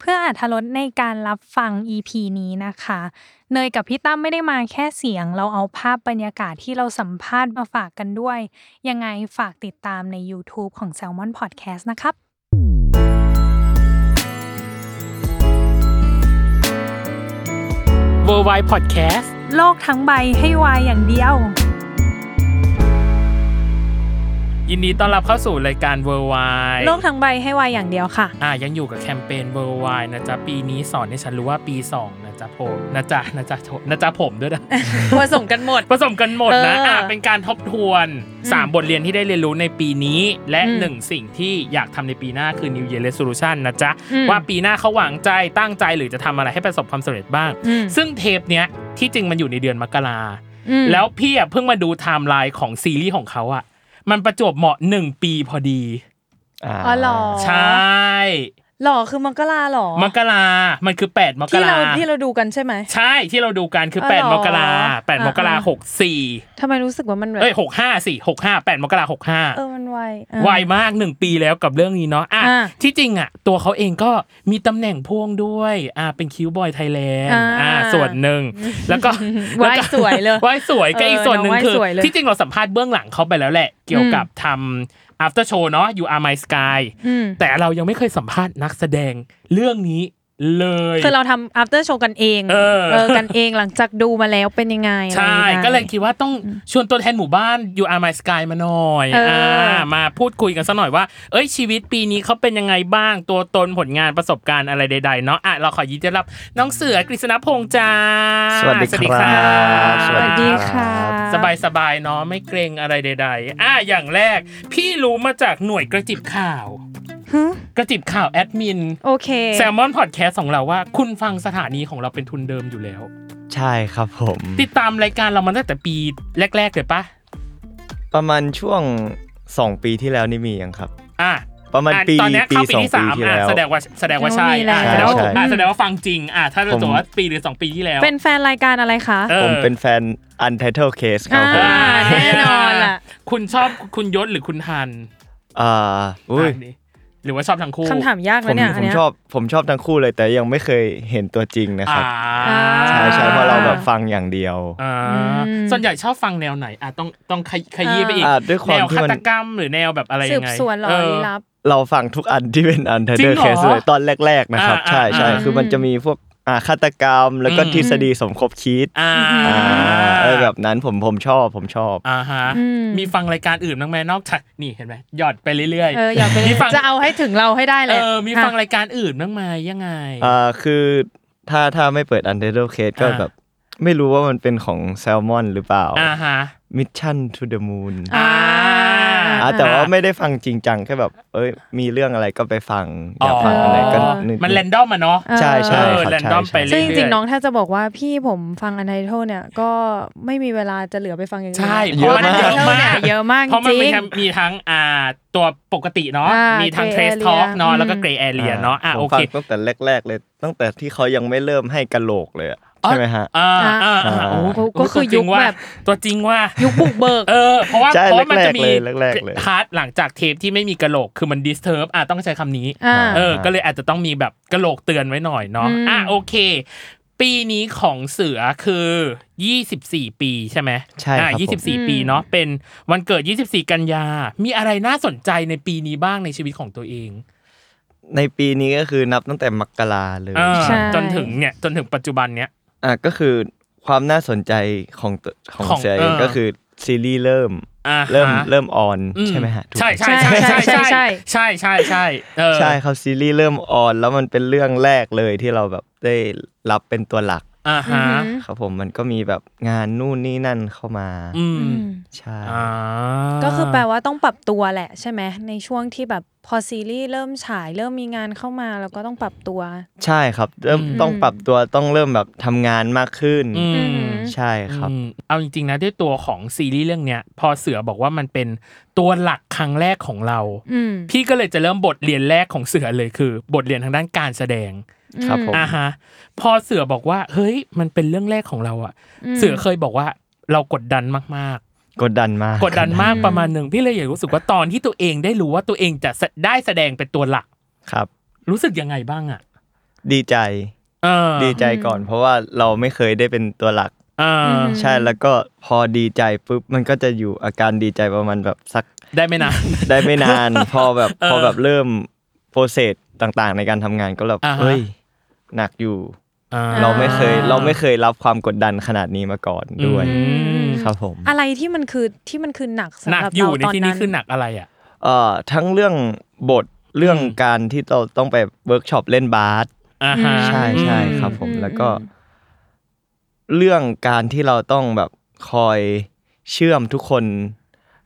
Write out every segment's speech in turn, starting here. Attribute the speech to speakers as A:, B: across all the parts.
A: เพื่ออาธรสในการรับฟัง EP นี้นะคะ เนยกับพี่ตั้มไม่ได้มาแค่เสียง เราเอาภาพบรรยากาศที่เราสัมภาษณ์มาฝากกันด้วย ยังไงฝากติดตามใน YouTube ของ Salmon Podcast นะครับ
B: w o r l d w i d e Podcast
A: โลกทั้งใบให้วายอย่างเดียว
B: ยินดีต้อนรับเข้าสู่รายการ w o r l d w i d e
A: โลกทั้งใบให้วายอย่างเดียวค่ะ
B: อ่ะยังอยู่กับแคมเปญ w o r l d w i d e นะจ๊ะ ปีนี้สอนให้ฉันรู้ว่าปี 2 นะจ๊ะผมนะจ๊ะนะจ๊ะผมนะจ๊ะผมด้วยนะ
C: ผสมกันหมด
B: ผสมกันหมด
C: เอออ่
B: นะะเป็นการทบทวน 3 บทเรียนที่ได้เรียนรู้ในปีนี้ และ
C: อืม
B: 1 สิ่งที่อยากทำในปีหน้าคือ New Year Resolution นะจ๊ะ
C: อืม
B: ว่าปีหน้าเขาหวังใจตั้งใจหรือจะทำอะไรให้ประสบความสำเร็จบ้าง
C: อืม
B: ซึ่งเทปเนี้ยที่จริงมันอยู่ในเดือนมกรา
C: อืม
B: แล้วพี่อะเพิ่งมาดูไทม์ไลน์ของซีรีส์ของเขาอะมันประจวบเหมาะหนึ่งปีพอดี
C: อ๋อเหรอ
B: ใช่
C: หรอคือมังกราเหรอ
B: มกรามันคือ 8 มก
C: ที่
B: รา
C: เราที่เราดูกันใช่ไหม
B: ใช่ที่เราดูกันคือ
C: อ๋อเหรอ
B: 8 มกราแปด
C: อ่ะ
B: มกรา
C: อ่ะ
B: หกสี่
C: ทำไมรู้สึกว่ามันแบบ
B: เอ้ยหกห้าสี่หกห้าแปดมกราหกห้า
C: เออมันไวอ่ะ
B: ไวมากหนึ่งปีแล้วกับเรื่องนี้เนาะอ่ะ
C: อ่ะ
B: ที่จริงอ่ะ ตัวเขาเองก็มีตำแหน่งพ่วงด้วยอ่ะเป็นคิวบอยไทยแลนด์
C: อ่า
B: อ่ะส่วนหนึ่งแล้วก็
C: ไห ว้สวยเลย
B: ไหวสวยก็อีก
C: เออ
B: ส่วนหนึ่ง
C: น้องไหว้
B: คือ
C: สวยเลย
B: ที่จริงเราสัมภาษณ์เบื้องหลังเขาไปแล้วแหละ เกี่ยวกับทำ after show เนาะ you are my sky
C: อืม
B: แต่เรายังไม่เคยสัมภาษณ์นักแสดงเรื่องนี้เลย
C: คือเราทำ after show กันเอง
B: เออ
C: กันเองหลังจากดูมาแล้วเป็นยังไง
B: ใช่
C: อะไรงไง
B: ก็เลยคิดว่าต้องชวนตัวแทนหมู่บ้าน You Are My Sky มาหน่อย
C: เอออ่
B: ามาพูดคุยกันสักหน่อยว่า เอ้ยชีวิตปีนี้เขาเป็นยังไงบ้าง ตัวตนผลงานประสบการณ์อะไรใด ๆ เนาะอ่ะเราขอยินดีต้อนรับน้องเสือกฤษณพงษ์จ้า
D: สวัสดีค
B: ค
D: รั
B: รับ บ
A: สวัสดีค่ะ
B: สบายสบายๆเนาะไม่เกรงอะไรใด ๆ อ่ะอย่างแรก พี่รู้มาจากหน่วยกระจิบข่าว
C: ฮึ
B: กระจิบข่าวแอดมิน
C: โอเค
B: แซลมอนพอดแคสต์ของเราว่า คุณฟังสถานีของเราเป็นทุนเดิมอยู่แล้ว
D: ใช่ครับผม
B: ติดตามรายการเรามาตั้งแต่ปีแรก ๆ เลยปะ
D: ประมาณช่วง 2 ปีที่แล้วนี่มียังครับ
B: อ่ะ
D: ประมาณ
B: อ่ะ
D: ปี
B: ตอนเนี้ย
D: ปี
B: เข้าปี
D: สอง
B: ที่สาม
D: ปีที่
B: อ่ะ
D: แล้ว
B: แสดงว่าแสดงว่าใช่
C: มีแล้ว
B: อ่ะแสดงว่า
D: ใช่
B: อ่ะแสดงว่าฟังจริงอ่ะถ้าเรา
D: ผม
B: จะว่าปีหรือสองปีที่แล้ว
C: เป็นแฟนรายการอะไรคะ
B: ออ
D: ผมเป็นแฟน Untitled Case ครับ
C: อ่า
D: ผม
C: แน่นอนล่ะ
B: คุณชอบคุณยศหรือคุณฮัน
D: อ่าอุ้ย
B: อ่ะดิหรือว่าชอบทั้งคู่
C: คำถามยาก
D: ผ
C: นะ
D: ม
C: เนี่ย
D: ผ
C: อัน
D: ม
C: เนี้ย
D: ชอบผมชอบทั้งคู่เลยแต่ยังไม่เคยเห็นตัวจริงนะค
B: อ่า
D: รับ
C: อ่า
D: ใช่ใช่เพราะเราแบบฟังอย่างเดียว
B: อ่า
C: อืม
B: ส่วนใหญ่ชอบฟังแนวไหนอ่ะต้องต้องขยขยี้ไปอีก
D: อ่ะด้วยความ
B: แนว
D: ที่
B: ฆา
D: มัน
B: ตกรรมหรือแนวแบบอะไร
C: สื
B: ยั
C: บ
B: งไง
C: สวนเหรอ
B: เออ
C: ลี้ลับ
D: เราฟังทุกอันที่เป็
B: จ
D: น
B: ริ
D: Untitled
B: งเหรอ
D: Case เลยตอนแรก ๆ นะครับ
B: อ่า
D: ใช่ใช่
B: อ่า
D: คือมันจะมีพวกอ่าฆาตกรรมแล้วก็
B: อืม
D: ทฤษฎีสมคบคิด
B: อ่า
D: อ่าเออแบบนั้นผมผมชอบผมชอบ
B: อ่าฮะ
C: อืม
B: มีฟังรายการอื่นบ้างไหมนอกจากนี่เห็นไหมหยอดไปเรื่อย
C: เอออยากไป
B: มีฟัง
C: จะเอาให้ถึงเราให้ได้
B: ๆ
C: แห
B: เอ
C: ละ
B: อมีฟัง
C: อ่ะ
B: รายการอื่นบ้างไหมยังไง
D: อ่าคือถ้าถ้าไม่เปิด Untitled Case ก็
B: อ่า
D: แบบไม่รู้ว่ามันเป็นของแซลมอนหรือเปล่า
B: อ่าฮะ
D: Mission to the Moon
C: อ่า
D: อ่าแต่ว่าไม่ได้ฟังจริงจังแค่แบบ เอ้ย มีเรื่องอะไรก็ไปฟัง อยากฟังอะไรก็นึก
B: มันแรนดอมอะเนาะ
D: ใช่ใช่
B: เออ
D: ครับ
B: แรนดอม
D: ใช่
B: ไปเ
C: ซึ่งจ
B: เรื่
C: ริ
B: อย
C: ง
B: ๆ
C: ๆน้องถ้าจะบอกว่าพี่ผมฟังอันไทโทเนี่ยก็ไม่มีเวลาจะเหลือไปฟังอย่างอื่น
B: ใช่
C: แล้ว
B: เพราะมันเยอะมาก
C: เยอะมาก
B: เพราะมัน
C: จ
B: มี
C: ริง
B: ทั้งมีทั้งอ่าตัวปกติเนาะ
C: อ่า
B: มีทั้งเทร
C: Grey
B: ส
C: Area
B: ทอล์กเนาะแล้วก็
C: อืม
B: เกรย์แอเรียเนาะอ่ะ
D: ผม
B: โอ
D: ฟั
B: เค
D: งตั้งแต่แรก ๆ เลย ตั้งแต่ที่เขายังไม่เริ่มให้กะโหลกเลยอะใช่ไหมฮะ
B: อ่าอ่าอ่า
D: อ่า
B: โอ้โห
C: ก็คือยุคแบบ
B: ตัวจริงว่า
C: ยุคบุกเบิก
B: เออเพราะว่า
D: ใช่
B: เพราะมันจะมี
D: แรกๆเลยแรกๆเลย
B: พาร์ทหลังจากเทปที่ไม่มีกระโหลกคือมันดิสเทิร์บอ่ะต้องใช้คำนี้
C: อ่า
B: เออ ก็เลยอาจจะต้องมีแบบกระโหลกเตือนไว้หน่อยเนาะ
C: อืม
B: อ่ะโอเค ปีนี้ของเสือคือ 24 ปีใช่ไหม
D: ใช่ครับ
B: อ่ะ
D: ผม
B: 24 ปีเนาะเป็นวันเกิด 24 กันยา มีอะไรน่าสนใจในปีนี้บ้างในชีวิตของตัวเอง
D: ในปีนี้ก็คือนับตั้งแต่มกราเลย
B: อ่า
C: ใช่
B: จนถึงเนี่ยจนถึงปัจจุบันเนี่ย
D: อ่ะก็คือความน่าสนใจของตัวของ
B: ของ
D: เสียเอง
B: เออ
D: ก็คือซีรีส์เริ่ม
B: อ่าฮะ
D: เริ่มเริ่มออน
B: อื
D: ใช่ไหมฮะทุก
B: ใช่
D: คน
B: ใช่ใช่ใช่ใช่
C: ใช่
B: ใช่ใช่ใช่ใช่เออ
D: ใช่ครับซีรีส์เริ่มออนแล้วมันเป็นเรื่องแรกเลยที่เราแบบได้รับเป็นตัวหลัก
B: อ่าฮะ
D: ครับผมมันก็มีแบบงานนู่นนี่นั่นเข้ามา
B: อืม
D: ใช่
B: อ่า
C: ก็คือแปลว่าต้องปรับตัวแหละใช่ไหมในช่วงที่แบบพอซีรีส์เริ่มฉายเริ่มมีงานเข้ามาเราก็ต้องปรับตัว
D: ใช่ครับเริ่มต้องปรับตัวต้องเริ่มแบบทำงานมากขึ้น
B: อืม
D: ใช่ครับ
B: อืมเอาจริงๆนะด้วยตัวของซีรีส์เรื่องเนี้ยพอเสือบอกว่ามันเป็นตัวหลักครั้งแรกของเรา
C: อืม
B: พี่ก็เลยจะเริ่มบทเรียนแรกของเสือเลยคือ บทเรียนทางด้านการแสดง
D: ครับผม
B: อ่าฮะพอเสือบอกว่า เฮ้ยมันเป็นเรื่องแรกของเราอะเสือเคยบอกว่าเรากดดันมาก
D: กดดันมาก
B: ๆ กดดันมากประมาณหนึ่งพี่เลยอยากรู้สึกว่าตอนที่ตัวเองได้รู้ว่าตัวเองจะแสได้แสดงเป็นตัวหลัก
D: ครับ
B: รู้สึกยังไงบ้างอะ
D: ดีใจ
B: เออ
D: ดีใจก่อน เพราะว่าเราไม่เคยได้เป็นตัวหลัก
B: เออ
D: ใช่แล้วก็พอดีใจปุ๊บมันก็จะอยู่อาการดีใจประมาณแบบสัก
B: ได้ไหมนะ
D: ได้ไม่นาน พอแบบพอแบบเริ่มโปรเซสต่างๆ ในการทำงานก็แบบ
B: อ่าฮะ
D: เฮ้ยหนักอยู่
B: อ่
D: เราไม่เคยเราไม่เคยรับความกดดันขนาดนี้มาก่อนด้วย
B: อืม
D: ครับผม
C: อะไรที่มันคือที่มันคือหนักสำ
B: หนัก
C: หรับ
B: อยู่
C: เรา
B: ใน
C: ตอน
B: ที่นี้
C: นั้น
B: คือหนักอะไรอะ
D: เอ่อทั้งเรื่องบทเรื่องการที่เราต้องไปเวิร์กช็อปเล่นบาส
B: อ่าฮะ
D: ใช่ใช่ครับผมแล้วก็ เรื่องการที่เราต้องแบบคอยเชื่อมทุกคน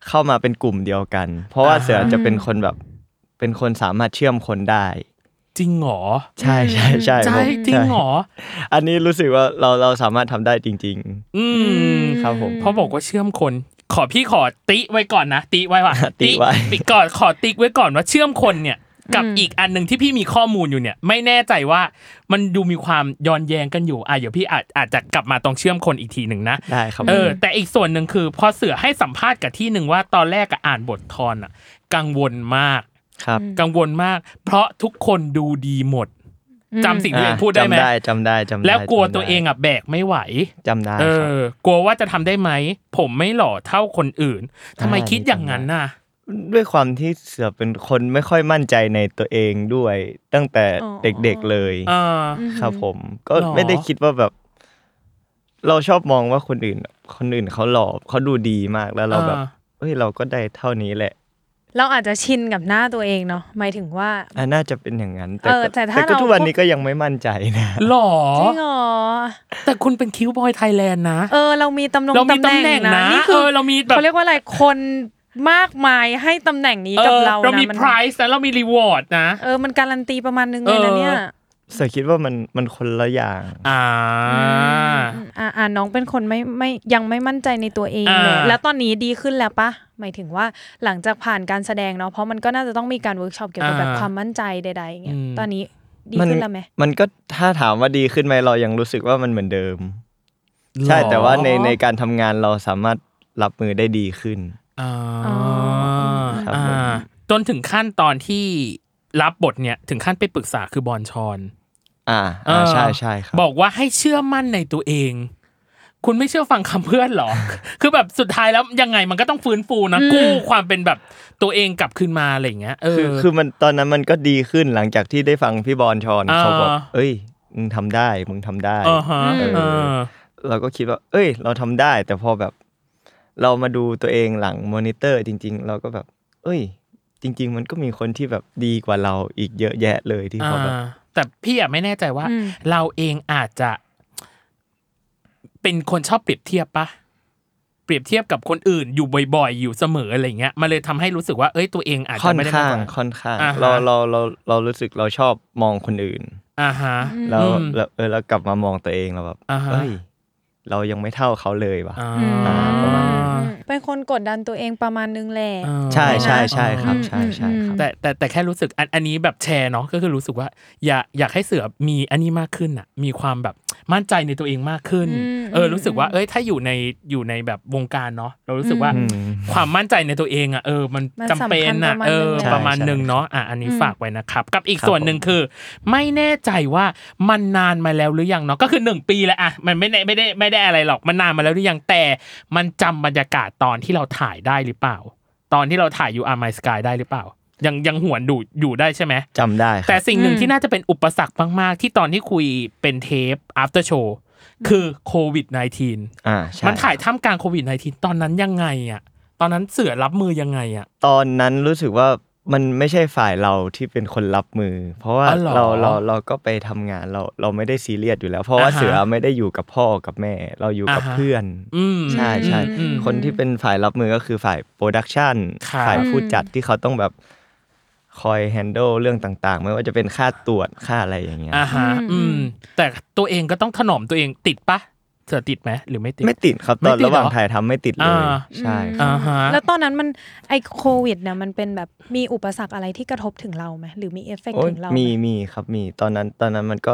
D: เข้ามาเป็นกลุ่มเดียวกัน เพราะว่าเสือจะเป็นคนแบบเป็นคนสามารถเชื่อมคนได้
B: จริงเหรอ
D: ใช่ใช่ใช่
B: ใช่
D: ผม
B: จริงเหรอ
D: อันนี้รู้สึกว่าเราเราสามารถทำได้จริง
B: อืม
D: ๆ ครับผม
B: เพราะบอกว่าเชื่อมคน ขอพี่ขอติไว้ก่อนนะ ติไว้ว่ะ
D: ติไว้
B: ติก่อนขอติไว้ก่อนว่าเชื่อมคนเนี่ย กับอีกอันหนึ่งที่พี่มีข้อมูลอยู่เนี่ย ไม่แน่ใจว่ามันดูมีความย้อนแย้งกันอยู่อ่ะเดี๋ยวพี่อาจอาจจะกลับมาตรงเชื่อมคนอีกทีหนึ่งนะ
D: ได้ครับ
B: เออแต่อีกส่วนหนึ่งคือพอเสือให้สัมภาษณ์กับที่หนึ่งว่าตอนแรกอะอ่านบททอนอะกังวลมาก
D: ครับ
B: กังวลมาก เพราะทุกคนดูดีหมดจำสิ่งที่ตัวเองพูดได้ไหม
D: จำได้จำได้จำได้
B: แล้วกลัวตัวเองอ่ะแบกไม่ไหว
D: จำได้
B: เอ
D: ครับ
B: อ กลัวว่าจะทำได้ไหม ผมไม่หล่อเท่าคนอื่นทำไม
D: อ่า
B: คิดอย่างนั้นน่ะ
D: ด้วยความที่เสือเป็นคนไม่ค่อยมั่นใจในตัวเองด้วย ตั้งแต่เด็กๆเลย
B: เออ
D: ครับผม ก็
B: หรอ
D: ไม่ได้คิดว่าแบบ เราชอบมองว่าคนอื่น คนอื่นเขาหล่อเขาดูดีมากแล้วเราแบบเฮ้ยเราก็ได้เท่านี้แหละ
C: เราอาจจะชินกับหน้าตัวเองเนาะหมายถึงว่า
D: อ่ะน่าจะเป็นอย่างนั้น แต่
C: เออ
D: ก็
C: แต่ถ้า
D: แต่ก็
C: เรา
D: ทุกวันนี้ก็ยังไม่มั่นใจนะ
B: หล่อ
C: จริงเหรอ
B: แต่คุณเป็นคิวบอยไทยแลนด์นะ
C: เออ เรามีตำแหน่ง
B: เรามีตำแหน่งนะ
C: นี่คื
B: เออเรามีแบบ
C: เขาเรียกว่าอะไรคนมากมายให้ตำแหน่งนี้
B: เอ
C: กับ
B: อ
C: เรา
B: เรามี
C: นะน
B: prize นะเรามี reward นะ
C: เออมันการันตีประมาณนึงเลยนะเนี่ย
B: เออ
D: เสือคิดว่ามันมันคนละอย่าง
B: อ่า
C: อ่าอ่าน้องเป็นคนไม่ไม่ยังไม่มั่นใจในตัวเอง
B: อ่า
C: เลยแล้วตอนนี้ดีขึ้นแล้วปะหมายถึงว่าหลังจากผ่านการแสดงเนาะเพราะมันก็น่าจะต้องมีการเวิร์กช็อปเกี่ยวกับแบบความมั่นใจใดๆอย่างเงี้ยตอนนี้ดีขึ้นแล้วไหม
D: มันก็ถ้าถามว่าดีขึ้นไหมเรายังรู้สึกว่ามันเหมือนเดิม ใช่
B: หล่อ
D: แต่ว่าในในการทำงานเราสามารถรับมือได้ดีขึ้น
B: อ่า
C: อ๋อ
D: ครับ
B: อ่า
D: ผม
B: จนถึงขั้นตอนที่รับบทเนี่ย ถึงขั้นไปปรึกษาคือบอลชอน
D: อ่า
B: เอ
D: อ่า
B: อ
D: ใช่ใช่ครับ
B: บอกว่าให้เชื่อมั่นในตัวเอง คุณไม่เชื่อฟังคำเพื่อนหรอ คือแบบสุดท้ายแล้วยังไงมันก็ต้องฟื้นฟูนะกู้ความเป็นแบบตัวเองกลับคืนมาอะไรอย่างเงี้ยเออ
D: คือคือมันตอนนั้นมันก็ดีขึ้นหลังจากที่ได้ฟังพี่บอลชอน
B: อ่า
D: เขาบอกเอ้ยมึงทำได้มึงทำได้
B: เออฮะ
D: เออ
B: เออ
D: เราก็คิดว่า เอ้ย เราทำได้ แต่พอแบบ เรามาดูตัวเองหลังมอนิเตอร์จริง ๆ เราก็แบบ เอ้ย จริง ๆ มันก็มีคนที่แบบดีกว่าเราอีกเยอะแยะเลยที่เขาแบบ
B: อ่าแต่พี่อะไม่แน่ใจว่า
C: อืม
B: เราเองอาจจะ เป็นคนชอบเปรียบเทียบปะเปรียบเทียบกับคนอื่นอยู่บ่อยๆ อยู่เสมออะไรอย่างเงี้ยมันเลยทำให้รู้สึกว่าเอ้ยตัวเองอาจ
D: ค่
B: จะ
D: อน
B: ไม่ได้
D: ข้าง
B: มกกว่
D: ค่อนข้าง
B: อ่าฮะ
D: เราเราเราเรารู้สึกเราชอบมองคนอื่น
B: อ่าฮะ
D: แล้ว
B: อืม
D: แล้วเออแล้วกลับมามองตัวเองเราแบบ
B: อ่าฮะ
D: เอ้ย เรายังไม่เท่าเขาเลยว่ะ
B: อ่า
D: อ่าประมาณนี้
C: เป็นคนกดดันตัวเองประมาณนึงแหละ
B: อ่า
D: ใช่ใช่ใช่ครับ ใช่ใช่ครับ
B: แต่แต่แต่แค่รู้สึกอันอันนี้แบบแชร์เนาะก็คือรู้สึกว่าอยากอยากให้เสือมีอันนี้มากขึ้นอ่ะมีความแบบมั่นใจในตัวเองมากขึ้น
C: อืม
B: เอออ
C: ม
B: รู้สึกว่าเอ้ยถ้าอยู่ในอยู่ในแบบวงการเนาะเรารู้สึกว่า
D: อืม
B: ความมั่นใจในตัวเองอ่ะเออมัน
C: มัน
B: จำเป็นอ่ะ
C: สำคัญประมาณ
B: เออ
C: หนึ่ง
B: ประมาณ
D: ใช่
B: หนึ่ง
D: ใช่
B: เนาะอ่ะอันนี้ฝากไว้นะครับ กับอีก
D: ครับ
B: ส่วนหนึ่ง
D: ผม
B: คือ ไม่แน่ใจว่ามันนานมาแล้วหรือยังเนาะก็คือหนึ่งปีแล้วอ่ะมันไม่ได้ไม่ได้ไม่ได้อะไรหรอกมันนานมาแล้วหรือยังแต่มันจำบรรยากาศตอนที่เราถ่ายได้หรือเปล่า ตอนที่เราถ่ายยูอาร์ไมสกายได้หรือเปล่า ยังยังหวนดูอยู่ได้ใช่ไหม
D: จำได้ค
B: แต่
D: รับ
B: สิ่งหนึ่ง
C: อืม
B: ที่น่าจะเป็นอุปสรรคมาก ๆ ที่ตอนที่คุยเป็นเทป after show คือโควิด -19
D: อ่าใช่
B: มันถ่ายท่ามกลางโควิด -19 ตอนนั้นยังไงอะตอนนั้นเสือรับมือยังไงอะ
D: ตอนนั้นรู้สึกว่ามันไม่ใช่ฝ่ายเราที่เป็นคนรับมือ เพราะว่า
B: อ๋อเหรอ
D: เราเราเราก็ไปทำงานเราเราไม่ได้ซีเรียสอยู่แล้ว เพราะว่า
B: อ่าฮะ
D: เสือไม่ได้อยู่กับพ่อกับแม่ เราอยู่กับ
B: อ่าฮะ
D: เพื่อน
B: อืม
D: ใช่ใช่
B: อืม
D: คนที่เป็นฝ่ายรับมือก็คือฝ่ายโปรดักชัน
B: ครับ
D: ฝ่ายผู้จัดที่เขาต้องแบบคอยแฮนด์ลเรื่องต่างๆ ไม่ว่าจะเป็นค่าตรวจค่าอะไรอย่างเงี้ย
B: อ่าฮะ
C: อื
B: อื
C: ม
B: ม แต่ตัวเองก็ต้องถนอมตัวเองติดปะเสือติดไหมหรือไม่ติด
D: ไม่ติดครับ
B: ไม่
D: ตอน
B: ติดเหรอ
D: ระหว่างถ่ายทำไม่ติดเลย
B: อ่า
D: ใช่ครับ
B: อ่าฮะ
C: แล้วตอนนั้นมันไอโควิดเนี่ยมันเป็นแบบมีอุปสรรคอะไรที่กระทบถึงเราไหมหรือมีเอฟเฟก
D: โอ้ย
C: ถึงเรา
D: มี
C: ไหม
D: มีครับมีตอนนั้นตอนนั้นมันก็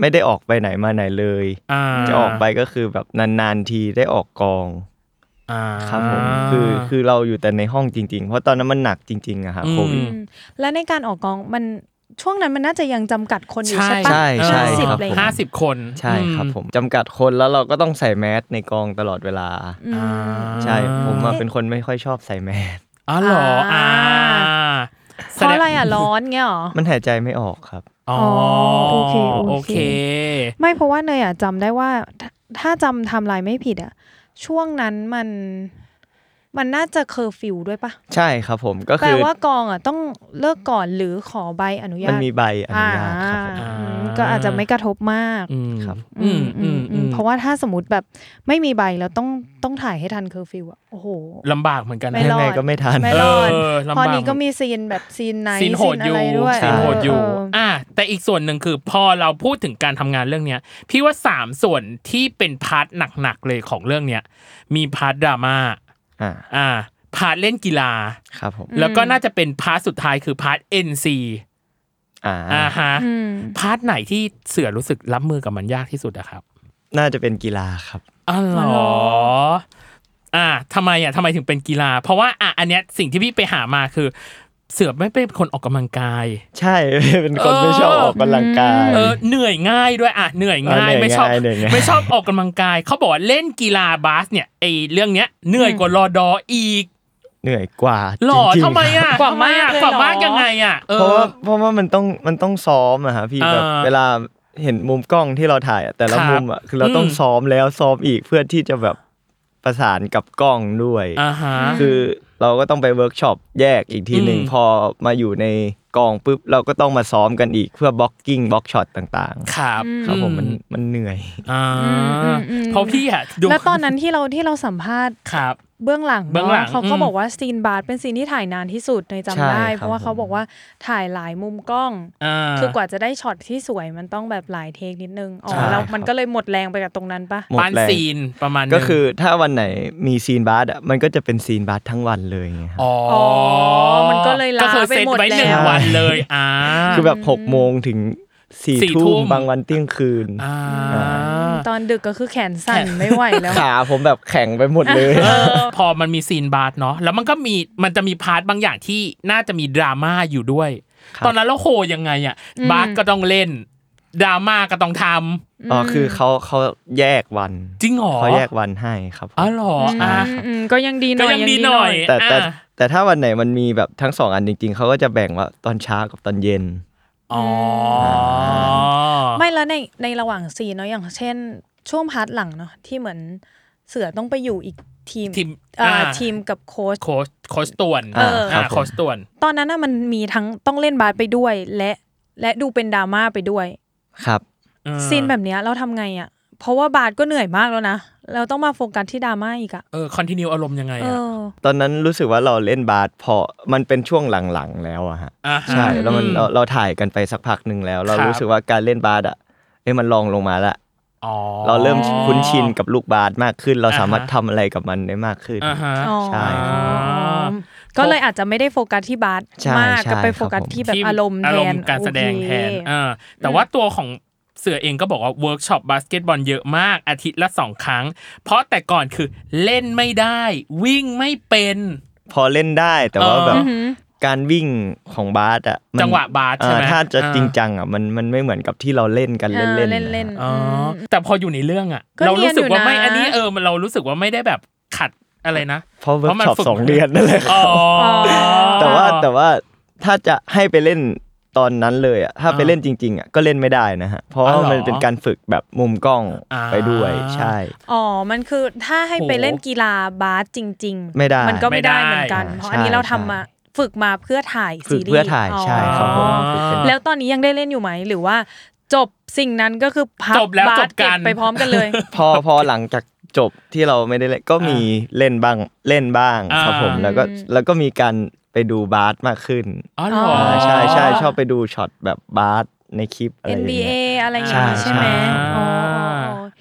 D: ไม่ได้ออกไปไหนมาไหนเลย
B: อ่า
D: จะออกไปก็คือแบบนานๆทีได้ออกกอง
B: อ่า
D: ครับผมคือคือเราอยู่แต่ในห้องจริง ๆ เพราะตอนนั้นมันหนักจริงๆอะครับ
B: อืม
D: โควิด
C: อืมและในการออกกองมันช่วงนั้นมันน่าจะยังจำกัดคนอยู่ใช่ปะ
D: ใช่ใช่
C: ห้าสิบ
D: ครับ
C: อะไรอย่าง
B: ห้า
C: เงี้ย
B: สิบคน
D: ใช่ครับผมจำกัดคนแล้วเราก็ต้องใส่แมสในกองตลอดเวลา
C: อื
B: อ่าม
D: ใช่ผมอะเป็นคนไม่ค่อยชอบใส่แมส
B: อ๋อเหรออ่า
C: อ่า
B: แส
C: เพราะ
B: ดง
C: อะไรอ่ะร้อนเงี้ยเหรอ
D: มันหายใจไม่ออกครับ
B: อ๋อ
C: โอเค
B: โอ
C: โอ
B: เค
C: เค ไม่เพราะว่าเนยอ่ะจำได้ว่าถ้าถ้าจำไทำลายไม่ผิดอ่ะช่วงนั้นมันมันน่าจะเคอร์ฟิวด้วยปะ
D: ใช่ครับผมก็
C: แปล
D: คือ
C: ว่ากองอ่ะต้องเลิกก่อนหรือขอใบอนุญาต
D: มันมีใบอนุญาตครับผม
C: อ่าอืมก็อาจจะไม่กระทบมาก
B: อืม
D: ครับ
B: อืมอืมอืม
C: เพราะว่าถ้าสมมติแบบไม่มีใบแล้วต้องต้องถ่ายให้ทันเคอร์ฟิวอ่ะโอ้โห
B: ลำบากเหมือนกันนะ
C: ไม่รอด
D: ยังไงก็ไม่ทัน
C: ไม่
B: เอ
C: รอด
B: อ
C: พอบ
B: ลำาก
C: นี้ก็มีซีนแบบซีนไหน
B: ซีนโหดอยู่
C: ซีนอะไรด้วย
B: ซีนโหดอยู่
C: เเ
B: อ่ะแต่อีกส่วนหนึ่งคือพอเราพูดถึงการทำงานเรื่องเนี้ย พี่ว่าสามส่วนที่เป็นพาร์ทหนักๆเลยของเรื่องเนี้ยมีพาร์ทดราม่า
D: อ่า
B: อ่าพาร์ทเล่นกีฬา
D: ครับผม
B: แล้วก็น่าจะเป็นพาร์ทสุดท้ายคือพาร์ท NC
D: อ่า
B: อ่าฮะ
C: อืม
B: พาร์ทไหนที่เสือรู้สึกรับมือกับมันยากที่สุดอะครับ
D: น่าจะเป็นกีฬาครับ
B: อ๋อเหรอ อ่าทำไมอ่ะทำไมถึงเป็นกีฬา เพราะว่าอ่ะอันเนี้ยสิ่งที่พี่ไปหามาคือ เสือไม่เป็นคนออกกำลังกาย
D: ใช่ เป็นคนไม่ชอบออกกำลังกาย
B: เออเหนื่อยง่ายด้วยอ่ะเหนื่อยง่าย
D: เออเหนื่อย
B: ไม่ชอบ
D: ง่ายเหนื่อยง่าย
B: ไม่ชอบออกกำลังกาย เขาบอกว่าเล่นกีฬาบาสเนี่ยไอเรื่องเนี้ยเหนื่อยกว่ารอดออีก
D: เหนื่อยกว่า
B: หล่อ
D: จริงๆ
B: ทำไมอ่ะ
C: กว่ามากเลยเห
B: ทำ
C: รอ
B: ไกว่ามากยังไงอ่ะเอ
D: เพราะ
B: อ
D: ว่าเพราะว่ามันต้องมันต้องซ้อมอะฮะพี่
B: อ่า
D: แบบเวลาเห็นมุมกล้องที่เราถ่ายอะแต่ละ
B: ครับ
D: มุมอะคือเราต้อง
B: อืม
D: ซ้อมแล้วซ้อมอีกเพื่อที่จะแบบประสานกับกล้องด้วย
B: อ่าฮะ
D: คือเราก็ต้องไปเวิร์กช็อปแยกอีกทีหนึ่ง
B: อืม
D: พอมาอยู่ในกองปุ๊บเราก็ต้องมาซ้อมกันอีกเพื่อบล็อกกิ้งบล็อกช็อตต่าง
B: ครับ
D: ๆครับผมมันมันเหนื่อย
B: อ่า
C: อืมอืม
B: เพราะพี่อ่ะดู
C: แล้วตอนนั้นที่เราที่เราสัมภาษณ์
B: ครับ
C: เบื้องหลัง
B: เบื้องหลัง
C: เนาะเขาก็
B: อืม
C: บอกว่าซีนบาร์เป็นซีนที่ถ่ายนานที่สุดในจำ
D: ใช่
C: ได้
D: ค
C: เพ
D: รับ
C: ราะว่า
D: ผม
C: เขาบอกว่าถ่ายหลายมุมกล้อง
B: อ่า
C: คือกว่าจะได้ช็อตที่สวยมันต้องแบบหลายเทคนิดนึงอ๋อ
B: ใช่
C: แล้วมัน
D: ครับ
C: ก็เลยหมดแรงไปกับตรงนั้นปะ
D: หมด
B: ปาน
D: แรง
B: ซีนประมาณหนึ่ง
D: ก็คือถ้าวันไหนมีซีนบาสอ่ะมันก็จะเป็นซีนบาสทั้งวันเลยไงครับ
B: อ๋อ
C: มันก็เลยลา
B: ก็คือ
C: ไป
B: เซ็ต
C: หมด
B: ไว้ห
C: แล้
B: นึ่ง
C: ว
B: วันเลยอ่า
D: คือแบบหกโมงถึงสี่
B: สี่ทุ่
D: ทุ่ม
B: ม
D: บางวันเที่ยงคืน
B: อ่า
C: ตอนดึกก็คือแขนสั่น
B: แขน
C: ไม่ไหวแล้ว
D: ขาผมแบบแข็งไปหมดเลย
B: เออพอมันมีซีนบาร์เนาะแล้วมันก็มีมันจะมีพาร์ทบางอย่างที่น่าจะมีดราม่าอยู่ด้วย ตอนนั้นเราโหยังไงอ่ะบาร์ก็ต้องเล่นดราม่าก็ต้องทำ
D: อ๋อคือเขาเขาแยกวัน
B: จริงเหรอ
D: เขาแยกวันให้ครับผม
B: อ๋อเหรออ่ะ
C: อืมอืมก็ยังดีหน่
B: ก็
C: อย
B: ยังดีหน่อย
D: แต่แต่
B: อ่ะ
D: แต่ถ้าวันไหนมันมีแบบทั้งสองอันจริง ๆเขาก็จะแบ่งว่าตอนเช้ากับตอนเย็น
B: อ๋อ
C: ไม่แล้วในในระหว่างซีนเนาะอย่างเช่น ช่วงพาร์ทหลังเนาะที่เหมือนเสือต้องไปอยู่อีกทีม
B: ทีม
C: อ่า
B: อ่ะ
C: ทีมกับโค้ช
B: โค้ชโค้ชต่วน
D: เออครับผม
B: ะโค้ชต่วน
C: ตอนนั้นน่ะมันมีทั้งต้องเล่นบาสไปด้วยและและดูเป็นดราม่าไปด้วย
D: ครับ
C: ซีนแบบเนี้ยเราทำไงอ่ะ เพราะว่าบาสก็เหนื่อยมากแล้วนะ เราต้องมาโฟกัสที่ดราม่าอีกอ่ะ
B: เออคอนติเนียอารมณ์ยังไง
C: เอ
B: อ่ะ
C: อ
D: ตอนนั้นรู้สึกว่าเราเล่นบาสพอมันเป็นช่วงหลังๆแล้วอะฮะ
B: อ่าฮะ
D: ใช่แล้วมันเราเราถ่ายกันไปสักพักหนึ่งแล้ว เรา
B: ครับ
D: รู้สึกว่าการเล่นบาสอ่ะเอ้ยมันลองลงมาละ
B: อ๋อ
D: เราเริ่มคุ้นชินกับลูกบาสมากขึ้น เราสามารถทำอะไรกับมันได้มากขึ้น
B: อ่าฮะ
C: อ๋อ
D: ใช่
C: ก็เลยอาจจะไม่ได้โฟกัสที่บาส
D: ใช่
C: มาก
D: ใช่
C: ก็ไป
D: ครับ
C: โฟกัส
D: ผม
C: ที่แบบ
B: ที่
C: อารมณ์แท
B: อารม
C: น
B: ณ์การแสดง
C: โอเค
B: แทนเออแต่ว่าตัวของเสือเองก็บอกว่าเวิร์กช็อปบาสเกตบอลเยอะมากอาทิตย์ละสองครั้ง เพราะแต่ก่อนคือเล่นไม่ได้ วิ่งไม่เป็น
D: พอเล่นได้แต่ว่า
B: เออ
D: แบบการวิ่งของบาสอ่ะมัน
B: จังหวะบาสใช่ไหม
D: อ่ถ้าจะ
B: อ่า
D: จริงจังอ่ะมันมันไม่เหมือนกับที่เราเล่นกัน
C: เอ
D: เล่
C: อ
D: นๆ
C: เล่น
D: นะ
C: เล่น
B: อ๋อแต่พออยู่ในเรื่อง อ่ะ
C: ก็
B: เรารู้สึกว่า
C: เนียนอยู่นะ
B: ไม่อันนี้เออมันเรารู้สึกว่าไม่ได้แบบขัดอะไรนะ
D: เพราะเวิ
B: เพ
D: ร์ก
B: ราะมัน
D: ช็อป
B: ฝึก
D: สองเดือนนั่นแหละ
B: อ๋อ
D: แต่ว่าแต่ว่าถ้าจะให้ไปเล่นตอนนั้นเลยอ่ะถ้าไปเล่นจริง ๆอ่ะก็เล่นไม่ได้นะฮะเพราะว่า
B: อ๋อเหรอ
D: มันเป็นการฝึกแบบมุมกล้อง
B: อ่า
D: ไปด้วยใช่
C: อ๋อ มันคือถ้าให้ไป
B: โห
C: เล่นกีฬาบาสจริง
D: ไม่ได้
C: มันก็ไม่ได้เหมือนกัน
D: ไม่ได้
C: เพราะอันนี้เราทำมา
D: ใช่
C: ฝึกมาเพื่อถ่าย
D: ฝึ
C: ซี
D: ก
C: รีส์
D: เพื่อถ่ายใช่ครับผม
B: อ๋อ
D: ฝึกเป็น
C: แล้วตอนนี้ยังได้เล่นอยู่ไหม หรือว่าจบสิ่งนั้นก็คือพับ
B: จบแล้ว
C: บา
B: จ
C: ส
B: บกัน
C: เบไปพร้อมกันเลย
D: พอพอหลังจากจบที่เราไม่ได้เล่นก็มีเล่นบ้างเล่นบ้างครับผม
B: อ่า
D: แล้วก็แล้วก็มีการไปดูบาสมากขึ้น
B: อ๋อเหรอ
C: อ๋อ
D: าใช่ใช่ชอบไปดูช็อตแบบบาสในคลิปอะไรอย่างเงี้
C: NBA
D: ย
C: อะไรอย่างเงี้ย
D: ใช่
C: ใช่ไหม
D: ใช่
C: อ๋อ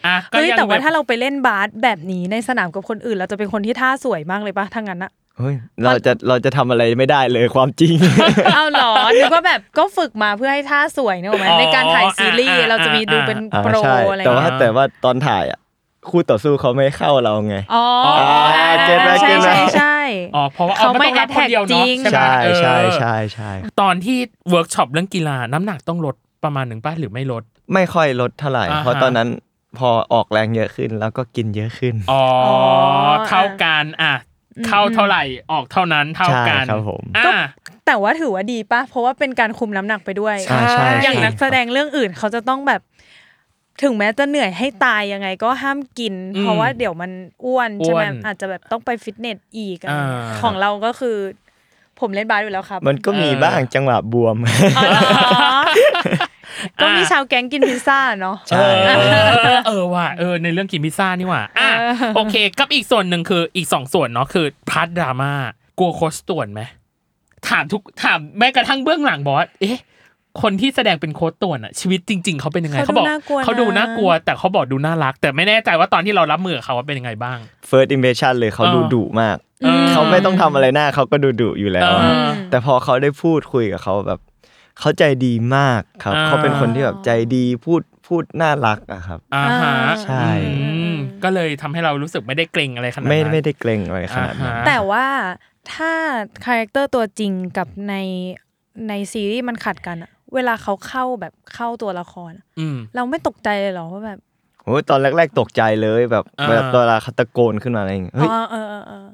B: อ่ะก็
C: เฮ้ย
B: ยัง
C: แต่ว่า
B: บบ
C: ถ้าเราไปเล่นบาสแบบนี้ในสนามกับคนอื่น เราจะเป็นคนที่ท่าสวยมากเลยปะทั้างนั้นอะ
D: เฮ้ยเราจะเราจะทำอะไรไม่ได้เลยความจริง
C: เอาเหรอนึกว่าแบบก็ฝึกมาเพื่อให้ท่าสวยเนกอะไหม
B: อ๋อ
C: ในการถ่ายซีรีส์
B: อ่า
C: เราจะมีดูเป็น
D: อ่า
C: โปร
D: ใช่
C: อะไร
D: แต่ว่า
C: เงี้ย
D: แต่ว่าตอนถ่ายอ่ะคู่ต่อสู้เขาไม่เข้าเราไง
C: อ๋ออ่า
D: เก็ตแล้ว
C: ใช่
D: เก็ตแล้ว
C: ใช่ใช่
B: อ๋อเพราะว่า
C: เขาไม่
B: อต้องรับคนเดียวเน
C: แอ
B: อะ
C: ดแท็กจริง
B: ใช่ไหม
D: ใช่
B: เออ
D: ใช่ใช่ใช่
B: ตอนที่เวิร์กช็อปเรื่องกีฬาน้ำหนักต้องลดประมาณหนึ่งป้าหรือไม่ลด
D: ไม่ค่อยลดเท่าไหร่
B: อ่าฮะ
D: เพราะตอนนั้นพอออกแรงเยอะขึ้นแล้วก็กินเยอะขึ้น
B: อ๋อ
C: อ๋อ
B: เท่ากันอ่ะเข้าเท่าไหร่ออกเท่านั้นเท่ากัน
D: ใช่ครับผม
B: อ่ะ
C: แต่ว่าถือว่าดีป่ะ เพราะว่าเป็นการคุมน้ำหนักไปด้วย
D: ใช่ใช่
C: อย่างนักแสดงเรื่องอื่นเขาจะต้องแบบ ถึงแม้จะเหนื่อยให้ตายยังไงก็ห้ามกิน
B: อืม
C: เพราะว่าเดี๋ยวมันอ้วนใช่ไหม
B: อ้วน
C: อาจจะแบบต้องไปฟิตเนสอีกอะไรเงี้ย
B: อ่า
C: ของเราก็คือ ผมเล่นบาสอยู่แล้วครับ
D: มันก็มีบ้างจังหวะบวม
C: อ๋อเหรอ ก็มีชาวแก๊งกินพิซซ่าเนาะ
D: ใช่
B: เออเออว่ะเออในเรื่องกินพิซซ่านี่ว่ะอ่ะโอเคกับอีกส่วนหนึ่งคืออีกสองส่วนเนาะคือพาร์ทดราม่ากลัวโคชต่วนไหมถามทุกถามแม้กระทั่งเบื้องหลังบอกว่าเอ๊ะ คนที่แสดงเป็นโค้ชต่วนอะชีวิตจริง ๆเขาเป็นยังไง
C: เขาดู
B: บอก
C: น่ากลัวนะ
B: เขาดูน่ากลัว แต่เขาบอกดูน่ารัก แต่ไม่แน่ใจว่าตอนที่เรารับมือกับเขาว่าเป็นยังไงบ้าง
D: first impression เลยเขา
B: เออ
D: ดูดุมาก
B: ออ
D: เขาไม่ต้องทำอะไรหน้าเขาก็ดูดุอยู่แล้วอะ
B: เออ
D: แต่พอเขาได้พูดคุยกับเขาแบบ เขาใจดีมากครับ
B: อ่า
D: เขาเป็นคนที่แบบใจดีพูดพูดน่ารักอะครับ
B: อ่าฮะ
D: ใช่
B: อืมก็เลยทำให้เรารู้สึกไม่ได้เกรงอะไรขนาดนั้น
D: ไม่ไม่ได้เกรงอะไรข
B: อ่
D: นาดนั้น
B: ฮะ
C: แต่ว่าถ้าคาแรคเตอร์ตัวจริงกับในในซีรีส์มันขัดกันอะเวลาเขาเข้าแบบเข้าตัวละครอะ
B: อืม
C: เราไม่ตกใจเลยเหรอว่าแบบ
D: โอ้ยตอนแรก ๆ ตกใจเลยแบบ
B: อ่า
D: เวลาเวลาเขาตะโกนขึ้นมาอะไรอย่างเงี้ยเฮ้ย
C: อ๋อเออเออเออ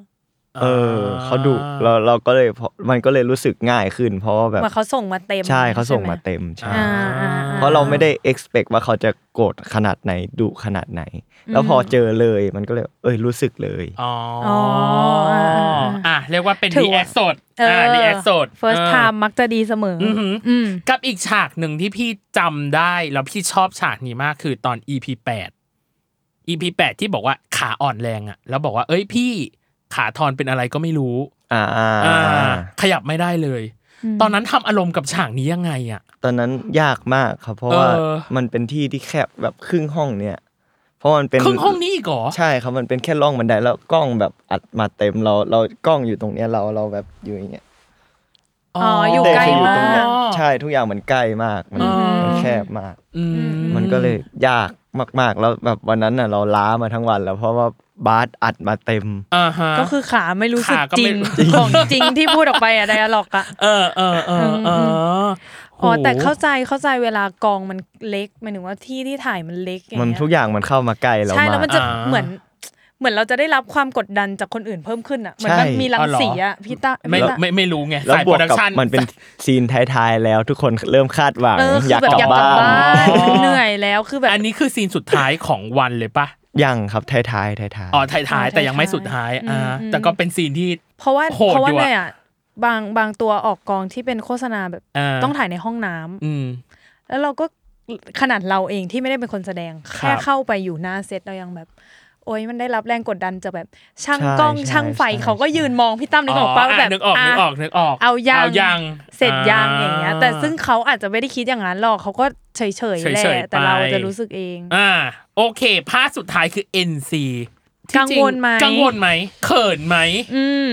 D: เออเขาดุเราเราก็เลยพอมันก็เลยรู้สึกง่ายขึ้น เพราะว่าแบ
C: เห
D: บ
C: มือนเขาส่งมาเต็ม
D: ใช่เขาส่ง
C: ไห
D: มาเต็มใช่
C: อ่าอ่าอ่า
D: เพราะเราไม่ได้ expect ว่าเขาจะโกรธขนาดไหนดุขนาดไหน แล้วพอเจอเลยมันก็เลย เอ้ยรู้สึกเลย
B: อ๋อ
C: อ๋
B: อ๋
C: ออ่า
B: อ่ะเรียกว่าเป็น
C: ถือ
B: รีแอ
C: ว่า
B: คสด
C: เอออ่
B: รีแอคสด
C: first time มักจะดีเสมออ
B: อหือ
C: อืม
B: กับอีกฉากหนึ่งที่พี่จำได้แล้วพี่ชอบฉากนี้มากคือตอน EP แปด EP แปดที่บอกว่าขาอ่อนแรงอะแล้วบอกว่า เอ้ยพี่ขาทอนเป็นอะไรก็ไม่รู้
D: อ่าอ่า
B: อ่า
D: อ่า
B: ขยับไม่ได้เลย ตอนนั้นทำอารมณ์กับฉากนี้ยังไงอะ
D: ตอนนั้นยากมากครับ เพราะว่า
B: เออ
D: มันเป็นที่ที่แคบแบบครึ่งห้องเนี่ย เพราะมันเป็น
B: ครึ่งห้องนี้อีกเหรอ
D: ใช่ครับมันเป็นแค่ร่องบันไดแล้วกล้องแบบอัดมาเต็มเราเรากล้องอยู่ตรงเนี้ยเราเราแบบอยู่อย่างเงี้ย
C: อ๋ออยู่
D: แต่
C: ใกล้
D: คืออยู่
C: มา
D: ตรง
C: ก
D: เนี้ยใช่ทุกอย่างมันใกล้มากมัน
B: อืม
D: มันแคบมาก
B: อืม
D: มันก็เลยยากมากๆ แล้วแบบวันนั้นน่ะเราล้ามาทั้งวัน แล้วเพราะว่าบาสอัดมาเต็ม
B: อ่าฮะ
C: ก็คือขาไม่รู้สึก
B: ขาก็
C: จริ
B: ไม่
C: งของจริงที่พูดออกไปอะไดอะล็อกอะ
B: เออเออเออเออ
C: อ๋อ
B: โห
C: แต่เข้าใจเข้าใจเวลากองมันเล็กหมายถึงว่าที่ที่ถ่ายมันเล็กอย่าง
D: มัน
C: เงี้ย
D: ทุกอย่างมันเข้ามาใกล้เรา
C: ใช่แล้ว
D: มา
C: มั
D: ก
C: นจะ
B: อ่า
C: เหมือน เหมือนเราจะได้รับความกดดันจากคนอื่นเพิ่มขึ้นอ่ะเหมือน
D: ใช่
C: มันมีรังสี
B: อ๋อเหรอ
C: อ่ะพี่ตา
B: ไม่
C: พี่ตา
B: ไม่ไม่รู้ไง
D: แล้ว
B: สาย
D: บ
B: โป
D: ว
B: ร
D: ก
B: ดัก
D: กับ
B: ชัน
D: มันเป็นซีนท้ายๆแล้วทุกคนเริ่มคาดหวัง
C: เออคือ
D: อยาก
C: แบบ
D: กลั
C: อยาก
D: บ
C: กลับ
D: บ้าน
C: บ้าน เหนื่อยแล้วคือแบบ
B: อันนี้คือซีนสุดท้ายของวันเลยปะ
D: ยังครับท้ายๆท้ายๆ
B: อ๋อท้ายท้ายๆแต่ยังไม่สุดท้ายอ่าแต่ก็เป็นซีนที่
C: เพราะว่า
B: โหด
C: เพราะว่า
B: อยู่อะ
C: เนี่ยอะบางบางตัวออกกองที่เป็นโฆษณาแบบ
B: อ่
C: ต้องถ่ายในห้องน้ำ
B: อืม
C: แล้วเราก็ขนาดเราเองที่ไม่ได้เป็นคนแสดง
B: ครับ
C: แค่เข้าไปอยู่หน้าเซตเรายังแบบ โ อ้ยมันได้รับแรงกดดันจากแบบ ช่าง
D: ใช่
C: กล้อง
D: ใช่
C: ช่างไฟ
D: ใช่
C: เขาก็ยืนมองพี่ตั้มนึกออกปะว่าแบบ
B: นึกออกนึกออกนึกออก
C: เอายาง
B: เอายัง
C: เสร็จยาง
B: อ่า
C: อย่างเงี้ย แต่ซึ่งเขาอาจจะไม่ได้คิดอย่างนั้นหรอกเขาก็เฉยเฉยๆแห
B: เฉ
C: ละ
B: ยๆไป
C: แต่เราจะรู้สึกเอง
B: อ่าโอเคภาคสุดท้ายคือ NC ที่
C: กังวลไหม
B: จริงกังวลไหมเขินไหม
C: อืม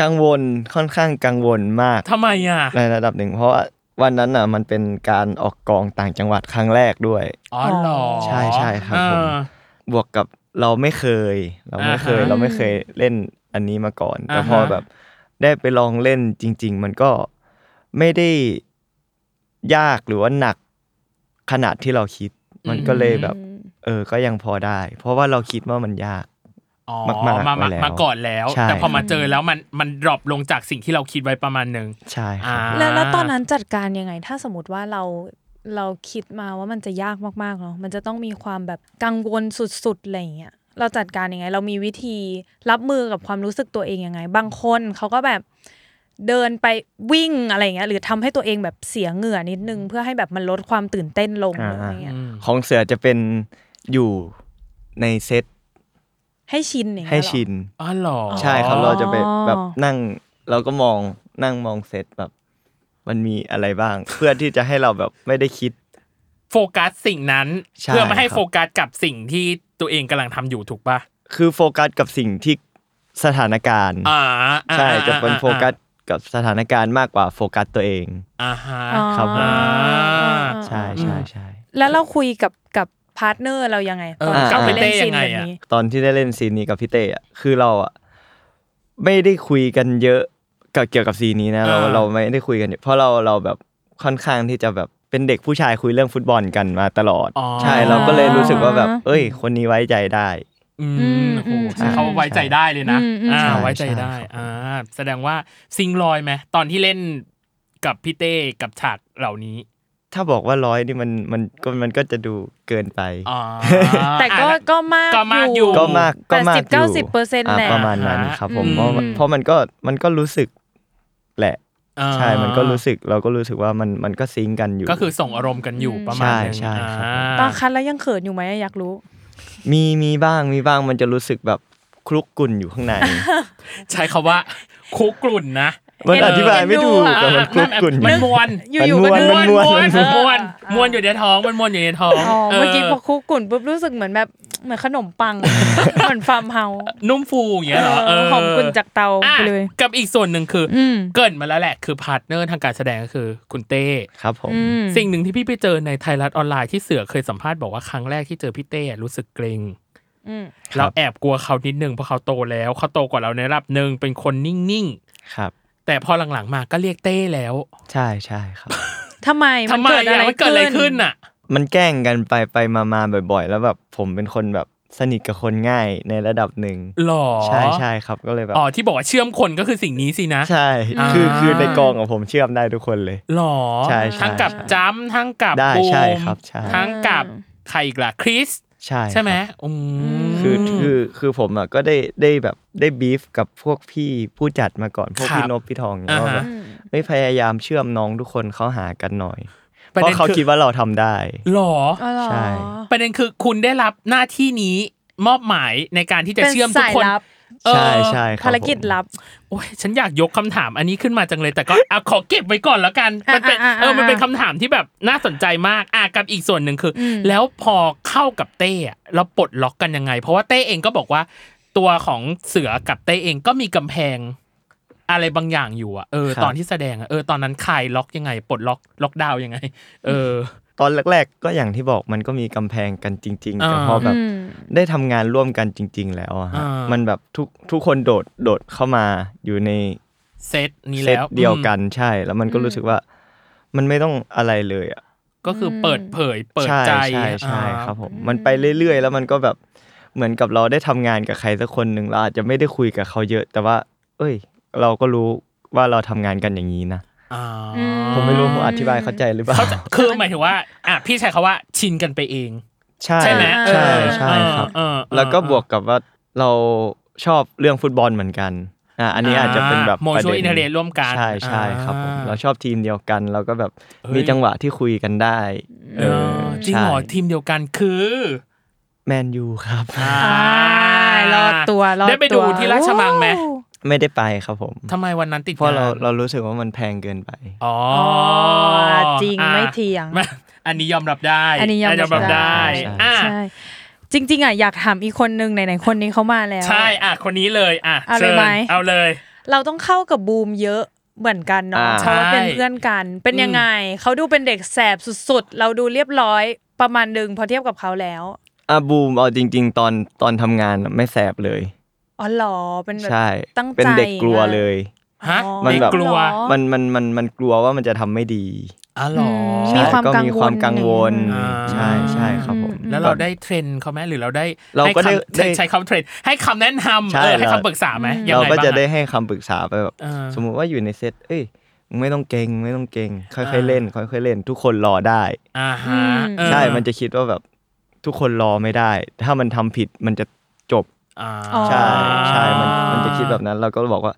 D: กังวลค่อนข้างกังวลมาก
B: ทำไมอ่ะ
D: ในระดับหนึ่งเพราะว่าวันนั้นอ่ะมันเป็นการออกกองต่างจังหวัดครั้งแรกด้วย
B: อ๋อเหรอ
D: ใช่ใช่ครับผม
B: อ่า
D: บวกกับเราไม่เคย เราไม่เคย
B: อ่าฮะ
D: เราไม่เคยเล่นอันนี้มาก่อน แต่
B: อ่าฮะ
D: พอแบบได้ไปลองเล่นจริง ๆ มันก็ไม่ได้ยากหรือว่าหนักขนาดที่เราคิด มันก็เลยแบบ เออ ก็ยังพอได้ เพราะว่าเราคิดว่ามันยาก
B: อ๋อ
D: มากๆ
B: มา
D: ไว้แล้ว
B: มาก่อนแล้ว
D: ใช่
B: แต่พอมาเจอแล้วมันมันดรอปลงจากสิ่งที่เราคิดไว้ประมาณหนึ่ง
D: ใช่ค
B: อ่า
D: รับ
C: แล้วแล้วตอนนั้นจัดการยังไง ถ้าสมมติว่าเราเราคิดมาว่ามันจะยากมากๆเนาะมันจะต้องมีความแบบกังวลสุดๆอะไรอย่างเงี้ยเราจัดการยังไง เรามีวิธีรับมือกับความรู้สึกตัวเองยังไง บางคนเขาก็แบบเดินไปวิ่งอะไรอย่างเงี้ยหรือทำให้ตัวเองแบบเสียเหงื่อนิดนึง เพื่อให้แบบมันลดความตื่นเต้นลงหรืออะไรเงี้ย
B: อืม
D: ของเสือจะเป็นอยู่ในเซต
C: ให้ชินอย่าง
D: ให้
C: เงี้ยเรอ
D: ชิน
B: อ๋อเหรอ
D: ใช่ครับ
C: อ๋อ
D: เราจะไปแบบนั่งเราก็มองนั่งมองเซตแบบ มันมีอะไรบ้าง เพื่อที่จะให้เราแบบไม่ได้คิด
B: โฟกัสสิ่งนั้น
D: ใช่
B: เพื่อไม่ให้โฟกัสกับสิ่งที่ตัวเองกำลังทำอยู่ถูกปะ
D: คือโฟกัสกับสิ่งที่สถานการณ์
B: อ่าอ่า
D: ใช่
B: อ่า
D: จะเป็น
B: อ่า
D: โฟกัสกับสถานการณ์มากกว่าโฟกัสตัวเอง
B: อ่าฮะ
C: อ๋อ
D: ครับผม
C: อ่า
D: ใช่ใช่ใช่
C: แล้วเราคุยกับกับพาร์ทเนอร์เรายังไง
B: เออ
C: ตอน
B: กับ
C: ไปเล่น
B: เต้
C: ซี
B: ยั
C: น
B: งไง
C: แบบ
B: อะ
C: นี้
D: ตอนที่ได้เล่นซีนนี้กับพี่เต้อะคือเราอะไม่ได้คุยกันเยอะกับเกี่ยวกับซีนนี้นะเรา
B: อ่า
D: เราไม่ได้คุยกันเยอะเพราะเราเราแบบค่อนข้างที่จะแบบเป็นเด็กผู้ชายคุยเรื่องฟุตบอลกันมาตลอด
B: อ๋อ
D: ใช่เราก็เลยรู้สึกว่าแบบ เอ้ย คนนี้ไว้ใจได้
B: อื
C: อื
B: ม
C: ม
B: โอ้โห
C: ใช่
B: เขาไว้ใจได้เลยนะ
C: อืมอืม
B: อ่า
D: ใช่
B: ไว้ใจได้
D: ใช่ครับ
B: อ่าแสดงว่าซิงค์ลอยไหมตอนที่เล่นกับพี่เต้กับฉากเหล่านี้
D: ถ้าบอกว่าร้อยนี่มันมันก็มันก็จะดูเกินไป
B: อ๋อ
C: แต่ก็
B: อ่ะ
C: ก็มาก
B: ก็มาก
C: อ
B: อยู่
C: ยู่
D: ก็มากก็มากอยู่
C: 80-90%
D: อ่ะ
C: แหละ
D: ประมาณนั้นครับผม
B: อืม
D: เพราะเพราะมันก็มันก็รู้สึกแหละ
B: อ่า
D: ใช่มันก็รู้สึกเราก็รู้สึกว่ามันมันก็ซิงก์กันอยู่
B: ก็คือส่งอารมณ์กันอยู่ประมาณหนึง
D: ใช่ใช่ครับ
B: อ่า
C: ตอนคัดแล้วยังเขินอยู่ไหมอยากรู้
D: มีมีบ้างมีบ้างมันจะรู้สึกแบบคลุกกลุ่นอยู่ข้างใน
B: ใช้คาว่า คุกกลุ่นนะ
D: มัน
C: เอ็นดู
D: อธิบายไม่ถูก
C: เอ็นดู
D: แต่มันคลุกกลุ่นอ
B: มัน
D: ยู่
B: มวน
C: อยู่ๆ
D: มั
C: ก็
D: น
C: ดู
B: ม
D: ม้วน
B: วน
C: เออ
B: มวนมวนอยู่ในท้องมันมวนอยู่ในท้อง
C: อ๋อเมื่อกี้พ
B: เอ
C: อคุกกลุ่นปุ๊บรู้สึกเหมือนแบบเหมือนขนม ปัง เหมือนฟาร์มเฮาส์
B: อนุ่มฟูอย่างเงี้ยเหรอ
C: เอ
B: เอ
C: อ
B: อ
C: หอมกุนจากเตา
B: อ่ะ
C: ไปเลย
B: กับอีกส่วนหนึ่งคืออ
C: อืม
B: เกริดมาแล้วแหละ คือพาร์ทเนอร์ทางการแสดงก็คือคุณเต้
D: ครับผม
C: อืม
B: สิ่งหนึ่งที่พี่ไปเจอในไทยรัฐออนไลน์ที่เสือเคยสัมภาษณ์บอกว่าครั้งแรกที่เจอพี่เต้รู้สึกเกรง
C: อืม
B: เราแอบกลัวเขานิดนึงเพราะเขาโตแล้วเขาโตกว่าเราในระดับหนึ่งเป็นคนนิ่ง
D: ครับ
B: ๆแต่พอหลังๆมาก็เรียกเต้แล้ว
D: ใช่ใช่ครับ
C: ทำไม
B: ทำไมอะมันเกิดอะไรขึ้น
C: อ่ะ
B: อ่ะ
D: มันแกล้งกันไปไปมามาบ่อย ๆ แล้วแบบผมเป็นคนแบบสนิทกับคนง่ายในระดับหนึ่ง
B: หรอ
D: ใช่ใช่ครับก็เลยแบบ
B: อ๋อที่บอกว่าเชื่อมคนก็คือสิ่งนี้สินะ
D: ใช่
B: อ่า
D: คือคือในกองของผมเชื่อมได้ทุกคนเลย
B: หรอ
D: ใช่ใช่
B: ทั้งกับจ้ำทั้งกับ
D: ได้
B: บูม
D: ใช่ครับใช่
B: ทั้งกับใครอีกล่ะคริส
D: ใช่
B: ใช่ไหม
D: ครับ
B: อืม
D: คือคือคือผมอ่ะก็ได้ได้แบบได้บีฟกับพวกพี่ผู้จัดมาก่อนพวก
B: ครับ
D: พี่นพพี่ทองเนี่ย
B: อ่าฮะ
D: ว่าแบบไม่พยายามเชื่อมน้องทุกคนเข้าหากันหน่อย เพ
B: ปด็น
D: ราะเขาคิดว่าเราทำได้
B: หรอ
C: อ๋อเหรอ
D: ใช่
B: ประเด็นคือคุณได้รับหน้าที่นี้มอบหมายในการที่จะ
C: เป็น
B: เชื่อมทุ
C: สาก ย
B: คน
C: ลับ
B: เออ
D: ใช่ใช่ครับ
C: ภารกิจ
D: ผม
C: ลับ
B: โอ้ยฉันอยากยกคำถามอันนี้ขึ้นมาจังเลย แต่ก็ เอาขอเก็บไว้ก่อนแล้วกันมันเป็น
C: อ่าอ่าอ่า
B: เออมันเป็น
C: อ่า
B: คำถามที่แบบน่าสนใจมากอ่ะกับอีกส่วนหนึ่งคืออ
C: ม
B: แล้วพอเข้ากับเต้อะเราปลดล็อกกันยังไง เพราะว่าเต้เองก็บอกว่า ตัวของเสือกับเต้เองก็มีกำแพง อะไรบางอย่างอยู่อะเออ
D: ครับ
B: ตอนที่แสดงอะเออตอนนั้นคลายล็อกยังไง ปลดล็อกล็อกดาวน์ยังไง เออ
D: ตอนแรกๆ ก็อย่างที่บอกมันก็มีกำแพงกันจริง ๆ แต่
B: อ่า
D: พอแบบ
C: อืม
D: ได้ทำงานร่วมกันจริง ๆ แล้วอะฮะ
B: อ่ามั
D: มันแบบทุกทุกคนโดดโดดเข้ามาอยู่ใน
B: เซตนี้
D: เซต
B: แล้ว
D: เดียวกั
B: อื
D: นใช่ แล้วมันก็รู้สึกว่า มันไม่ต้องอะไรเลยอ่ะ
B: มก็คือเปิดเผยเปิด
D: ใช่
B: ใจ
D: ใช่ใช่
B: อ่า
D: ครับผมมันไปเรื่อยๆ แล้วมันก็แบบเหมือนกับเราได้ทำงานกับใครสักคนหนึ่งเราอาจจะไม่ได้คุยกับเขาเยอะ แต่ว่า เอ้ย เราก็รู้ว่าเราทำงานกันอย่างนี้นะ
B: อ่า
C: ม
D: ผมไม่รู้ผมอธิบายเข้าใจหรือเปล่า
B: เขาใจคือหมายถึงว่าอ่ะพี่ใช้คาว่าชินกันไปเอง
D: ใช่
B: ใช่ไหม
D: ใช่
B: เออ
D: ใช่ครับ
B: เออเออเออ
D: แล้วก็บวกกับว่าเราชอบเรื่องฟุตบอลเหมือนกันอ่ะอันนี้อาจจะเป็นแบบ
B: โม
D: ประ
B: ชู
D: เด็น
B: อินเทอร์เนร่วมกัน
D: ใช่ใช่ครับผม
B: อ่
D: เราชอบทีมเดียวกันเราก็แบบ
B: เฮ้ย
D: มีจังหวะที่คุยกันได้
B: เออจริงเหรอ
D: ใช่
B: ทีมเดียวกันคือ
D: แมนยูครับ
C: อ่ารอดตัวรอดตัว
B: ได้ไปดูที่ราชมังไหม
C: โอ้
D: ไม่ได้ไปครับผม
B: ทำไมวันนั้นติด
D: เพราะเรา
B: งน
D: เรารู้สึกว่ามันแพงเกินไป
B: อ๋อ
C: อ๋อจริง
B: อ่ะ
C: ไม่เถียง
B: ไม่อันนี้ยอมรับได้
C: อันนี้ยอมรับ
D: ได้
B: อ่ะ
C: ใช่จริง ๆอ่ะอยากถามอีกคนนึงไหนๆคนนี้เขามาแล้ว
B: ใช่อ่ะคนนี้เลยอ่ะ
C: เอาเลย
B: ชิญ
C: ไหม
B: เอาเลย
C: เราต้องเข้ากับบูมเยอะเหมือนกันเนาะ
D: อ่า
C: เพราะว่าเป็นเพื่อนกัน เป็นยังไง เขาดูเป็นเด็กแสบสุดๆ เราดูเรียบร้อยประมาณหนึ่งพอเทียบกับเขาแล้ว
D: อ่ะบูมเอาจริง ๆ ตอนตอนทำงานน่ะไม่แสบเลย
C: อ๋อเหรอเป็นแบบ
D: ใช่
C: ตั้งใจ
D: เป็นเด็กกลัวเลย
B: ฮะ
C: อ๋อ
D: มันแบบ
B: เด็กกลัว
C: เหรอ
D: มันมันมันมันกลัวว่ามันจะทำไม่ดี
B: อ๋อเหรอ
C: ม
D: ใช่
C: มีความ
D: ก็
C: กังวล
D: มีความกังวล
B: อ่า
D: ใช่ใช่ครับผม
B: แล้วเราได้เทรนเขาไหมหรือเราได้
D: เราก็ได้
B: ให้คำ
D: ได้
B: ใช้คำเทรนให้คำแนะนำ
D: ใช่
B: เออให้
D: เรา
B: คำปรึกษาไหมยัง
D: เรา
B: ไง
D: ก็
B: บ้าง
D: จะ
B: อ่
D: ได้ให้คำปรึกษาไปแบบ
B: อ่า
D: สมมุติว่าอยู่ในเซตเอ้ยมึงไม่ต้องเก่งไม่ต้องเก่งค่อย
B: อ่า
D: ๆเล่น ค่อยๆเล่น ทุกคนรอได้
B: อ่าฮะเออ
D: ใช่มันจะคิดว่าแบบทุกคนรอไม่ได้ ถ้ามันทำผิดมันจะจบ
B: อ่า
C: อ๋อ
D: ใช่ใช่มันมันจะคิดแบบนั้น เราก็บอกว่า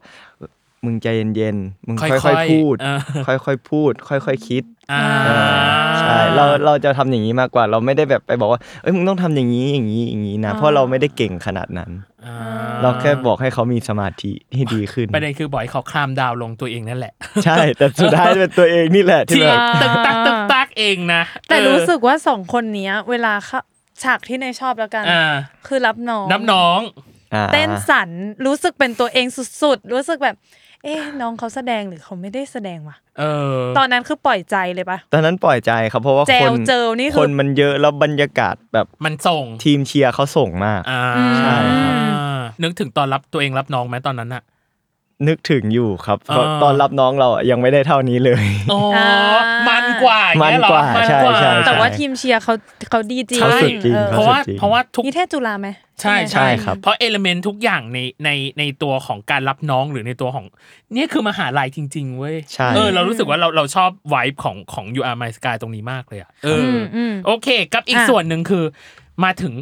D: มึงใจเย็นๆมึง
B: ค่อยๆ
D: ค่อยๆพูด
B: เออ
D: ค่อยๆพูด ค่อยๆคิด
B: อ่า
D: เออใช่เราเราจะทำอย่างนี้มากกว่า เราไม่ได้แบบไปบอกว่าเอ้ยมึงต้องทำอย่างนี้อย่างนี้อย่างนี้นะ เพราะเราไม่ได้เก่งขนาดนั้น เราแค่บอกให้เขามีสมาธิที่ดีขึ้น
B: ประเด็นคือบ่อยเขาคลามดาวลงตัวเองนั่นแหละ
D: ใช่ แต่สุดท้ายเป็นตัวเองนี่แหละที่
B: ที่
D: แบบ
B: ตึกตักตึกตักเองนะ
C: แต่
B: เออ
C: รู้สึกว่าสองคนเนี้ย เวลาเข้าฉากที่ในยชอบแล้วกัน
B: อ่า
C: คือรับน้อง
B: น้ำน้อง
D: อ่า
C: เต้นสันรู้สึกเป็นตัวเองสุดๆ รู้สึกแบบ เอ๊ะน้องเขาแสดงหรือเขาไม่ได้แสดงวะ
B: เออ
C: ตอนนั้นคือปล่อยใจเลยปะ
D: ตอนนั้นปล่อยใจครับเพราะว่า
C: แจ
D: ค
C: วนเจอนี่คือ
D: คนมันเยอะแล้วบรรยากาศแบบ
B: มันส่ง
D: ทีมเชียร์เขาส่งมาก
B: อ่า
D: ใช่ครับ
B: อ่านึกถึงตอนรับตัวเองรับน้องไหมตอนนั้นอะ
D: นึกถึงอยู่ครับเพราะ
B: อ่า
D: ตอนรับน้องเราอะยังไม่ได้เท่านี้เลย
B: อ๋ออา มันกว่าอย่งเงี้ยเหรอ
D: มันกว่า
B: มัน
D: ใช่ใช่
C: แต่ว่าทีมเชียร์เขาเขาดีจริง
D: เขาสุดจริง
C: เออ
D: เขา
B: เพราะ
D: สุด
B: ว่า
D: จง
B: เพราะว่าทุก
C: นิเทศจุฬาไหม
B: ใช่
C: ไหม
D: ใช่
B: ใช่
D: ครับ
B: เพราะเอลเมนต์ทุกอย่างในในในตัวของการรับน้องหรือในตัวของ เนี่ยคือมหาลัยจริง ๆ เว้ย
D: ใช่
B: เออเรารู้สึกว่าเราเราชอบไวบ์ของของ U R My Sky ตรงนี้มากเลยอ่ะเออ
C: มอืม
B: โอเค กับอีก
C: อ่ะ
B: ส่วนหนึ่งคือ มาถึง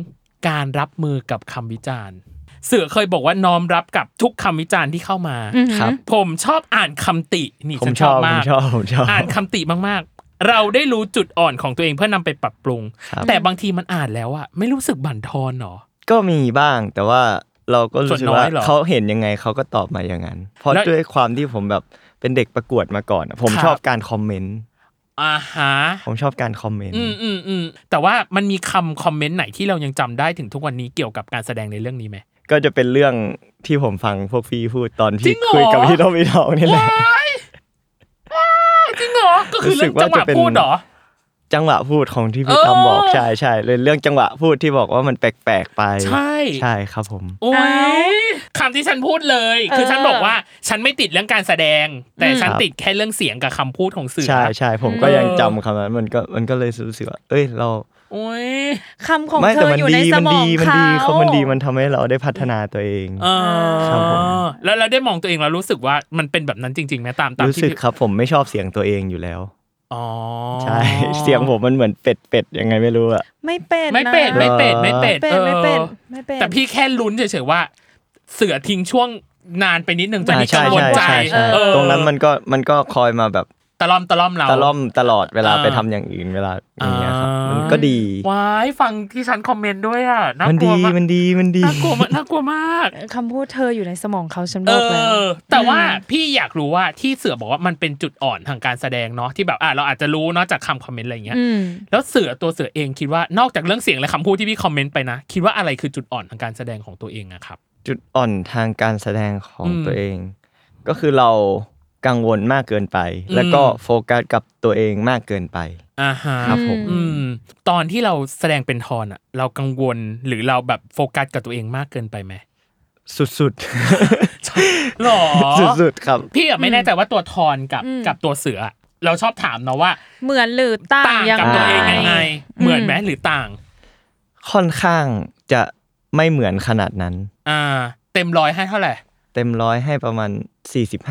B: การรับมือกับคำวิจารณ์ เสือเคยบอกว่าน้อมรับกับทุกคำวิจารณ์ที่เข้ามา
C: อือหือ
D: ครับ
B: ผมชอบอ่านคำตินี่
D: ผม
B: ฉัน
D: ช
B: ช
D: อ
B: อบ
D: ผม
B: บาก
D: มชอบผมชอบ
B: อ่านคำติมากๆ เราได้รู้จุดอ่อนของตัวเองเพื่อนำไปปรับปรุง
D: ครับ
B: แต่บางทีมันอ่านแล้วอะไม่รู้สึกบั่นทอนหรอ
D: ก็มีบ้างแต่ว่าเราก็รู้สึก
B: ส่วนน้
D: ว่า
B: อยเหรอ
D: เขาเห็นยังไงเขาก็ตอบมาอย่างนั้น เพราะ
B: แล้ว
D: ด้วยความที่ผมแบบเป็นเด็กประกวดมาก่อนอะผม
B: ครับ
D: ชอบการคอมเมนต์
B: อ่าฮะ
D: ผมชอบการคอมเมนต์
B: อืมอืมอืมแต่ว่ามันมีคำคอมเมนต์ไหนที่เรายังจำได้ถึงทุกวันนี้เกี่ยวกับการแสดงในเรื่องนี้ไหม
D: ก็จะเป็นเรื่องที่ผมฟังพวกพี่พูดตอน
B: จริ
D: ที่
B: งเหรอ
D: คุยกับพี่โนพี่ทองนี่แหละ
B: จริงเหรอ ก็คือเรื่อง
D: รู้สึกว่า
B: จังหวะ
D: จะเป็น
B: พูดเหรอ
D: จังหวะพูดของที่พี่
B: เออ
D: ตั้มบอกใช่ใช่เลยเรื่องจังหวะพูดที่บอกว่ามันแปลกๆไป
B: ใช่
D: ใช่ครับผม
B: โอ้
C: เอ้
B: ยคำที่ฉันพูดเลย คือ
C: เออ
B: ฉันบอกว่าฉันไม่ติดเรื่องการแสดง แต่ฉัน
D: ครับ
B: ติดแค่เรื่องเสียงกับคำพูดของสื่อ
D: ใช่
B: นะ
D: ใช่ผมก็ยังจำคำนั้นมันก็มันก็เลยรู้สึกว่าเอ้ยเรา
B: โอ้ย
C: คำของ
D: ไม่
C: เธ
D: แต่
C: อ
D: มัน
C: อยู่ใน
D: ดี
C: ส
D: มัน
C: มอ
D: ดี
C: ง
D: มัน
C: เขา
D: ดี
C: ม
D: เขามันดีมันทำให้เราได้พัฒนาตัวเอง
B: เออ
D: ครับผม
B: แล้วเราได้มองตัวเองแล้วรู้สึกว่ามันเป็นแบบนั้นจริงๆไหมตามตาม
D: รู้
B: ที่
D: สึกครับผมไม่ชอบเสียงตัวเองอยู่แล้ว
B: อ๋อ
D: ใช่ เสียงผมมันเหมือนเป็ดเป็ดๆยังไงไม่รู้อะ
C: ไม่เป็น
B: ไม่เป็ด
C: นะ
B: ไม่เป็ดไม่เป็ด
C: ไม่เป็
B: อน อ
C: ไม่เป็นไม่เป็น
B: แต่พี่แค่ลุ้นเฉยๆว่า เสือทิ้งช่วงนานไปนิดนึงจนนี่
D: อ่าใช่
B: กังวลใจ
D: ใช่ใช่
B: เออ
D: ตรงนั้นมันก็มันก็คอยมาแบบ
B: ตะล่อมตะล่อมเรา
D: ตะล่อมตลอดเวลา
B: อ่า
D: ไปทำอย่างอื่นเวลาอย่างเงี้ยครับ
B: อ่ามั
D: มันก็ดี
B: ว้ายฟังที่ฉันคอมเมนต์ด้วยอ่ะน่า
D: มัน
B: กลั
D: ดี
B: วมาก
D: มันดีมันดี
B: น่ากลัวมากน่ากลัวมาก
C: คำพูดเธออยู่ในสมองเขาฉันบ
B: เอ
C: อกแล้ว
B: อ แต่ว่าพี่อยากรู้ว่าที่เสือบอกว่ามันเป็นจุดอ่อนทางการแสดงเนาะที่แบบอ่ะเราอาจจะรู้เนาะจากคำคอมเมนต์อะไรอย่างเงี้ย
C: อืม
B: แล้วเสือตัวเสือเองคิดว่านอกจากเรื่องเสียงและคำพูดที่พี่คอมเมนต์ไปนะคิดว่าอะไรคือจุดอ่อนทางการแสดงของตัวเองอะครับ
D: จุดอ่อนทางการแสดงของ
B: อืม
D: ตัวเอง ก็คือเรากังวลมากเกินไป
B: อืม
D: แล้วก็โฟกัสกับตัวเองมากเกินไป
B: อ่าฮะ
D: ครับผม
B: อืมตอนที่เราแสดงเป็นทอนอะเรากังวลหรือเราแบบโฟกัสกับตัวเองมากเกินไปไหม
D: สุด
B: หรอ
D: ๆ สุดๆครับ
B: พี่อะไม่แน่ใจว่าตัวทอนกับกับตัวเสืออะเราชอบถามเนาะว่า
C: เหมือนหรือต่าง
B: ต่าง
C: ยัง
B: กับ
C: ไง
B: ตัวเองยังไง เหมือนไหมหรือต่าง
D: ค่อนข้างจะไม่เหมือนขนาดนั้น
B: อ่า เต็มร้อยให้เท่าไหร่
D: เต็มร้อยให้ประมาณ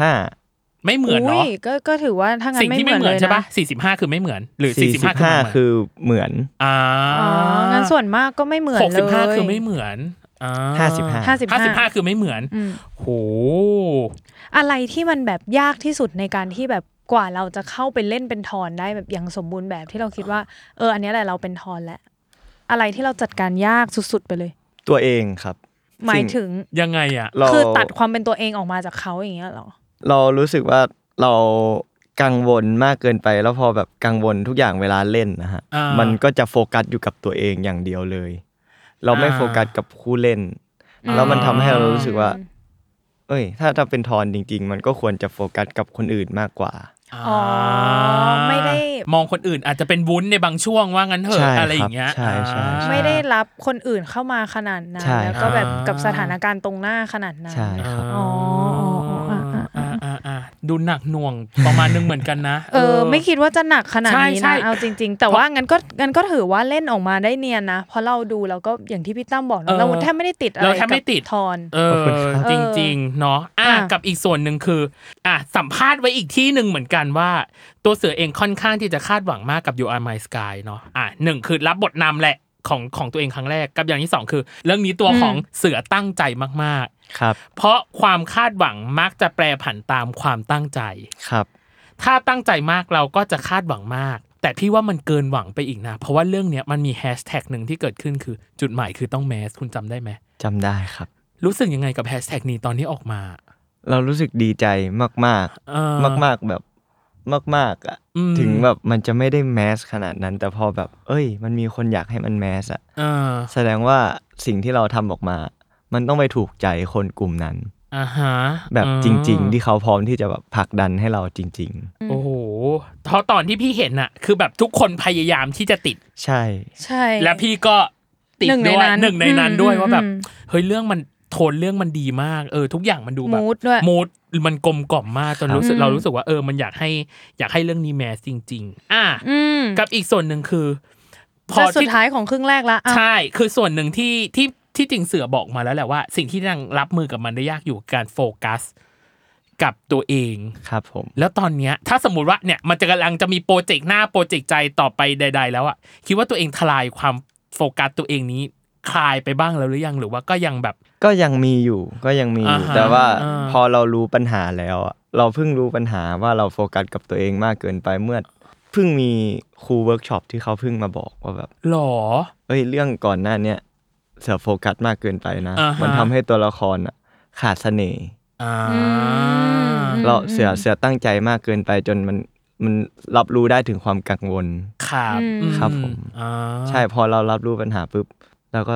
D: 45
B: ไม่เหมือนเนาะ
C: ยก็ก็ถือว่าถ้างั้
B: สิ่ง
C: นไม่
B: ที่
C: เห
B: ไม่
C: มือน
B: เหมื
C: เล
B: อน
C: ย
B: ใช่
C: นะ
B: ปะสี่สิบห้าคือไม่เหมือน หรือสี่สิบห้าคือ
D: 45 คือเหมือน
B: อ่า
C: อ๋องั้นส่วนมากก็ไม่เหมือน
B: ห
C: เลย
B: กสิบห้าคือไม่เหมือนอ่า
D: 55
C: ห้าสิบ
B: ห้า
C: ห้า
B: สิบห้าคือไม่เหมือน
C: อืม
B: โห
C: อะไรที่มันแบบยากที่สุดในการที่แบบกว่าเราจะเข้าไปเล่นเป็นทอนได้แบบอย่างสมบูรณ์แบบที่เราคิดว่า เออ อันเนี้ยแหละเราเป็นทอนแหละ อะไรที่เราจัดการยากสุดๆไปเลย
D: ตัวเองครับ
C: หมายถึง
B: ยังไงอ่ะ
D: เรา
C: คือตัดความเป็นตัวเองออกมาจากเขาอย่างเงี้ยเหรอ
D: เรารู้สึกว่าเรากังวลมากเกินไป แล้วพอแบบกังวลทุกอย่างเวลาเล่นนะฮะ
B: อ่ามั
D: มันก็จะโฟกัสอยู่กับตัวเองอย่างเดียวเลย เราไม่
B: อ่า
D: โฟกัสกับผู้เล่น แล้วมันทำให้เรารู้สึกว่า
C: อืม
D: เอ้ย ถ้าถ้าเป็นทอนจริง ๆ มันก็ควรจะโฟกัสกับคนอื่นมากกว่า
C: อ๋อไม่ได้
B: มองคนอื่นอาจจะเป็นวุ้นในบางช่วงว่างั้นเถ
D: ใช่
B: อะ
D: ครับ
B: อะไรอย่างเงี้ย
D: ใช่ใช่ใช่
C: ไม่ได้รับคนอื่นเข้ามาขนาดนั้น
D: ใช่
C: แล้วก็แบบกับสถานการณ์ตรงหน้าขนาดนั้น
D: ใช่
B: อ่า
D: ครับ
C: อ๋ออ๋ออ๋ออ่ะอ่ะอ่ะ
B: อ่าอ่าดูหนักหน่วงประมาณนึงเหมือนกันนะ
C: เออไม่คิดว่าจะหนักขนาดนี้
B: ใช่ใช่
C: นะเอาจริง ๆ แต่ว่างั้นก็งั้นก็ถือว่าเล่นออกมาได้เนียนนะเพราะเราดูแล้วก็อย่างที่พี่ตั้มบอกนะเราแทบไม่ได้ติดอะไร
B: เราแทบไม่ติด
C: กับทอน
B: เอ
D: ขอบคุณ
B: อ
D: ครับ
B: จริงๆเนาะอ่ะ
C: อ่ะ
B: กับอีกส่วนหนึ่งคืออ่ะสัมภาษณ์ไว้อีกที่หนึ่งเหมือนกันว่า ตัวเสือเองค่อนข้างที่จะคาดหวังมากกับ You Are My Sky เนาะอ่ะหนึ่งคือรับบทนำแหละของของตัวเองครั้งแรกกับอย่างที่สองคือ เรื่องนี้ตัวของเสือตั้งใจมาก
D: ครับ
B: ๆ เพราะความคาดหวังมักจะแปรผันตามความตั้งใจ
D: ครับ
B: ถ้าตั้งใจมากเราก็จะคาดหวังมาก แต่พี่ว่ามันเกินหวังไปอีกนะ เพราะว่าเรื่องเนี้ยมันมีแฮชแท็กหนึ่งที่เกิดขึ้นคือจุดหมายคือต้องแมสคุณจำได้ไหม
D: จำได้ครับ
B: รู้สึกยังไงกับแฮชแท็กนี้ตอนที่ออกมา
D: เรารู้สึกดีใจมาก
B: เออ
D: ๆ มาก ๆแบบมากๆอ่ะ
B: อืม
D: ถึงแบบมันจะไม่ได้แมสขนาดนั้น แต่พอแบบ เอ้ย มันมีคนอยากให้มันแมสอ่ะ
B: เออ
D: แสดงว่าสิ่งที่เราทำออกมา มันต้องไปถูกใจคนกลุ่มนั้น
B: อ่าฮะ
D: แบบ
B: เออ
D: จริง ๆ ที่เขาพร้อมที่จะแบบผลักดันให้เราจริง
B: โอ้โหเพราะตอนที่พี่เห็นอะคือแบบทุกคนพยายามที่จะติด
D: ๆ ใช่
C: ใช่
B: และพี่ก็ติด
C: หนึ่งใน
B: ด้วย
C: นั้น
B: หนึ่งในนั้น
C: อืม
B: ด้วยว่าแบบ
C: อืม
B: เฮ้ยเรื่องมันโทนเรื่องมันดีมากเออทุกอย่างมันดูแบบ
C: Mood ด้วย
B: มูดมันกลมกล่อมมากจนรู้สึก
C: อืม
B: เรารู้สึกว่าเออมันอยากให้อยากให้เรื่องนี้แมสจริง ๆ อ่ะ
C: อืม
B: กับอีกส่วนหนึ่งคือ พอ
C: แต่สุด
B: ที่
C: ท้ายของครึ่งแรกละอ่ะ
B: ใช่ คือส่วนหนึ่งที่ที่ที่จริงเสือบอกมาแล้วแหละว่า สิ่งที่นางรับมือกับมันได้ยากอยู่การโฟกัส กับตัวเอง
D: ครับผม
B: แล้วตอนเนี้ยถ้าสมมติว่าเนี่ยมันจะกำลังจะมีโปรเจกต์หน้าโปรเจกต์ใจต่อไปใด ๆ แล้วอะคิดว่าตัวเองทลายความโฟกัสตัวเองนี้คลายไปบ้างแล้วหรือยังหรือว่าก็ยังแบบ
D: ก็ยังมีอยู่ก็ยังมีอยู่
B: อ่าฮะ
D: แต่ว่า
B: อ่า
D: พอเรารู้ปัญหาแล้วอะเราเพิ่งรู้ปัญหาว่าเราโฟกัสกับตัวเองมากเกินไปเมื่อเพิ่งมีครูเวิร์กช็อปที่เขาเพิ่งมาบอกว่าแบบ
B: หรอ
D: เอ้ยเรื่องก่อนหน้าเนี้ยเสือโฟกัสมากเกินไปนะ
B: อ่าฮะ
D: มันทำให้ตัวละครอะขาดเสน่ห์
B: อ่า
C: อืม
D: เราเสือเสือตั้งใจมากเกินไปจนมันมันรับรู้ได้ถึงความกังวล
B: ครับ
C: อืม
B: อื
D: ครับผม
B: อ่า
D: ใช่พอเรารับรู้ปัญหาปุ๊บเราก็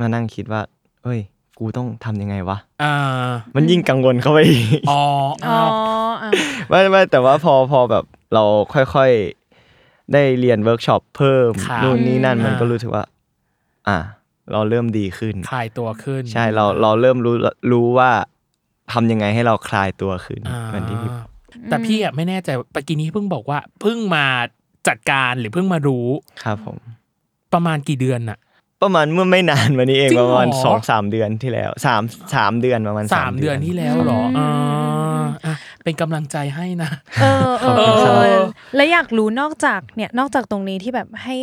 D: มานั่งคิดว่า เอ้ย กูต้องทำยังไงวะ
B: อ่า
D: มันยิ่งกังวลเข้าไปอีก
B: อ๋ออ๋
C: อ๋
B: อ
C: อ
B: อ
C: อ่ะ
D: ไม่ไม่แต่ว่าพอพอแบบเราค่อยๆ ได้เรียนเวิร์กช็อปเพิ่ม
B: ครับ
D: นู่นนี่นั่นมันก็รู้สึกว่า อ่ะเราเริ่มดีขึ้น
B: คลายตัวขึ้น
D: ใช่เราเราเริ่มรู้รู้ว่าทำยังไงให้เราคลายตัวขึ้นเหมือนที่พี่
B: แต่พี่อ่ะไม่แน่ใจปกี้นี้เพิ่งบอกว่า เพิ่งมาจัดการหรือเพิ่งมารู้
D: ครับผม
B: ประมาณกี่เดือนน่ะ
D: ประมาณเมื่อไม่นานมานี้เอง
B: จริง
D: ป
B: เหรอ
D: ระมาณสองสามเดือนที่แล้วสามสามเดือนประมาณ
B: สามเดือนที่แล้วเหรออ่าอ่ะเป็นกำลังใจให้นะ
C: เออเออ
B: ขอบคุณครับ
C: เออและอยากรู้นอกจากเนี่ยนอกจากตรงนี้ที่แบบให้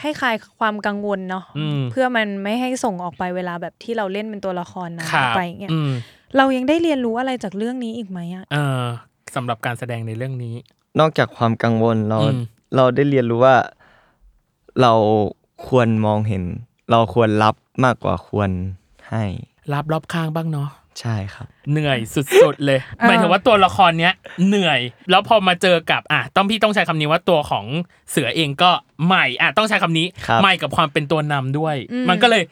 C: ให้คลายความกังวลเนาะ
B: อืม
C: เพื่อมันไม่ให้ส่งออกไปเวลาแบบที่เราเล่นเป็นตัวละครนะ
B: ครั
C: ออบ กไปอย่างเงี้ย
B: อืม
C: เรายังได้เรียนรู้อะไรจากเรื่องนี้อีกไหมอ่ะ
B: เออสำหรับการแสดงในเรื่องนี้
D: นอกจากความกังวลเรา
B: อืม
D: เราได้เรียนรู้ว่าเราควรมองเห็น เราควรรับมากกว่าควรให้
B: รับรอบข้างบ้างเนาะ
D: ใช่ครับ
B: เหนื่อยสุดๆเลยหมายถึงว่าตัวละครเนี้ยเหนื่อย แล้วพอมาเจอกับอ่ะต้องพี่ต้องใช้คำนี้ว่าตัวของเสือเองก็ใหม่อ่ะต้องใช้คำนี้
D: ครับ
B: ใหม่กับความเป็นตัวนำด้วย มันก็เลย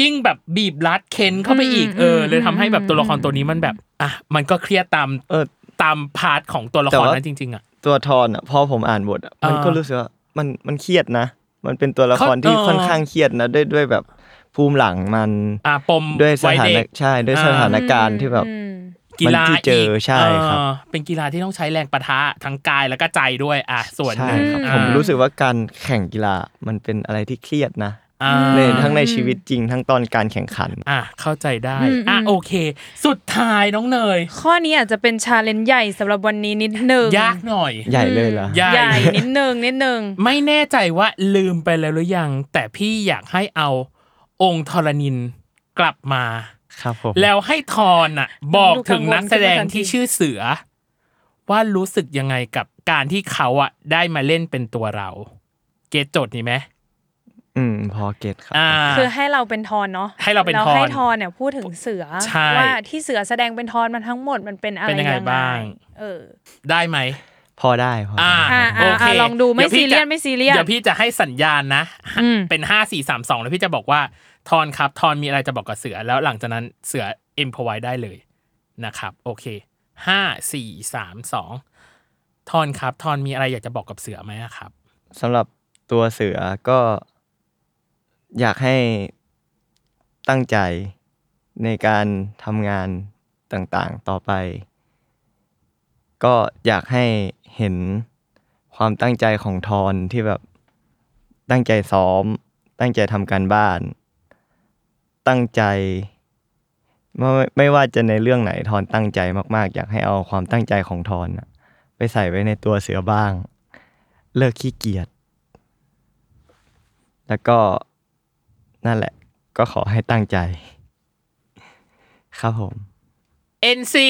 B: ยิ่งแบบบีบรัดเค้นเข้าไปอีก
C: อืม
B: เอออ
C: ม
B: เลยทำให้แบบตัวละครตัวนี้มันแบบอ่ะมันก็เครียดตาม
D: เออ
B: ตามพาร์ทของตัวละค
D: แต่
B: ร
D: ว่า
B: นั้นจริง ๆ อ่ะ
D: ตัวทอนอ่ะพอผมอ่านบทอะ
B: อ่ามั
D: มันก็รู้สึกว่ามันมันเครียดนะ มันเป็นตัวละคร
B: เขา
D: ที่
B: เออ
D: ค่อนข้างเครียดนะด้วยด้วยแบบภูมิหลังมัน
B: อ่ะปม
D: ด้วยส
B: วัย
D: ถา
B: เด็
D: นะ
B: ก
D: ใช่ด้วย
B: อ่า
D: สถานการณ์ที่แบบ
C: อืม
B: กีฬา
D: ที่เจอ
B: อีก
D: ใช่ครับ
B: เออเป็นกีฬาที่ต้องใช้แรงปะทะทั้งกายแล้วก็ใจด้วย อ่ะส่วนห
D: ใช่
B: นึ่ง
D: ครับ
B: อ่ะ
D: ผมรู้สึกว่าการแข่งกีฬามันเป็นอะไรที่เครียดนะ
B: อ่า
D: ในทั้งในชีวิตจริงทั้งตอนการแข่งขัน
B: อ่ะเข้าใจได้
C: อืม
B: อ่ะโอเค สุดท้ายน้องเนย
C: ข้อนี้อาจจะเป็นชาเลนจ์ใหญ่สำหรับวันนี้นิดนึง
B: ยากหน่อย
D: ใหญ่เลยเหรอ
B: ใหญ่
C: ใหญ่นิดนึงนิดนึง
B: ไม่แน่ใจว่าลืมไปแล้วหรือยัง แต่พี่อยากให้เอาองค์ธรณินกลับมา
D: ครับผม
B: แล้วให้ทอนอ่ะ บอก
C: ดูกั
B: ถึ
C: ง
B: ง
C: วล
B: นักแสดง
C: ขึ้นมาทันที
B: ที่ชื่อเสือ ว่ารู้สึกยังไงกับการที่เขาอ่ะได้มาเล่นเป็นตัวเรา เกตโจทย์นี้ไหม
D: อืมพอเก็ตครับ
B: อ่า
C: คือให้เราเป็นทอนเนาะ
B: ให้เราเป็น
C: แล้ว
B: ทอน
C: ให้ทอนเนี่ยพูดถึงเสือ
B: ใช่
C: ว่าที่เสือแสดงเป็นทอนมันทั้งหมดมันเป็นอะไร
B: เป็นยังไงบ้าง
C: เออ
B: ได้ไหม
D: พอได้พอ
B: อ่า
D: ได้
C: อ่า
B: โอเค
C: อ่าลองดูไม่
B: ยวพี่
C: ซีเรียส
B: จะ
C: ไม่ซีเรียส
B: เดี๋ยวพี่จะให้สัญญาณนะ
C: อืม
B: เป็นห้าสี่สามสองแล้วพี่จะบอกว่า ทอนครับ ทอนมีอะไรจะบอกกับเสือ แล้วหลังจากนั้นเสือเอ็มพอไว้ได้เลยนะครับ โอเคห้าสี่สามสองทอนครับ ทอนมีอะไรอยากจะบอกกับเสือไหมอะครับ
D: สำหรับตัวเสือก็ อยากให้ตั้งใจในการทำงานต่างๆต่อไป ก็อยากให้เห็นความตั้งใจของทอนที่แบบตั้งใจซ้อม ตั้งใจทำการบ้าน ตั้งใจ ไม่ไม่ว่าจะในเรื่องไหนทอนตั้งใจมาก ๆ อยากให้เอาความตั้งใจของทอนน่ะไปใส่ไว้ในตัวเสือบ้าง เลิกขี้เกียจ แล้วก็นั่นแหละ ก็ขอให้ตั้งใจ ครับผม
B: เอ็นซี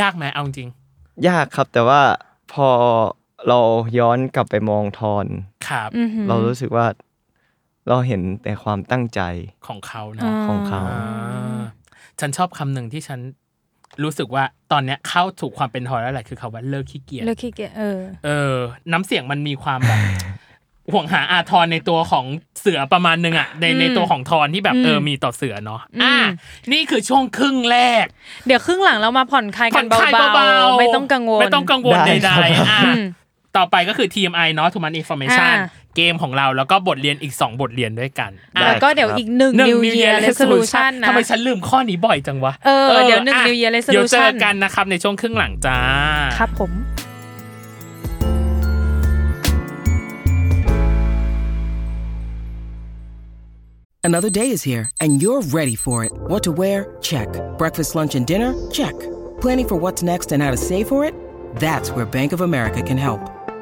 B: ยากไหมเอาจริง
D: ยากครับแต่ว่าพอเราย้อนกลับไปมองทอน
B: ครับ
D: เรารู้สึกว่าเราเห็นแต่ความตั้งใจ
B: ของเขาเนาะ
D: ของเขา
B: อ่าฉันชอบคำหนึ่งที่ฉันรู้สึกว่าตอนเนี้ยเข้าถูกความเป็นทอยแล้วแหละคือคำว่าเลิกขี้เกียจ
C: เลิกขี้เกียจเออ
B: เออ น้ำเสียงมันมีความแบบ ห่วงหาอาทรในตัวของเสือประมาณหนึงอ่ะในในตัวของทอนที่แบบเออมีต่อเสือเนาะอ่า นี่คือช่วงครึ่งแรก
C: เดี๋ยวครึ่งหลังเรามาผ่อนคลาย
B: ผ่
C: กั
B: อน น
C: เบ
B: คลาย
C: า
B: เบา
C: ๆ
B: ๆ
C: ไม่ต้องกังวล
B: ไม่ต้องกังวล
D: ได้
B: ใด
D: ครับ
B: ๆอ่า
C: อืม
B: ต่อไปก็คือ TMI เนาะ Human Information
C: อ่า
B: เกมของเราแล้วก็บทเรียนอีกสองบทเรียนด้วยกันอ่ะ
C: แล้วก็เดี๋ยวอีกหนึ่ง New Year Resolution นะ
B: ทำไมฉันลืมข้อนี้บ่อยจังวะ
C: เออเดี๋ยวหนึ่ง
B: อ่ะ
C: New Year
B: เดี๋ยวเจอ
C: Resolution
B: กันนะครับในช่วงครึ่งหลังจ้า
C: ครับผม
E: Another day is here, and you're ready for it. What to wear? Check. Breakfast, lunch, and dinner? Check. Planning for what's next and how to save for it? That's where Bank of America can help.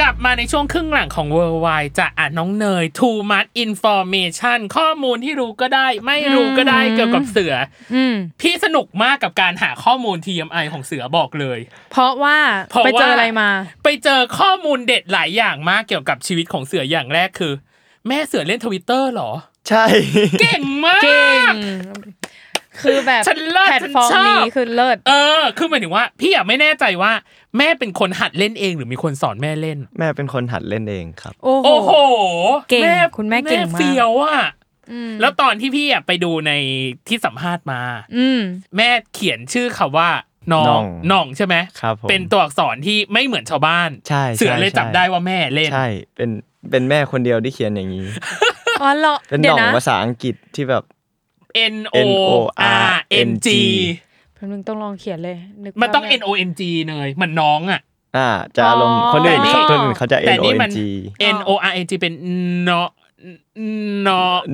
B: กลับมาในช่วงครึ่งหลังของ Worldwide จะอ่ะน้องเนย Too much information ข้อมูลที่รู้ก็ได้ ไม่รู้ก็ได้เกี่ยวกับเสืออพี่สนุกมากกับการหาข้อมูล TMI ของเสือบอกเลย
C: เพราะว่า
B: เพราะ
C: ไปเจอ
B: ว่า
C: อะไรมา
B: ไปเจอข้อมูลเด็ดหลายอย่างมากเกี่ยวกับชีวิตของเสืออย่างแรกคือ แม่เสือเล่นทวิตเตอร์หรอ
D: ใช่
B: เก่งมาก
C: เก่ง คือแบบ
B: ฉันเลิศ
C: แพลตฟอร์ม
B: ฉันชอบ
C: นี้คือเลิศ
B: เออ คือหมายถึงว่า พี่อะไม่แน่ใจว่า แม่เป็นคนหัดเล่นเองหรือมีคนสอนแม่เล่น
D: แม่เป็นคนหัดเล่นเองครับ
C: โอ้โห
B: โอ้โห
C: เก่งคุณแม่เก่งมาก
B: เฟียวอะแล้วตอนที่พี่อะไปดูในที่สัมภาษณ์มา
C: อืม
B: แม่เขียนชื่อคำว่าหนอ
D: ห
B: ง
D: น่อง
B: หน่องใช่ไหม
D: ครับผม
B: เป็นตัวอักษรที่ไม่เหมือนชาวบ้าน
D: ใช่ใช่
B: เสือเลย
D: ใช่
B: จับได้ว่าแม่เล่น
D: ใช่เป็นเป็นแม่คนเดียวที่เขียนอย่างนี้
C: อ๋อเหรอ
D: เป็นห
C: เดี๋ย
D: น่
C: ว
D: อง
C: นะ
D: ภาษาอังกฤษที่แบบ
B: N O R N G
C: แป๊บนึงต้องลองเขียนเลยนึก
B: มันต้อง
C: ภาพไ
B: N O N G เนยเหมือนน้องอะ
D: อ่า จะอารมณ์
C: อ๋อ
D: คนอื่นเขาคนอื่นเขาจะ
B: แต่
D: N
B: นี่
D: O
B: มั
D: N
B: น
D: G
B: N O R N G เป็นนอนอ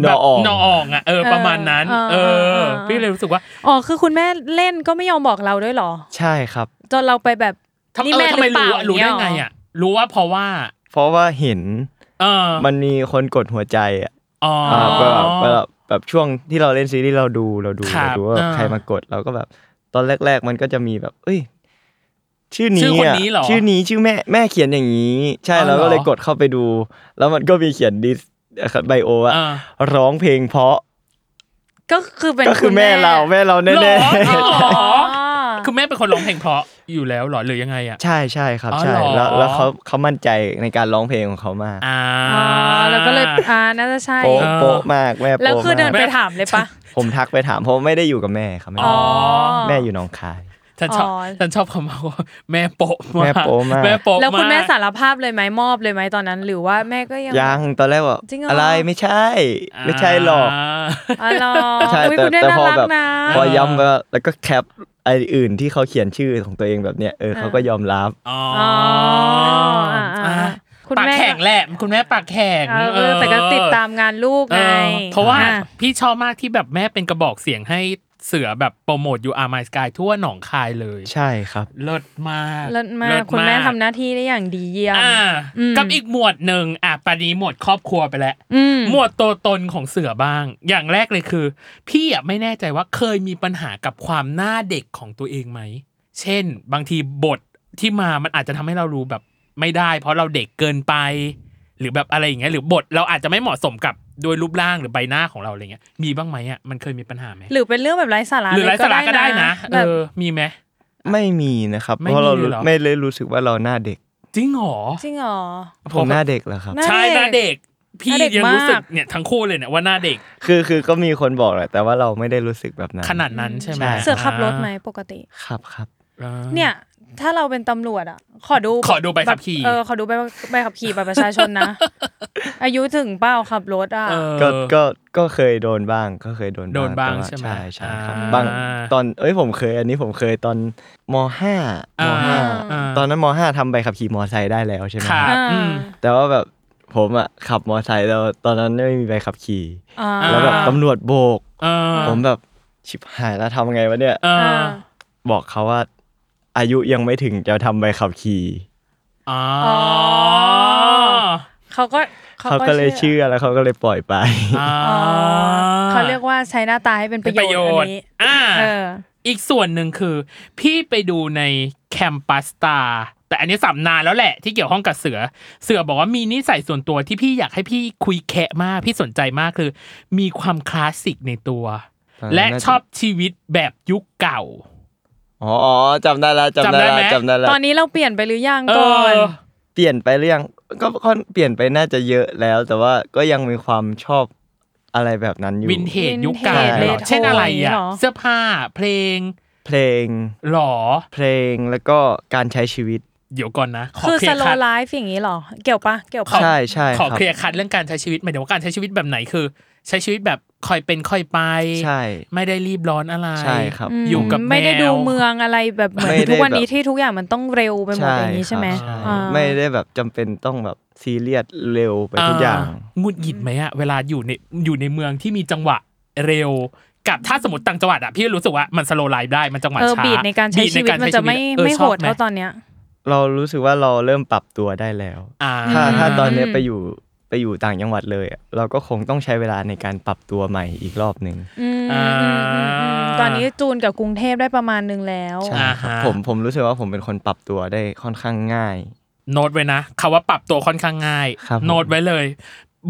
B: แบ
D: น
B: บ
D: ออ่อง
B: นออ่องอ่ะเออ
C: เออ
B: ประมาณนั้น
C: เออ
B: เอ
C: เออ
B: อ
C: เออ
B: พี่เลยรู้สึกว่า
C: อ๋อคือคุณแม่เล่นก็ไม่ยอมบอกเราด้วยเหรอ
D: ใช่ครับ
C: จนเราไปแบบ
B: ทำ
C: นี่
B: เออ
C: แม่
B: ทำ
C: หรือ
B: ไม
C: เป
B: รู้
C: ล่า
B: อ่ะรู้ได้ไงอ่ะ รู้ว่าเพราะว่า
D: เพราะว่าเห็น
B: เออ
D: มันมีคนกดหัวใจอ่ะ
B: อ๋ออ
D: าแบบแบบแบบช่วงที่เราเล่นซีรีส์เราดูเราดู
B: ครั
D: เรา
B: บ
D: ดูว่า
B: อ่า
D: ใครมากดเราก็แบบ ตอนแรก ๆ มันก็จะมีแบบ เอ้ย ชื่อนี้
B: ชื่อคน
D: อะ
B: นี้เหรอ
D: ชื่อนี้ชื่อแม่แม่เขียนอย่างนี้ ใช่
B: อ๋อเหรอ
D: เราก็เลยกดเข้าไปดู แล้วมันก็มีเขียนดิสไบโออะ
B: เออ
D: ร้องเพลงเพราะ
C: ก็คือเป็น
D: ก็คือแม่เราแม่เรา
B: หรอ
D: แน่
B: หรอ
C: อ๋อ
B: คือแม่เป็นคนร้องเพลงเพราะอยู่แล้วเหรอหรือยังไงอ่ะ
D: ๆใช่ใช่ครับ
B: อ๋อ
D: ใช่
B: เหรอ
D: แล้วแล้วเขาเขามั่นใจในการร้องเพลงของเขามาก
B: อ่า
C: อ๋อแล้วก็เลยอ่าน่าจะใช่
D: โป๊ะ
B: อ่า
D: โป๊ะมากแม่
C: แล้ว
D: โป๊ะ
C: คือเดิ
D: มาน ก
C: ไปถามเลยปะ
D: ผมทักไปถามเพราะไม่ได้อยู่กับแม่ครับแม่
C: อ๋อ
D: แม่อยู่หนองคาย
B: ฉันชอบ
C: อ๋อ
B: ฉันชอบคำว่าแม่โปะมาก
D: แม่โปะมาก
B: แม่โปะ
C: แล้วคุณแม่
B: มาก
C: สารภาพเลยไหมมอบเลยไหมตอนนั้น หรือว่าแม่ก็ยัง
D: ยังตอนแรกว่า
C: จริงเหรออ
D: อะไรไม่ใช่ ไม่ใช่หรอก
C: อ๋อเหรอ
D: ไม่ใช่
C: อุ๊ย
D: แต่
C: คุณแม่
D: แต่
C: น่า
D: พอ
C: รัก
D: แบบ
C: นะ
D: พอย้ำไปว่าแล้วก็แคปไออื่นที่เขาเขียนชื่อของตัวเองแบบเนี้ยเออเขาก็ยอมรับ
B: อ๋อ
C: อ๋ออ่า
B: อ่ะ
C: คุณ
B: ปาก
C: แม่
B: แข็งแหละ คุณแม่ปากแข็ง
C: เออเออแต่ก็ติดตามงานลูก
B: เอ
C: ไง
B: อเพราะว่า
C: อ่
B: พี่ชอบมากที่แบบแม่เป็นกระบอกเสียงให้เสือแบบโปรโมทยูอาร์มายสกายทั่วหนองคายเลย
D: ใช่ครับ
B: เลิศมาก
C: เลิศมากคุณแม่ทำหน้าที่ได้อย่างดีเยี่ยม
B: อ่า
C: อืม
B: กับอีกหมวดหนึ่งอ่ะปานี้หมวดครอบครัวไปแล้ว
C: อืม
B: หมวดตัวตนของเสือบ้าง อย่างแรกเลยคือ พี่อ่ะไม่แน่ใจว่าเคยมีปัญหากับความหน้าเด็กของตัวเองไหม เช่น บางทีบทที่มามันอาจจะทำให้เรารู้แบบไม่ได้ เพราะเราเด็กเกินไป หรือแบบอะไรอย่างเงี้ยหรือบทเราอาจจะไม่เหมาะสมกับโดยรูปร่างหรือใบหน้าของเราอะไรเงี้ย มีบ้างไหมอ่ะมันเคยมีปัญหาไหม
C: หรือเป็นเรื่องแบบไร้สาระ
B: หรือไร้สาระก็ได้นะ
C: แบ
B: เอบ อมีไหม
D: ไม่มีนะครับ
B: ไม่
D: เพราะ
B: มี
D: เรา
B: เลยเหรอ
D: ไม่เลยรู้สึกว่าเราหน้าเด็ก
B: จริงเหรอ
C: จริงเหรอ
D: ผมหน้าเด็กเหรอครับ
C: หน้า
B: ใช่หน้า
C: เด็
B: เด็ก
C: ก
B: พี่
C: หน้าเด็ก
B: ยังรู้สึก
C: มาก
B: เนี่ยทั้งคู่เลยเนี่ยว่าหน้าเด็ก
D: คือคือก็มีคนบอกแหละแต่ว่าเราไม่ได้รู้สึกแบบนั้น
B: ขนาดนั้นใช่ไหม
D: ใช่
C: เสือขับรถไหมปกติ
D: ครับครับ
B: อ่า
C: เนี่ย ถ้าเราเป็นตำรวจอ่ะ ขอดู
B: ขอดูใบขับขี่
C: เออขอดูใบใบขับขี่บัตรประชาชนนะ อายุถึงเป้าขับรถอ่ะ
B: เออ
D: ก็ก็ก็เคยโดนบ้างก็เคยโดน
B: โดนบ้าง
D: แต่ว่
B: ใช่ไหม
D: ใช่ใช่ครับ
B: อ่า
D: บางตอนเอ้ยผมเคย อันนี้ผมเคยตอนมห้าม
B: อ่า
D: ห้า
B: อ่า
D: ตอนนั้นมห้าทำใบขับขี่มอไซค์ได้แล้วใช่ไหม
B: ค่ะ
D: ครับ
B: อืม
D: แต่ว่าแบบผมอ่ะขับมอไซค์แล้วตอนนั้นไม่มีใบขับขี่
C: อ่า
D: แล้วแบบ
B: อ่า
D: ตำรวจโบก
B: เออ
D: ผมแบบชิบหายแล้วทำไงวะเนี่ย
B: เออ
D: บอกเขาว่า อายุยังไม่ถึงจะทำใบขับขี่
B: อ๋อ
C: เขาก็
D: เขาก็เลยเชื่อแล้วเขาก็เลยปล่อยไป
C: เขาเรียกว่าใช้หน้าตาให้เป็นประโยชน์อันนี้
B: อ่า
C: เออ
B: อีกส่วนหนึ่งคือ พี่ไปดูในแคมปัสตาแต่อันนี้สัมนานแล้วแหละที่เกี่ยวข้องกับเสือ เสือบอกว่ามีนิสัยส่วนตัวที่พี่อยากให้พี่คุยแคะมาก พี่สนใจมากคือ มีความคลาสสิกในตัว
D: อ่า
B: และ
D: น่าจะ
B: ชอบชีวิตแบบยุคเก่า
D: อ๋ออ๋อจำได้แล้วจำได้แล้ว
B: จำ
D: จำ
B: ได้ไหม
D: ได้แล้ว
C: ตอนนี้เราเปลี่ยนไปหรือยัง
B: เอ
C: ก่อน
B: อ
D: เปลี่ยนไปหรือยังก็ค่อนเปลี่ยนไปน่าจะเยอะแล้ว แต่ว่าก็ยังมีความชอบอะไรแบบนั้นอยู่
B: วินเทจยุคเก่า
D: วินเทจ
B: เหรอ
D: retro
B: เช่นอะไร
C: อย่างงี้
B: อ่ะ
C: เหรอ
B: เสื้อผ้าเพลง
D: เพลง
B: หรอ
D: เพลงแล้วก็การใช้ชีวิต
B: เดี๋ยวก่อนนะข
C: คือ
B: เคลี
C: ส
B: ยร์
C: โล
B: คัด
C: ไลฟ์อย่างนี้เหรอ เกี่ยวปะเกี่ยว
B: ขอ
C: ปะ
D: ใช่ใช่
B: ขอ
D: ครับ
B: เคลียร์คัดเรื่องการใช้ชีวิตหมายถึงว่าการใช้ชีวิตแบบไหนคือ ใช้ชีวิตแบบคอยเป็นค่อยไป
D: ใช่
B: ไม่ได้รีบร้อนอะไร
D: ใช่ครับ
C: ม
B: อยู่กับ
C: ไม่ได้
B: แว
C: ดูเมืองอะไรแบบเหมือน
D: ไม่ได้
C: ทุกวัน
D: แบบ
C: นี้ที่ทุกอย่างมันต้องเร็วไปหมดอย่างนี้ใช่ไหม
D: ครับ
C: อ่า
D: ไม่ได้แบบจำเป็นต้องแบบซีเรียสเร็วไปทุกอย่าง
B: หงุดหงิดไหมอะเวลาอยู่ในอยู่ในเมืองที่มีจังหวะเร็ว กับถ้าสมมติต่างจังหวัดอะพี่รู้สึกว่ามันสโลไลฟ์ได้มันจังหวะ
C: เออ
B: ช้า
C: บีดในการใช้
B: บีด
C: ชีวิต
B: กร
C: มัน
B: ใช้
C: จะไม่
B: เออ
C: ไม่
B: ช
C: โห
B: อบ
C: ดเท่าตอนเนี้ย
D: เรารู้สึกว่าเราเริ่มปรับตัวได้แล้ว
B: อ่า
D: ถ้าถ้าตอนเนี้ย
C: อืม
D: ไปอยู่ไปอยู่ต่างจังหวัดเลยอะเราก็คงต้องใช้เวลาในการปรับตัวใหม่อีกรอบหนึ่ง
C: อืมอืมอืมอืมอืมตอนนี้จูนกับกรุงเทพได้ประมาณนึงแล้ว
D: ใช่
B: า
D: ครับ
B: ฮะ
D: ผมผมรู้สึกว่าผมเป็นคนปรับตัวได้ค่อนข้างง่าย
B: โน้ตไว้นะคำว่าปรับตัวค่อนข้างง่าย
D: ครับผม
B: โน้ตไว้เลย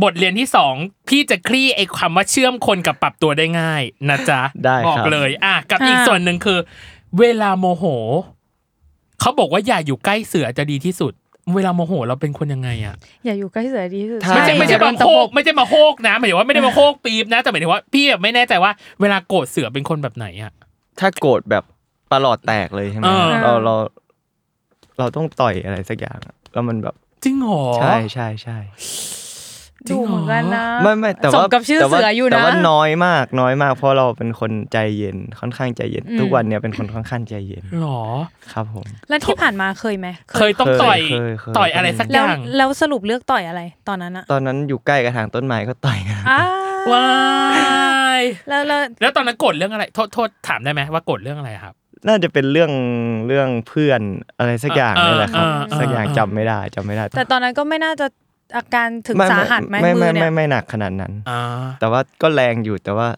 B: บทเรียนที่สองพี่จะคลี่ไอ้คำว่าเชื่อมคนกับปรับตัวได้ง่ายนะจ๊ะ
D: ได้ครับ
B: บอกเลย อ่ะกับอีก
C: อ่า
B: ส่วนหนึ่งคือ เวลาโมโห เขาบอกว่าอย่าอยู่ใกล้เสือจะดีที่สุด เวลาโมโหเราเป็นคนยังไงอะ
C: อย่าอยู่ใกล้เสือดีที่สุด
D: ใช่
B: ไม่ใช่ไม่ใช่
C: เดี๋ยวโด
B: มา
C: นตะ
B: โค
C: ป
B: ก
C: บ
B: ไม่ใช่มาโคกนะหมายถึงว่าไม่ได้มาโคกปี๊บนะ แต่หมายถึงว่าพี่แบบไม่แน่ใจว่าเวลาโกรธเสือเป็นคนแบบไหนอะ
D: ถ้าโกรธแบบประหลอดแตกเลยใช่ไหม
B: เออ
D: เราเรา เราต้องต่อยอะไรสักอย่างอะแล้วมันแบบ
B: จริงเหรอ
D: ใช่ใช่ใช่
B: จริ
C: ดู
B: งเหรอ
C: เหมือนกันนะ
D: ไม่ไม่แต่
C: ส
D: ว่าม
C: กับชื่อ
D: แต่ว่า
C: เสืออยู่
D: แต่
C: นะ
D: ว่าน้อยมากน้อยมาก เพราะเราเป็นคนใจเย็นค่อนข้างใจเย็น
C: อืม
D: ทุกวันเนี่ยเป็นคนค่อนข้างใจเย็น
B: หรอ
D: ครับผม
C: แล้วที่ผ่านมาเคยไหม
B: เคยต้องต่อย
D: เคยเคย
B: ต่อยอะไรสักอ
C: แล้ว
B: ย่าง
C: แล้วสรุปเลือกต่อยอะไรตอนนั้นอะ
D: ตอนนั้นอยู่ใกล้กระถางต้นไม้ก็ต่อยกัน
C: อ้า
B: ว้าย
C: แล้วแล้ว
B: แล้วตอนนั้นโกรธเรื่องอะไรโทษโทษถามได้ไหมว่าโกรธเรื่องอะไรครับ
D: น่าจะเป็นเรื่องเรื่องเพื่อนอะไรสักอย่าง
B: เออ
D: นี่แหละครับ
B: เออเออ
D: สักอย่างจำไม่ได้จำไม่ได้
C: แต่ตอนนั้นก็ไม่น่าจะอาการถึงสาหัสไหม
D: ไม่
C: มื
D: ไม่
C: อ
D: ไม่
C: เนี่
D: ไม่
C: ย
D: ไม่หนักขนาดนั้น
B: อ่า
D: แต่ว่าก็แรงอยู่แต่ว่า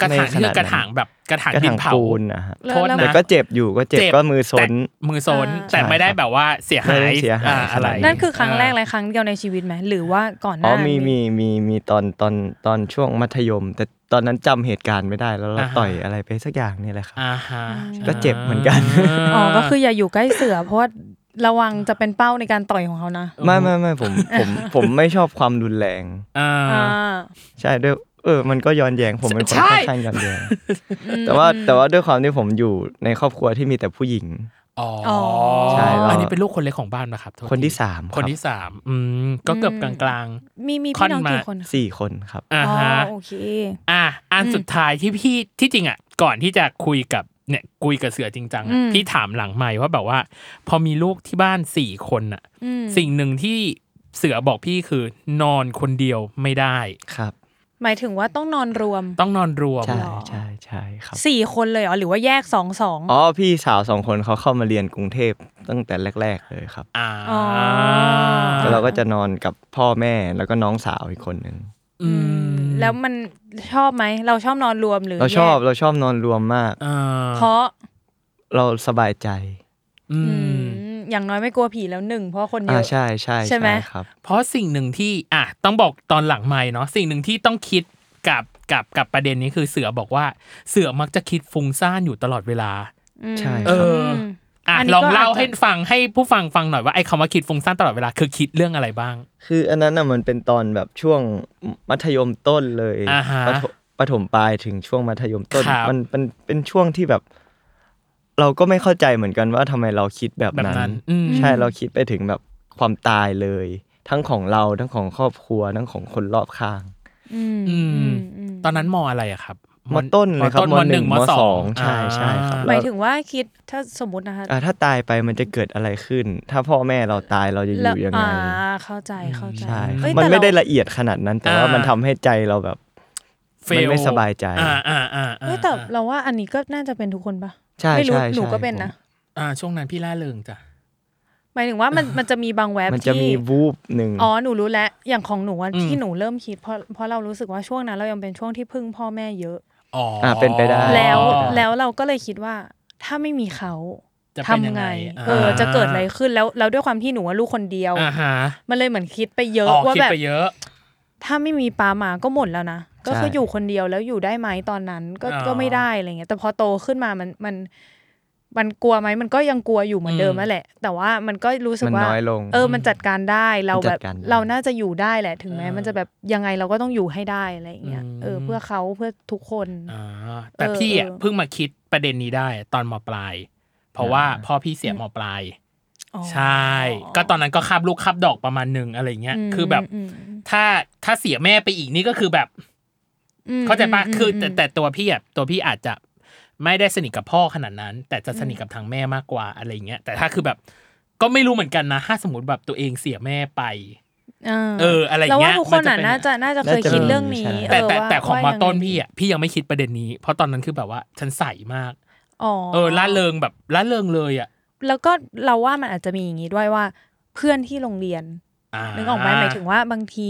D: ก
B: ระถาง
D: ไม่
B: คื
D: ขน
B: อกระถางแบบกระถาง
D: กระ
B: ดิ
D: ถาน ง
B: เผา
D: ปูนนะฮะ
B: โทษ
D: แต่
B: นะ
D: ก็เจ็บอยู่ก็เจ็บก็มือซน
B: แต่มือโซน
C: อ่า
B: แต่ไม่ได้แบบว่าเสียหา
D: ไม่
B: ย
D: ได้เสียหาย
B: อ่าอะไร
D: ขนาด
C: นั่นคือครั้งแรกเลยครั้งเดียวในชีวิตไหมหรือว่าก่อนห
D: อ๋อ
C: น้า
D: มี
C: มี
D: มีมีมีตอนตอนตอนช่วงมัธยม แต่ตอนนั้นจำเหตุการณ์ไม่ได้แล้วเราต่อยอะไรไปสักอย่างนี่แหละครับ
B: อ่าฮะ
D: ก็เจ็บเหมือนกัน
C: อ๋อ ก็คืออย่าอยู่ใกล้เสือ เพราะว่าระวังจะเป็นเป้าในการต่อยของเขานะ
D: ไม่ไม่ไม่ ผมผมผมไม่ชอบความรุนแรง
B: อ่า
C: อ่า
D: ใช่ด้วยเออ มันก็ย้อนแยงผมเป็นคน
B: ใช่
D: ค่อนข้างย้อนแยงแต่ว่าแต่ว่าด้วยความที่ผมอยู่ในครอบครัวที่มีแต่ผู้หญิง
B: อ๋อ
D: ใช่แล้ว
B: อันนี้เป็นลูกคนเล็กของบ้านนะครับโทษ
D: คนที่
B: ที
D: สามรับ
B: คนที่สามอืมก็เกือบกลาง
C: มีมีพี่น้อง
B: ค่อนมา
C: กี่คนคะ
D: สี่คนครับ
B: ๆอ่า
C: อ๋อ
B: ฮะ
C: โอเค
B: อ่ะอัน
C: อืม
B: สุดท้ายที่พี่ที่จริงอ่ะก่อนที่จะคุยกับเนี่ยคุยกับเสือจริงจังอะ
C: อืม
B: พี่ถามหลังใหม่ว่าแบบว่า พอมีลูกที่บ้านสี่คนอ่ะ
C: อืม
B: สิ่งหนึ่งที่ เสือบอกพี่คือนอนคนเดียวไม่ได้
D: ครับ
C: หมายถึงว่าต้องนอนรวม
B: ต้องนอนรวม
D: ใช่ใช่ใช่ครับ
C: สี่คนเลยเหรอหรือว่าแยกสองสอง
D: อ๋อพี่สาวสองคนเขาเข้ามาเรียนกรุงเทพตั้งแต่แรก ๆเลยครับ
B: อ่า
C: อ๋อ อ่า
D: แล้วเราก็จะนอนกับพ่อแม่แล้วก็น้องสาวอีกคนหนึ่ง
B: อืม
C: แล้วมันชอบไหมเราชอบนอนรวมหรือ
D: เราชอบ
C: แย
D: เราชอบนอนรวมมาก
B: อ่
C: กเพราะ
D: เราสบายใจ
B: อื
C: อื
B: ม
C: มอย่างน้อยไม่กลัวผีแล้วหนึ่งเพราะคนเย
D: อ่า
C: อะ
D: ใช่ใช่
C: ใช่ไหม
D: ครับ
B: เพราะสิ่งหนึ่งที่อ่ะต้องบอกตอนหลังไม่เนาะสิ่งหนึ่งที่ต้องคิดกับกับกับประเด็นนี้คือเสือบอกว่าเสือมักจะคิดฟุ้งซ่านอยู่ตลอดเวลา
C: อืม
D: ใช่
B: เอ
D: ครั
B: อ
D: บ
B: อ่ะ
C: อันนี้
B: ลอง
C: ก็อาจจะ
B: เล่าให้ฟังให้ผู้ฟังฟังหน่อยว่าไอ้คำว่าคิดฟุ้งซ่านตลอดเวลาคือคิดเรื่องอะไรบ้าง
D: คืออันนั้นน่ะมันเป็นตอนแบบช่วงมัธยมต้นเลย
B: อ่าฮะ
D: ปฐมปฐมปลายถึงช่วงมัธยมต้น
B: ครับ
D: มันมันเป็นช่วงที่แบบ เราก็ไม่เข้าใจเหมือนกันว่าทำไมเราคิดแบบ
B: แบบ
D: นั้
B: นั้น น อืม
D: ใช่เราคิดไปถึงแบบความตายเลย ทั้งของเราทั้งของครอบครัวทั้งของคนรอบข้าง
C: อืม
B: อืม
C: อืม
B: ตอนนั้นมออะไรอะครับ
D: มอต้นเลยครับ
B: มอต้นมอหนึ่งม
D: ม
B: อ
D: อ
B: ส
D: ส
B: อ
D: อง งใช่ใช่ครับ
C: หมายถึงว่าคิดถ้าสมมตินะคะ
D: อ่ะถ้าตายไปมันจะเกิดอะไรขึ้น ถ้าพ่อแม่เราตายเราจะอ
C: แล้ว
D: ยู่ยัง
C: อ่า
D: ไง
C: เข้าใจเข้าใจ
D: ใช่
C: เอ้ย
D: มัน
C: แต่
D: ไม่ได้
C: เรา
D: ละเอียดขนาดนั้น แต่ว่ามันทำให้ใจเราแบบ
B: Fail
D: มันไม่สบายใจ
B: อ่าอ่าอ่า
C: เอ้ยแต่เราว่าอันนี้ก็น่าจะเป็นทุกคนปะ
D: ใช่
C: ไม่รู้
D: ใช่
C: หนู
D: ใช่
C: ก็เป็นนะ
B: อ่าช่วงนั้นพี่ล่าเริงจ้ะ
C: หมายถึงว่ามันมันจะมีบางแวบ
D: มันจะมี
C: ที่
D: วูบหนึ่ง
C: อ๋อ หนูรู้แล้ว อย่างของหนูอะ
B: อืม
C: ที่หนูเริ่มคิดเพราะเพราะเรารู้สึกว่าช่วงนั้นเรายังเป็นช่วงที่พึ่งพ่อแม่เยอะ
B: อ๋ออา
D: เป็นไปได้ อ๋อ
C: แล้วแล้วเราก็เลยคิดว่า ถ้าไม่มีเขา
B: จะ
C: ทำ
B: เป็นยังไง
C: ไง เออ
B: า
C: จะเกิดอะไรขึ้นแล้วแล้วด้วยความที่หนูว่าลูกคนเดียว
B: อ่าฮะ
C: มันเลยเหมือนคิดไปเยอะ
B: อ๋อ
C: ว่า
B: คิด
C: แบบ
B: ไปเยอะ
C: ถ้าไม่มีป้ามาก็หมดแล้วนะก็
D: ใช่
C: คืออยู่คนเดียวแล้วอยู่ได้ไหมตอนนั้นก็
B: อ๋อ
C: ก็ไม่ได้อะไรเงี้ยแต่พอโตขึ้นมามันมัน มันกลัวไหมมันก็ยังกลัวอยู่เหมือนเดิม
B: อืม
C: นั่นแหละ แต่ว่ามันก็รู้สึก
D: มัน
C: ว่า
D: น้อยลง
C: เออ มันจัดการได้เรา
D: มันจั
C: แบ
D: ด
C: บ
D: การได้
C: เราน่าจะอยู่ได้แหละถึงแม้
B: เออ
C: มันจะแบบยังไงเราก็ต้องอยู่ให้ได้อะไรอย่างเงี้ย
B: อืม
C: เออ เพื่อเขาเพื่อทุกคน
B: อ่าแต่
C: เออ
B: พี่อ่ะ
C: เออ
B: เพิ่งมาคิดประเด็นนี้ได้ตอนมปลาย เพราะว่าพ่อพี่เสียมปลาย
C: อ๋อ
B: ใช่ ก็ตอนนั้นก็คาบลูกคาบดอกประมาณหนึ่งอะไรเงี้ย
C: อืม
B: คือแบบ
C: อืมอืม
B: ถ้าถ้าเสียแม่ไปอีกนี่ก็คือแบบ
C: อืม
B: เข้าใจปะ
C: ม
B: คืออ
C: ม
B: แต่แต่ตัวพี่อ่ะตัวพี่อาจจะไม่ได้สนิทกับพ่อขนาดนั้น แต่จะสนิทกับทางแม่มากกว่าอะไรเงี้ยแต่ถ้าคือแบบก็ไม่รู้เหมือนกันนะ ถ้าสมมติแบบตัวเองเสียแม่ไป เอออะไรอย่าง
C: เรา
B: เงี้
C: ว่ายทุกคนอ่ะ
B: มันจะเป็น
C: น่าจะน่าจะเคยคิดเรื่องนี้
B: แต่
C: เออ
B: แต่
C: ว่า
B: แต่ของ
C: ว่า
B: มา
C: ยัไ
B: ต้นพี่อ่ะพี่ยังไม่คิดประเด็นนี้ เพราะตอนนั้นคือแบบว่าฉันใสมาก
C: อ๋อ
B: เออล่าเริงแบบล่าเริงเลยอ่ะ
C: แล้วก็เราว่ามันอาจจะมีอย่างนี้ด้วยว่า เพื่อนที่โรงเรียนา นึกออกไหมหมายถึงว่าบางที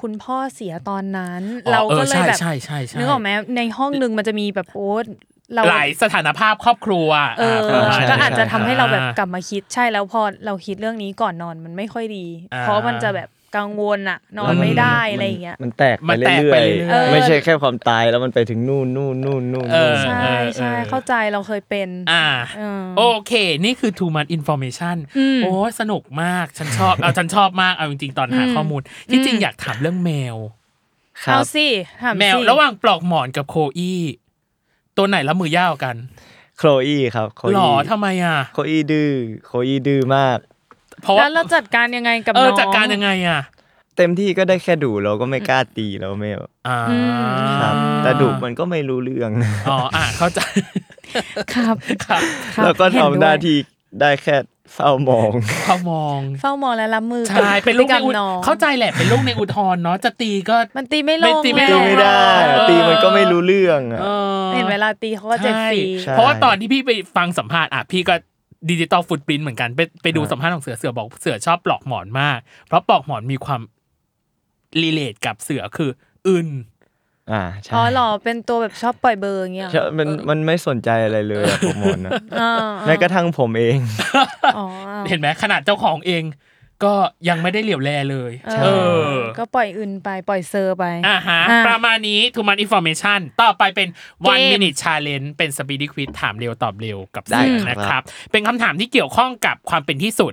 C: คุณพ่อเสียตอนนั้น
B: อ๋อ
C: เราก็เลยแบบ
B: เออใช่ใช่ใช่ใช่
C: นึกออกไหมในห้องหนึ่งมันจะมีแบบโอ๊ตเรา
B: หลายสถานภาพครอบครัว
C: เออ
B: ประมณ
D: ใช่
C: ก็อาจจะ
B: นั้น
C: ทำให้เราแบบกลับมาคิดใช่แล้วพอเราคิดเรื่องนี้ก่อนนอนมันไม่ค่อยดี
B: อ่า
C: เพราะมันจะแบบกังวลอะนอนไม่ได้อะไรอย่างเงี้ย
D: มันแตกไป
B: มันแตก
D: เรื่
B: ไป
D: อย
B: เรื่อยๆเออ
D: ๆไม่ใช่แค่ความตายแล้วมันไปถึงนู่นนู่นนู่นนู่น
B: เออ
C: ใช่
B: เออ
C: ใช่
B: เออ
C: เข้าใจเราเคยเป็น
B: อ่า
C: เออ
B: โอเค นี่คือ too much information
C: อืม
B: โอ้ยสนุกมาก ฉันชอบ เอาฉันชอบมาก เอาจริงๆ ตอนหา
C: อืม
B: ข้อมูล ที่จริงอยากถามเรื่องแมว
D: ครั
C: เอา
D: บ
C: สิถาม
B: แมว
C: สิ
B: ระหว่างปลอกหมอนกับโคอี้ ตัวไหนละมือยาวกัน
D: โคลอีครับโคล
B: หร
D: อี
B: อทำไมอ่ะ
D: โคลอีดื้อโคลอีดื้อมาก
B: เพ
C: แล้ว
B: ราะ่าว
C: เราจัดการยังไงกับ
B: เอ
C: น้
B: อ
C: อง
B: จัดการยังไงอ่ะ
D: เต็มที่ก็ได้แค่ดุเราก็ไม่กล้าตีเราไม่แบบ
B: อ่า
D: ครับแต่ดุมันก็ไม่รู้เรื่อง
B: อ๋ออ่ะเข้าใจ
C: ครับ
B: ครับ
C: ครับ
D: แล้วก็
C: เห็
D: ทำ
C: ด้วย
D: หน้าที่ได้แค่เฝ้ามอง
B: เขามอง
C: เฝ้ามองและรับมือกับ
B: ใช่เป็นลูก
C: พฤ
B: ใน
C: ติรรม
B: อุท
C: น้อง
B: เข้าใจแหละเป็นลูกในอุทธรณ์เนาะจะตีก็
C: มันตีไม่ลง
B: ไม่ตีไม่
D: ตี
B: ลง
D: ไม่ได้อะตีมันก็ไม่รู้เรื่องอะ
B: เออ
C: เห็นเวลาตีเขาก็เจ็บฟรี
D: ใช่
B: เพราะว่าตอนที่พี่ไปฟังสัมภาษณ์อ่ะพี่ก็ดิจิตอลฟุตปรินเหมือนกัน ไปไปดูสัมภาษณ์ของเสือเสือบอกเสือชอบปลอกหมอนมาก เพราะปลอกหมอนมีความรีเลทกับเสือคืออึน
D: อ่าใช่
C: อ๋อเหรอเป็นตัวแบบชอบปล่อยเบอร์อย่างเงี้ย
D: ใช่มันมันไม่สนใจอะไรเลยอะผมมอนอะ
C: อ่า
D: แม้กระทั่งผมเอง
C: อ๋อ
B: เห็นไหมขนาดเจ้าของเองก็ยังไม่ได้เหลียวแลเลย
C: เอ
B: เอ
C: อ
B: อ
C: ก็ปล่อยอื่นไปปล่อยเซอร์ไป
B: อ่าฮะ
C: อ่ะ
B: ประมาณนี้ทูมันอิน o r m a t i o n ต่อไปเป็น one
C: เกม
B: minute challenge เป็น speedy quiz ถามเร็วตอบเร็วกับ
D: ได้
B: เสือ
D: ครับ
B: นะครับ เป็นคำถามที่เกี่ยวข้องกับความเป็นที่สุด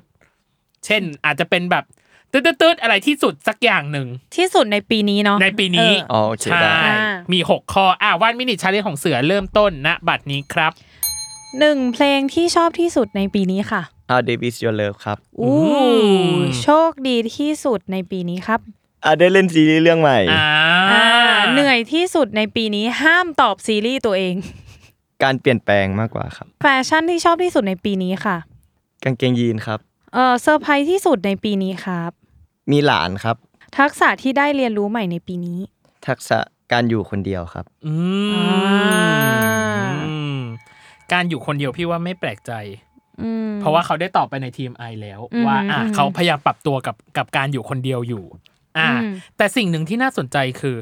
B: เช่นอาจจะเป็นแบบตืดๆๆอะไรที่สุดสักอย่างหนึ่ง
C: ที่สุดในปีนี้เนาะ
B: ในปีนี้
C: เออ
D: อ๋อโอเค
B: ใช่
D: ได้
C: อ่ามี
B: มี 6 ข้อ อ่าวันมินิชาเลนของเสือเริ่มต้นณบัดนี้ครับ
C: หนึ่งเพลงที่ชอบที่สุดในปีนี้ค่ะ
D: How Deep Is Your Love ครับ
C: อู้
B: ม
C: โชคดีที่สุดในปีนี้ครับ
D: อ่ะได้เล่นซีรีส์เรื่องใหม่
B: อ่า
C: อ่าเหนื่อยที่สุดในปีนี้ห้ามตอบซีรีส์ตัวเอง
D: การเปลี่ยนแปลงมากกว่าครับ
C: แฟชั่นที่ชอบที่สุดในปีนี้ค่ะ
D: กางเกงยีนครับ
C: เออเซอร์ไพรส์ที่สุดในปีนี้ครับ
D: มีหลานครับ
C: ทักษะที่ได้เรียนรู้ใหม่ในปีนี้
D: ทักษะการอยู่คนเดียวครับ
B: อืมอืมการอยู่คนเดียวพี่ว่าไม่แปลกใจ
C: อืม
B: เพราะว่าเขาได้ตอบไปในทีมไอแล้ว
C: อืม
B: ว่าอ่ะ
C: อืม
B: เขาพยายามปรับตัวกับกับการอยู่คนเดียวอยู่ อ่า
C: อืม
B: แต่สิ่งหนึ่งที่น่าสนใจคือ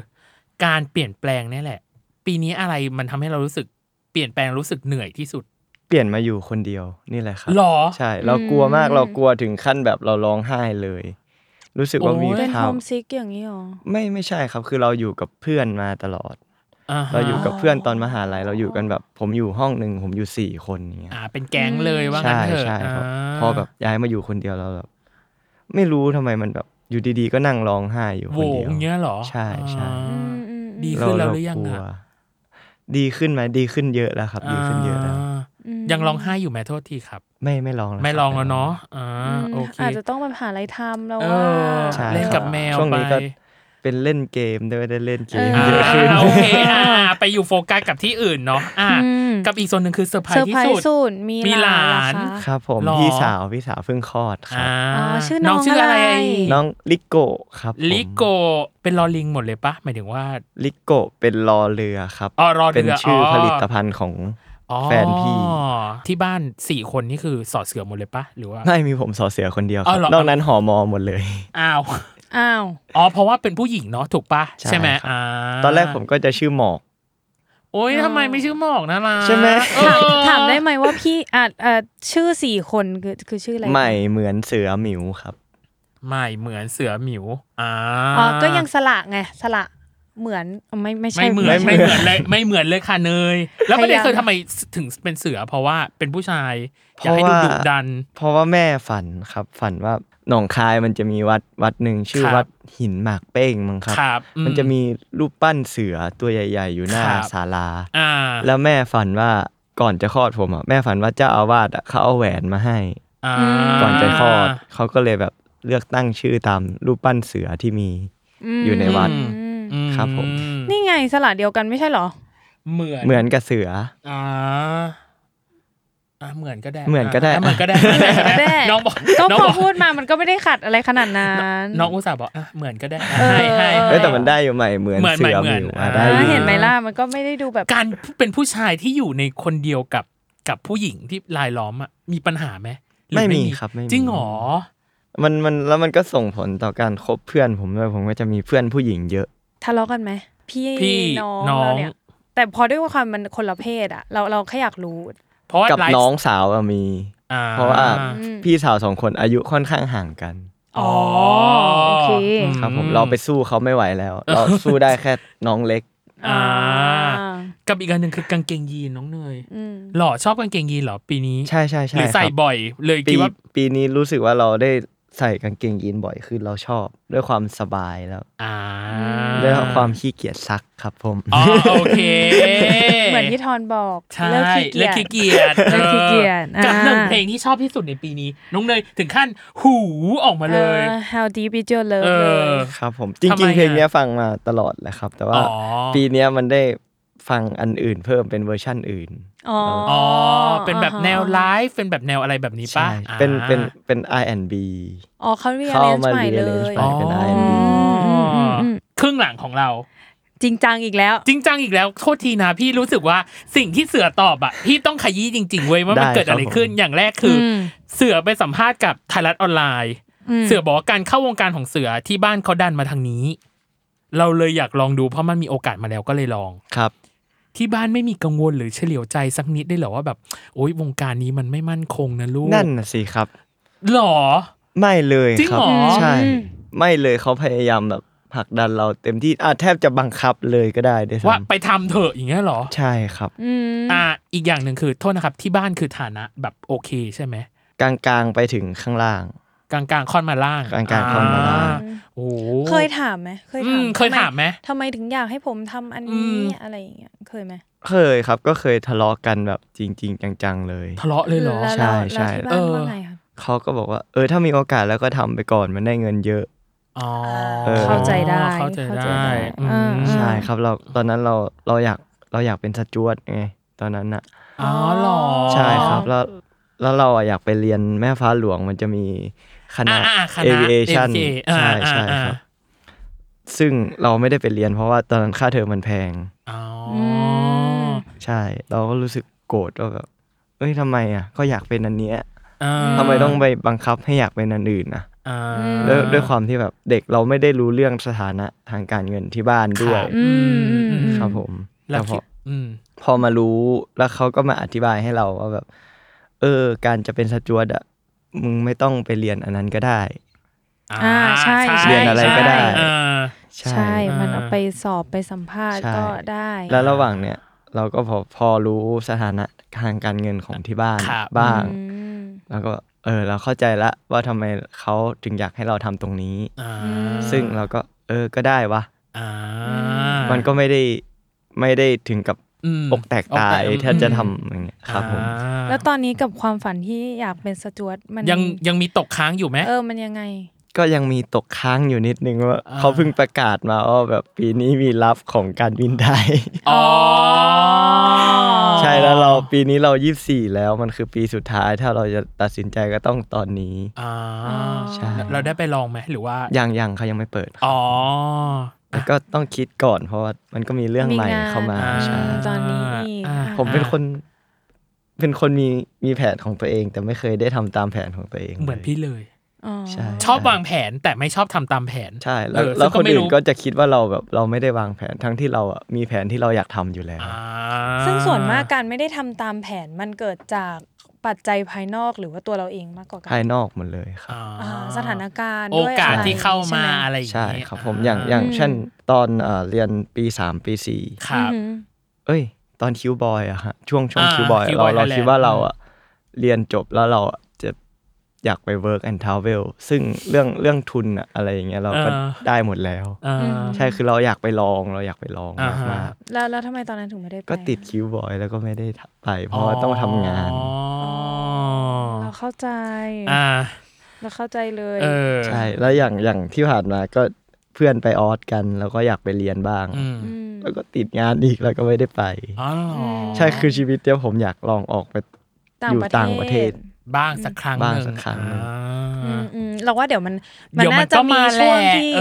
B: การเปลี่ยนแปลงนี่แหละ ปีนี้อะไรมันทำให้เรารู้สึกเปลี่ยนแปลงรู้สึกเหนื่อยที่สุด
D: เปลี่ยนมาอยู่คนเดียวนี่แหละครับ
B: หรอ
D: ใช่ เรากลัวมาก
C: อืม
D: เรากลัวถึงขั้นแบบเราร้องไห้เลย รู้สึกว่า
B: โอ้ย
D: มี
C: เป็น
D: ค
C: โฮ
D: ราว
C: มซิกอย่างนี้หรอ
D: ไม่ไม่ใช่ครับ คือเราอยู่กับเพื่อนมาตลอด
B: อ่ฮะ
D: เราอยู่กับเพื่อนตอนมหาลัยเราอยู่กันแบบ ผมอยู่ห้องหนึ่งผมอยู่สี่คนอย่างเงี้ย
B: อ่า เป็นแก๊งเลยว่างั้น
D: ใช่
B: เถอะ
D: ใช่ครับ
B: า
D: พอแบบย้ายมาอยู่คนเดียวเราแบบไม่รู้ทำไมมันแบบอยู่ดีๆ ก็นั่งร้องไห้อยู่
B: โห
D: คน
B: ว
D: เดียว
B: งเงี้ยหรอ
D: ใช่ใช่
B: อ่า
C: อืมอืมอืม
B: ดีขึ้นแล้ว
D: เห
B: รือยัง
D: กลัว
B: อะ
D: ดีขึ้นไหมดีขึ้นเยอะแล้วครับ ดีขึ้นเยอะแล้ว
B: า
C: อืม
B: ยังร้องไห้อยู่ไหมโทษทีครับ
D: ไม่ไม่ร้องแล้ว
B: ไม่
D: ครับ
B: ลองแล้ว
D: ร้
B: เนาะอ่า
C: อืม
B: โอเค
C: อาจจะต้องมาหาอะไรทำแล้ว
B: เอ
C: ว่า
B: อ
D: ใช่
B: เล่นกับ
D: ครับ
B: แมว
D: ช่วง
B: ไป
D: นี้ก็ เป็นเล่นเกมด้วยได้เล่นเกม
B: อ่า
D: เยอะขึ้น
B: โอเค อ่าไปอยู่โฟกัสกับที่อื่นเนาะอ่า
C: อืม
B: กับอีกส่วนหนึ่งคือเซอร์ไพร
C: เซอ
B: ส์
C: ร์
B: ที่
C: ไพร
B: สุ
C: ส์
B: ด
C: สุดมี
B: มีห
C: ห
B: ลา
C: ลาน นเหรอ
D: ค
C: คะ
D: รับผม
B: หรอ
D: พี่สาวพี่สาวเพิ่งคลอดครับ
B: อ่า
C: อ๋อชื่อน้อง
B: ชื่ออะไร
C: อะไร
D: น้องลิโกะครับผม
B: ลิโกเป็นลอลิงหมดเลยปะหมายถึงว่า
D: ลิโกะเป็นรอเรือครับ
B: อ๋อรอ
D: เป็น
B: เรือ
D: ชื่อผลิตภัณฑ์ของ
B: อ๋อ
D: แฟนพี่
B: ที่บ้านสี่คนนี่คือสอดเสือหมดเลยปะหรือว่า
D: ไม่มีผมสอเสือคนเดียวค
B: อ๋
D: รั
B: อบเหรอ
D: นอกนั้นหอมอหมดเลย
B: อ้าว
C: อ้าว
B: อ๋อเพราะว่าเป็นผู้หญิงเนาะถูกปะ
D: ใช่
B: ใช่ไหม
D: ครับ
B: อ่า
D: ตอนแรกผมก็จะชื่อหมอก
B: โอ๊ยทำไมไม่ชื่อหมอกนะล่ะ
D: ใช่ไหม
B: เออ
C: ถามถามได้ไหมว่าพี่อ่ะเอ่อชื่อสี่คนคือคือชื่ออะไร
D: ใหม่เหมือนเสือหมิวครับ
B: ไม่เหมือนเสือหมิวอ่า
C: อ๋อก็ยังสละไงสละเหมือนไม่ไม่ใช่
B: ไม่เหมือน
D: ไม่
B: ไม่
D: เห
B: เห
D: มื
B: มือ
D: อ
B: น นเลยไม่เหมือนเลยค่ะเนย แล้วประเด็นคื
C: พ
B: อ
C: ยายา
B: ทำไมถึงเป็นเสือเพราะว่าเป็นผู้ชาย
D: เพ
B: อยาก
D: ราะ
B: ให้ดู
D: ว่า
B: ดุดัน
D: เพราะว่าแม่ฝันครับ ฝันว่าหนองคายมันจะมีวัดวัดหนึ่งชื่อ
B: ครับ
D: วัดหินหมากเป้งมั้งครับ
B: ครับอื
D: มันจะมีรูปปั้นเสือตัวใหญ่ ๆ อยู่หน้า
B: ครับ
D: ศาลา
B: อ่า
D: แล้วแม่ฝันว่าก่อนจะคลอดผมอ่ะแม่ฝันว่าเจ้าอาวาสอะเขาเอาแหวนมาให้
B: า
D: ก่อนจะคลอดเขาก็เลยแบบเลือกตั้งชื่อตามรูปปั้นเสือที่มี
C: ม
D: อยู่ในวัด
C: อืม
B: อื
D: ครับผม
C: นี่ไงสละเดียวกันไม่ใช่เหรอ
B: เหมือน
D: เหมือนกับเสือ
B: อ่าอ่าเหมือนก็ได้
D: เหมือนก็ได้
B: ะเหมือนก็ได้เหมือนก็
C: ได้
B: ได้น้องบอก
C: ก็
B: น้อง
C: พอบ
B: อ
C: พูดมามันก็ไม่ได้ขัดอะไรขนาดนั้น
B: น้องอุตส่าห์บอกอ่ะเหมือนก็ได้
C: เออ
B: ให้ให้
D: เอ้ยแต่มันได้อยู่ใหม่เหมือน
B: เหมือน
D: เสือ
B: เห
D: ห
B: มือน
D: มิว
B: เหมือน
D: อ่ะ
B: อ่า
D: ได้
C: อ่า
D: อยู่
C: เห็นไหมล่ะมันก็ไม่ได้ดูแบบ
B: การเป็นผู้ชายที่อยู่ในคนเดียวกับกับผู้หญิงที่ลายล้อมอะมีปัญหาไหมหรือ
D: ไม่มีครับไม่มี
B: จริงเหรอ
D: มันมันแล้วมันก็ส่งผลต่อการคบเพื่อนผมด้วยผมก็จะมีเพื่อนผู้หญิงเยอะ
C: ทะเลาะกันไหมพี่
B: พี่
C: น้อง
B: น้อง
C: เราเนี่ย แต่พอด้วยความมันคนละเพศอะเราเราแค่อยากรู้
B: เพราะว่า
D: กับ
B: ไลฟ์
D: น้องสาวอะมี
B: อ่
D: เพราะว่า
C: อืม
D: พี่สาวสองคนอายุค่อนข้างห่างกัน
B: อ๋อ
C: โอเค
B: ม
D: ครับผมเราไปสู้เขาไม่ไหวแล้ว เราสู้ได้แค่น้องเล็ก
B: อ่า กับอีกอันหนึ่งคือกางเกงยีนน้องเนย
C: อืม
B: หล่อชอบกางเกงยีนเหรอปีนี้
D: ใช่ใช่ใช่
B: หรือใส่
D: ครับ
B: บ่อยเลย
D: ปี
B: คิดว่า
D: ปีนี้รู้สึกว่าเราได้ใส่กางเกงยีนบ่อยขึ้นเราชอบ ด้วยความสบายแล้ว
B: อ่า
D: ด้วยความขี้เกียจซักครับผม
B: อ๋อโอเค
C: เหมือนที่ทอนบอก
B: ใช่
C: เลิกขี้เกี
B: เลิ
C: ย
B: ก
C: จ
B: ขี้เกียจ
C: เลิกขี้เกียจ
B: เออกับ
C: อ่า
B: หนึ่งเพลงที่ชอบที่สุดในปีนี้ น้องเนยถึงขั้นหูออกมาเลย
C: ออ How deep is your love
B: เอ
C: เลย
B: อ
D: ครับผม จ
B: ทำไม
D: ริง ๆ เพลง
B: อะ
D: เนี้ยฟังมาตลอดแหละครับ แต่
B: อ๋
D: ว่า
B: อ
D: ปีเนี้ยมันได้ฟังอันอื่นเพิ่มเป็นเวอร์ชั่นอื่น
C: อ๋อ
B: อ๋อ เป็นแบบแนวไลฟ์ เป็นแบบแนวอะไรแบบนี้ป่ะ
D: ใช่เป็นเป็นเป็น R&B
C: อ๋อเขาเรียน
D: เข้า
C: เรียน
D: มา
C: ใหม่
D: เรีย
C: เล
D: นเรีย
C: ย
D: นใหม่เป็น R&B
B: อ๋ออ
C: ม
B: ครึ่งหลังของเรา
C: จริงจังอีกแล้ว
B: จริงจังอีกแล้วโทษทีนะพี่รู้สึกว่าสิ่งที่เสือตอบอ่ะ พี่ต้องขยี้จริง ๆ เว้ยว่ามัน
D: ได้
B: เกิดอะไร
D: ครับผม
B: ขึ้นอย่างแรกคืออ
C: ม
B: เสือไปสัมภาษณ์กับไทยรัฐออนไลน์ เสือบอกว่าการเข้าวงการของเสือที่บ้านเขาดันมาทางนี้ เราเลยอยากลองดูเพราะมันมีโอกาสมาแล้วก็เลยลอง
D: ครับ
B: ที่บ้านไม่มีกังวลหรือเฉลียวใจสักนิดได้เหรอว่าแบบโอ๊ยวงการนี้มันไม่มั่นคงนะลูก
D: นั่นน่ะสิครับ
B: หรอ
D: ไม่เลย
B: จริง
D: ครั
B: เหรอ
D: ใช่ ไม่เลยเขาพยายามแบบผลักดันเราเต็มที่อ่ะแทบจะบังคับเลยก็ได้ด้วย
B: ว่า
D: ซ้ำ
B: ไปทำเถอะอย่างเงี้ยเหรอ
D: ใช่ครับ
C: อืม
B: อ่า อีกอย่างหนึ่งคือโทษนะครับที่บ้านคือฐานะแบบโอเคใช่ไหม
D: กลางๆไปถึงข้างล่าง
B: กลางกลางๆค่อนมาล่าง
D: กลางๆค่อนมาล่าง
B: อ่โอ้โห
C: เคยถามไหมเคย
B: อื
C: ถาม
B: มเคยถามไหม
C: ทำไมถึงอยากให้ผมทำอัน
B: อื
C: นี้
B: ม
C: อะไรอย่างเงี้ยเคยไหม
D: เคยครับก็เคยทะเลาะกันแบบจริง ๆ จังๆเลย
B: ทะเลาะเลยเหรอ
C: แล้ว
D: ใช่
C: แล้ว
D: ใช่
C: แล้วที่
B: เอ
C: บ้าน
B: อ
C: ว่าไงครับ
D: เขาก็บอกว่าเออถ้ามีโอกาสแล้วก็ทำไปก่อนมันได้เงินเยอะ
B: อ๋อ
D: เออ
C: เข้าใจได้
B: เข้าใจ
C: เข้าใจ
B: ได้
C: ได้
B: อืม
C: อ่า
D: ใช่ครับเราตอนนั้นเราเราอยากเราอยากเป็นสจวตไงตอนนั้นอะ
B: อ๋อเหรอ
D: ใช่ครับแล้ว แล้วเราอะอยากไปเรียนแม่ฟ้าหลวงมันจะมีคณะ
B: อ่าๆคณะ
D: aviation
B: AVA อ่า
D: ใช่ใช่
B: อ่า
D: ครับ ซึ่งเราไม่ได้ไปเรียน เพราะว่าตอนนั้นค่าเทอมมันแพง
B: อ๋อ
C: ม
D: ใช่ เราก็รู้สึกโกรธว่าแบบเอ้ยทำไมอ่ะก็อยากเป็นอันเนี้ย
B: อ่า
D: ทำไมต้องไปบังคับให้อยากเป็นอันอื่นนะ
B: อ่า
D: ด้วยด้วยความที่แบบเด็กเราไม่ได้รู้เรื่องสถานะทางการเงินที่บ้านด้ว
B: ค
D: ย
B: รับ
C: อืมอืมอืม
D: ครับผม
B: เรา
D: แต่พ
B: คิ
D: อ
B: ดอืม
D: พอมารู้แล้วเขาก็มาอธิบายให้เราว่าแบบ เออ การจะเป็นสจวตอะมึงไม่ต้องไปเรียนอันนั้นก็ได้
C: อ่าใช่ใช่
D: เรียนอะไรก็ได้
C: ใช่
B: เออ
D: ใช่
C: ใช่ มันเอาไปสอบไปสัมภาษณ์
D: ใช่
C: ก็ได้
D: แล้วระหว่างเนี่ย เราก็พอพอรู้สถานะทางการเงินของที่บ้าน
B: ครับ
D: บ้าง
C: อืม
D: แล้วก็เออเราเข้าใจละว่าทำไมเขาถึงอยากให้เราทำตรงนี้
B: อ่า
D: ซึ่งเราก็เออก็ได้วะ
B: อ่ามั
D: มันก็ไม่ได้ไม่ได้ถึงกับอกแตกตายถ้าจะทำอย่างเงี้ยครับผม
C: แล้วตอนนี้กับความฝันที่อยากเป็นสจวตมัน
B: ยังยังมีตกค้างอยู่ไหม
C: เออมันยังไง
D: ก็ยังมีตกค้างอยู่นิดนึงว่า
B: อ่า
D: เขาเพิ่งประกาศมาว่าแบบปีนี้มีรับของการบินไทย
B: อ๋อ
D: ใช่แล้วเราปีนี้เรา 24 แล้วมันคือปีสุดท้าย ถ้าเราจะตัดสินใจก็ต้องตอนนี้
B: อ่า
D: ใช่
B: เราได้ไปลองไหมหรือว่า
D: ยังยังเขายังไม่เปิดครับ
B: อ๋อ
D: แต่ก็ต้องคิดก่อนเพราะว่ามันก็มีเรื่อง
C: มี
D: ใหม่
C: งาน
D: เข้ามา
C: อ่
D: ใช่
C: ตอนนี้อีก
B: อ่า
D: ผมเป็นคน เป็นคนมีมีแผนของตัวเอง แต่ไม่เคยได้ทำตามแผนของตัวเอง
B: เหมือนพี่เลย
C: อ๋อ
D: ใช่
B: ชอบวางแผนแต่ไม่ชอบทำตามแผน
D: ใช่แล้ว
B: เออ
D: แล้ว
B: ซึ่ง
D: คน
B: ไม่
D: อื่น
B: รู้
D: ก็จะคิดว่าเราแบบเราไม่ได้วางแผนทั้งที่เราอะมีแผนที่เราอยากทำอยู่แล้ว
B: อ่า
C: ซึ่งส่วนมากการไม่ได้ทำตามแผนมันเกิดจากปัจจัยภายนอกหรือว่าตัวเราเองมากกว่ากั
D: ภายนอกหมดเลยครับ
C: อ่าสถานการณ์
B: โอ
C: ด้วย
B: กาส
C: อะไร
B: ที่เข้ามา
C: ใช่ไห
B: อะไรอย่าง
D: ใช่
B: นี้
D: ครับผมอย่างอย่างเช่น ตอนเอ่อเรียนปีสามปีสี่
B: ครับ
C: อืม
D: เอ้ย ตอนคิวบอยอะฮะช่วงช่วง
B: อ่า
D: คิวบอย
B: Q-Boy
D: เราเรา
B: Thailand
D: คิดว่าเราอะเรียนจบแล้วเราอะจะอยากไป work and travel ซึ่งเรื่องเรื่องทุนอะอะไรอย่างเงี้ยเราก็
B: เออ
D: ได้หมดแล้ว
B: อ่า
C: ม
D: ใช่คือเราอยากไปลองเราอยากไปลอง
B: อ่าฮะ
D: มาก
C: แล้วแล้วทำไมตอนนั้นถึงไม่ได้ไป
D: ๆก็ติดคิวบอยแล้วก็ไม่ได้ไป เพราะว่าต้องทำงาน
B: อ๋อ
C: เราเข้าใจ
B: อ่า
C: เราเข้าใจเลย
B: เออ
D: ใช่แล้วอย่างอย่างที่ผ่านมาก็เพื่อนไปออสกัน แล้วก็อยากไปเรียนบ้าง
B: อืม
C: ม
D: แล้วก็ติดงานอีกแล้วก็ไม่ได้ไป
B: อ๋อเหรอ
D: ใช่คือชีวิตเนี้ยผมอยากลองออกไปอยู่ต่างประเทศ
B: บ้างสักครั้ง
D: บ้าง
B: หนึ่
D: สักครั้งหนึ่ง
B: อ่า
C: อืมอืมเราว่าเดี๋ยวมันมัน
B: เดี๋ยวมัน
C: น่าจะ
B: ก็
C: มี
B: มาแหละ
C: ช่วงที่
B: เอ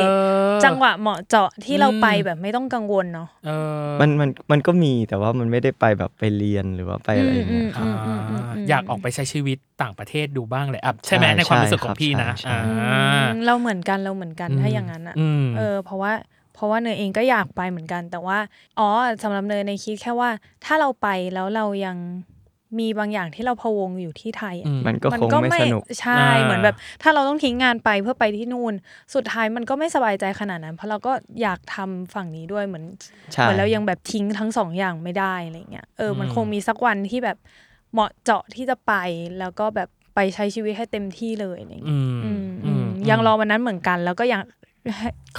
B: อ
C: จังหวะเหมาะเจาะที่เรา
B: อืม
C: ไปแบบไม่ต้องกังวลเนาะ
B: เออ
D: มันมันมันก็มีแต่ว่ามันไม่ได้ไปแบบไปเรียนหรือว่าไปอะไรอย่างเงี้ย
C: อื
B: อ่า
C: มอืมอืมม
B: อยากออกไปใช้ชีวิตต่างประเทศดูบ้างเลยอ่ะใช่ไหมในความรู้สึกของพี่นะ
D: ใช่
B: อ่า
D: ครับ
C: อืมเราเหมือนกันเราเหมือนกัน
B: อืม
C: ถ้าอย่างนั้นอ่ะ
B: อืม
C: เออเพราะว่าเพราะว่าเนยเองก็อยากไปเหมือนกัน แต่ว่าอ๋อสำหรับเนยในยคิดแค่ว่า ถ้าเราไปแล้วเรายังมีบางอย่างที่เราพะวงอยู่ที่ไทยอะ
B: อืม
D: มันก็คงไม่สนุก
C: ใช่
B: อ่า
C: เหมือนแบบ ถ้าเราต้องทิ้งงานไปเพื่อไปที่นู่น สุดท้ายมันก็ไม่สบายใจขนาดนั้น เพราะเราก็อยากทำฝั่งนี้ด้วยเหมือน
D: ใช่
C: เหมือนเรายังแบบทิ้งทั้งสองอย่างไม่ได้อะไรเงี้ยเอออ
B: ม
C: มันคงมีสักวันที่แบบเหมาะเจาะที่จะไป แล้วก็แบบไปใช้ชีวิตให้เต็มที่เลยอะไรเงี้ย
B: อืม
C: อืม
B: อื
C: อืม
B: ม
C: ยังรอวันนั้นเหมือนกัน แล้วก็ อยาก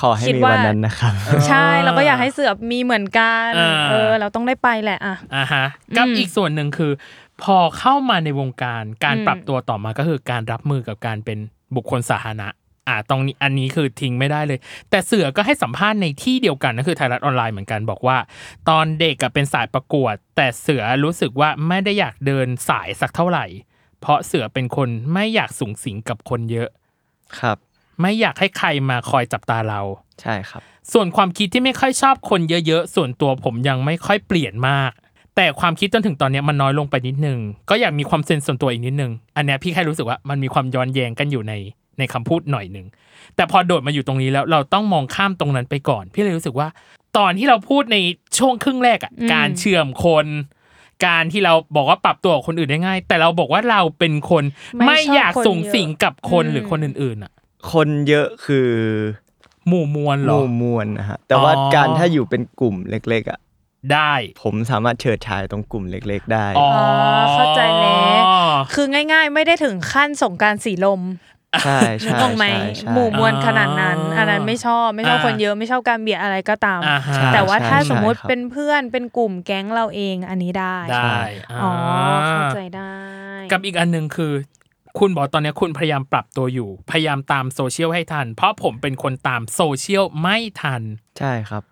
D: ขอให้
C: คิด
D: มี
C: ว่า
D: วันนั้นนะครับ
C: ใช่แล้วก็อยากให้เสือบมีเหมือนกัน
B: อ่า
C: เออ เราต้องได้ไปแหละอ่ะ
B: อ่าฮะกับ
C: อืม
B: อีกส่วนหนึ่งคือ พอเข้ามาในวงการการ
C: อืม
B: ปรับตัวต่อมาก็คือการรับมือกับการเป็นบุคคลสาธารณะอ่าตรงนี้อันนี้คือทิ้งไม่ได้เลย แต่เสือก็ให้สัมภาษณ์ในที่เดียวกันก็คือไทยรัฐออนไลน์เหมือนกันบอกว่า ตอนเด็กกับเป็นสายประกวด แต่เสือรู้สึกว่าไม่ได้อยากเดินสายสักเท่าไหร่ เพราะเสือเป็นคนไม่อยากสูงสิงกับคนเยอะ
D: ครับ
B: ไม่อยากให้ใครมาคอยจับตาเรา
D: ใช่ครับ
B: ส่วนความคิดที่ไม่ค่อยชอบคนเยอะๆ ส่วนตัวผมยังไม่ค่อยเปลี่ยนมาก แต่ความคิดจนถึงตอนเนี้ยมันน้อยลงไปนิดนึง ก็อยากมีความเซนส์ส่วนตัวอีกนิดนึง อันเนี้ยพี่แค่รู้สึกว่ามันมีความย้อนแย้งกันอยู่ในในคำพูดหน่อยหนึ่ง แต่พอโดดมาอยู่ตรงนี้แล้วเราต้องมองข้ามตรงนั้นไปก่อน พี่เลยรู้สึกว่า ตอนที่เราพูดในช่วงครึ่งแรกอ่ะ
C: อืม
B: การเชื่อมคน การที่เราบอกว่าปรับตัวกับคนอื่นได้ง่าย แต่เราบอกว่าเราเป็นคนไม่อยากส่งสิงกับคนหรือคนอื่นๆอ่ะ
D: คนเยอะคือ
B: หมู่มวล
D: ห
B: เหรอ
D: มู่มวลนะฮะแต่ว่า
B: อ๋อ
D: การถ้าอยู่เป็นกลุ่มเล็กๆอ่ะ
B: ได้
D: ผมสามารถเฉิดฉายตรงกลุ่มเล็ก ๆ ได้
B: อ๋อ
C: เข้าใจแล้ว คือง่าย ๆ ไม่ได้ถึงขั้นสงกรารสีลม
D: ใช่ใช่
C: นึกออกไหม
D: ใช่ใช่
C: หมู่มวลขนาดนั้น
B: อ่า
C: อันนั้นไม่ชอบไม่ชอบ
B: อ่า
C: คนเยอะไม่ชอบการเบียดอะไรก็ตาม
B: อ่าฮะ
C: แต่ว่า
D: ใช่
C: ถ้า
D: ใช่
C: สมมุติ
D: ครับ
C: เป็นเพื่อนเป็นกลุ่มแก๊งเราเองอันนี้ได้
B: ได้า
C: อ๋อเข้าใจได้
B: กับอีกอันหนึ่งคือ คุณบอกตอนเนี้ยคุณพยายามปรับตัวอยู่ พยายามตามโซเชียลให้ทัน เพราะผมเป็นคนตามโซเชียลไม่ทัน
D: ใช่ครับ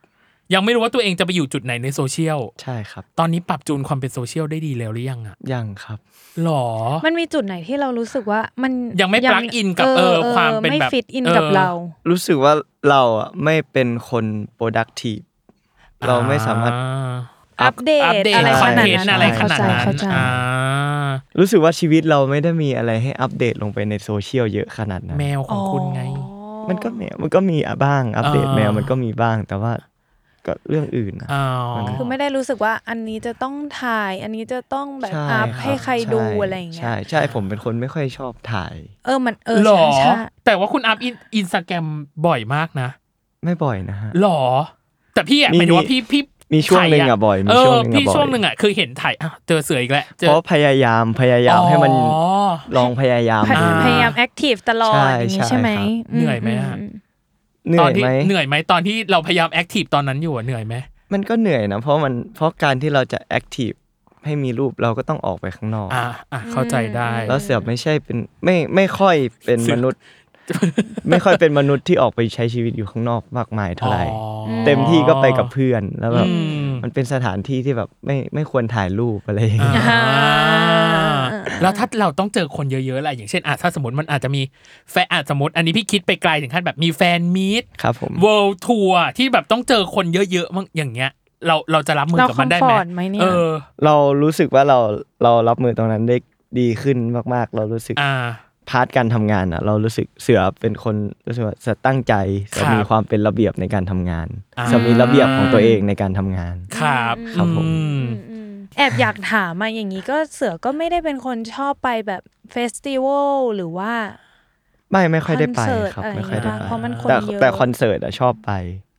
B: ยังไม่รู้ว่าตัวเองจะไปอยู่จุดไหนในโซเชียล
D: ใช่ครับ
B: ตอนนี้ปรับจูนความเป็นโซเชียลได้ดีแล้วหรือยังอะ
D: ยังครับ
B: หรอ
C: มันมีจุดไหนที่เรารู้สึกว่ามัน
B: ยังไม่ plug in กับเออความเป็นแบบ
C: ไม่ฟิตอิน
B: เออ
C: กับเรา
D: รู้สึกว่าเราอ่ะไม่เป็นคน productive เราไม่สามารถ
B: อ่
C: อัปเดต
B: อัปเดต
C: อะไร
B: ค
C: ข
B: อน
C: นาด
B: เทน
C: นั้น
B: ต์อะไรขนาดนั้
C: เข้าน ใจ
B: อ่า
D: รู้สึกว่าชีวิตเราไม่ได้มีอะไรให้อัปเดตลงไปในโซเชียลเยอะขนาดนั้น
B: แมวของคุณไง
D: มันก็แมวมันก็มีอะบ้างอัปเดต
B: อ่า
D: แมวมันก็มีบ้าง แต่ว่าก็เรื่องอื่นนะ
B: อ๋อ
C: คือไม่ได้รู้สึกว่าอันนี้จะต้องถ่าย อันนี้จะต้องแบบ
D: ช่
C: อัพ
D: บ
C: ให้ใครดู
D: ช่
C: อะไรอย่างเงี้ย
D: ใช่ใช่ผมเป็นคนไม่ค่อยชอบถ่าย
C: เออมันเออ
B: หรอ
C: ใช่ใช่
B: แต่ว่าคุณอัพอินสตาแกรมบ่อยมากนะ
D: ไม่บ่อยนะฮะ
B: หรอ แต่พี่อ่ะ
D: มี
B: หมายถึงว่าพี่พี่
D: มีช่วงหนึ่งอะ
B: ถ่า
D: บ่อยมี
B: เอ
D: ช่
B: อ
D: วงหนึ่งอะ
B: พี่
D: บ่อย
B: ช่วงหนึ่งอ่ะคือเห็นถ่ายอ้าวเจอเสืออีกแล้วจอ
D: เพราะพยายามพยายามให้มัน
B: อ๋อ
D: ลองพยายาม
C: พย
B: อ่
D: ดู
C: พยายามแอคทีฟตลอด
D: ใช่
C: อย่างนี้
D: ใช่
C: ใช่ไหม
D: ครับ
B: เหนื่อยไหมอะ
C: ม
D: เหนื่
B: ตอ
D: อน ย
B: ที่
D: ไหม
B: เหนื่อยไหมตอนที่เราพยายามแอคทีฟตอนนั้นอยู่อะเหนื่อยไหม
D: มันก็เหนื่อยนะ เพราะมันเพราะการที่เราจะแอคทีฟให้มีรูปเราก็ต้องออกไปข้างนอก
B: อ่าอ่ะเข้าใจได้
D: แล้วเสือกไม่ใช่เป็นไม่ไม่ค่อยเป็น
B: เสือก
D: มนุษย์ ไม่ค่อยเป็นมนุษย์ที่ออกไปใช้ชีวิตอยู่ข้างนอกมากมายเท่าไหร่
B: อ๋อ
D: เต็มที่ก็ไปกับเพื่อนแล้วแบบ
B: อืม
D: มันเป็นสถานที่ที่แบบไม่ไม่ควรถ่ายรูปอะไรอย่างเงี้ย
B: อ่าแล้วถ้าเราต้องเจอคนเยอะๆอะไรอย่างเช่นอ่ะถ้าสมมติมันอาจจะมีแฟนอาจสมมติ อันนี้พี่คิดไปไกลถึงขั้นแบบมีแฟนมีต
D: ครับผม
B: เวิลด์ทัวร์ที่แบบต้องเจอคนเยอะๆมั้งอย่างเงี้ย เราเราจะรับมือ
C: เรา
B: กับ
C: คอ
B: มั
C: ม
B: นได้
C: ฟ
B: ไหม
C: อร์ตไหมเนี่ย
B: เออ
D: เรารู้สึกว่าเราเรารับมือตรงนั้นได้ดีขึ้นมาก ๆ เรารู้สึก
B: อ่า
D: พาร์ทการทำงานอ่ะ เรารู้สึกเสือเป็นคนรู้สึกว่าเสือตั้งใจ
B: ครับ
D: จะมีความเป็นระเบียบในการทำงาน
B: อ่า
D: จะมีระเบียบของตัวเองในการทำงาน
B: ครับ
D: ครับผม
B: อืม
C: อืมแอบอยากถามมาอย่างนี้ก็เสือก็ไม่ได้เป็นคนชอบไปแบบเฟสติวัลหรือว่า
D: ไม่ไม่ค่อยได้ไป
C: คอนเสิร์ต
D: ครับ
C: อะไร
D: ไม่ค่อยได้
C: อย่างเงี้
D: ไป
C: ยเพราะมันคน
D: แต่
C: เยอะ
D: แต่คอนเสิร์ตอะชอบไป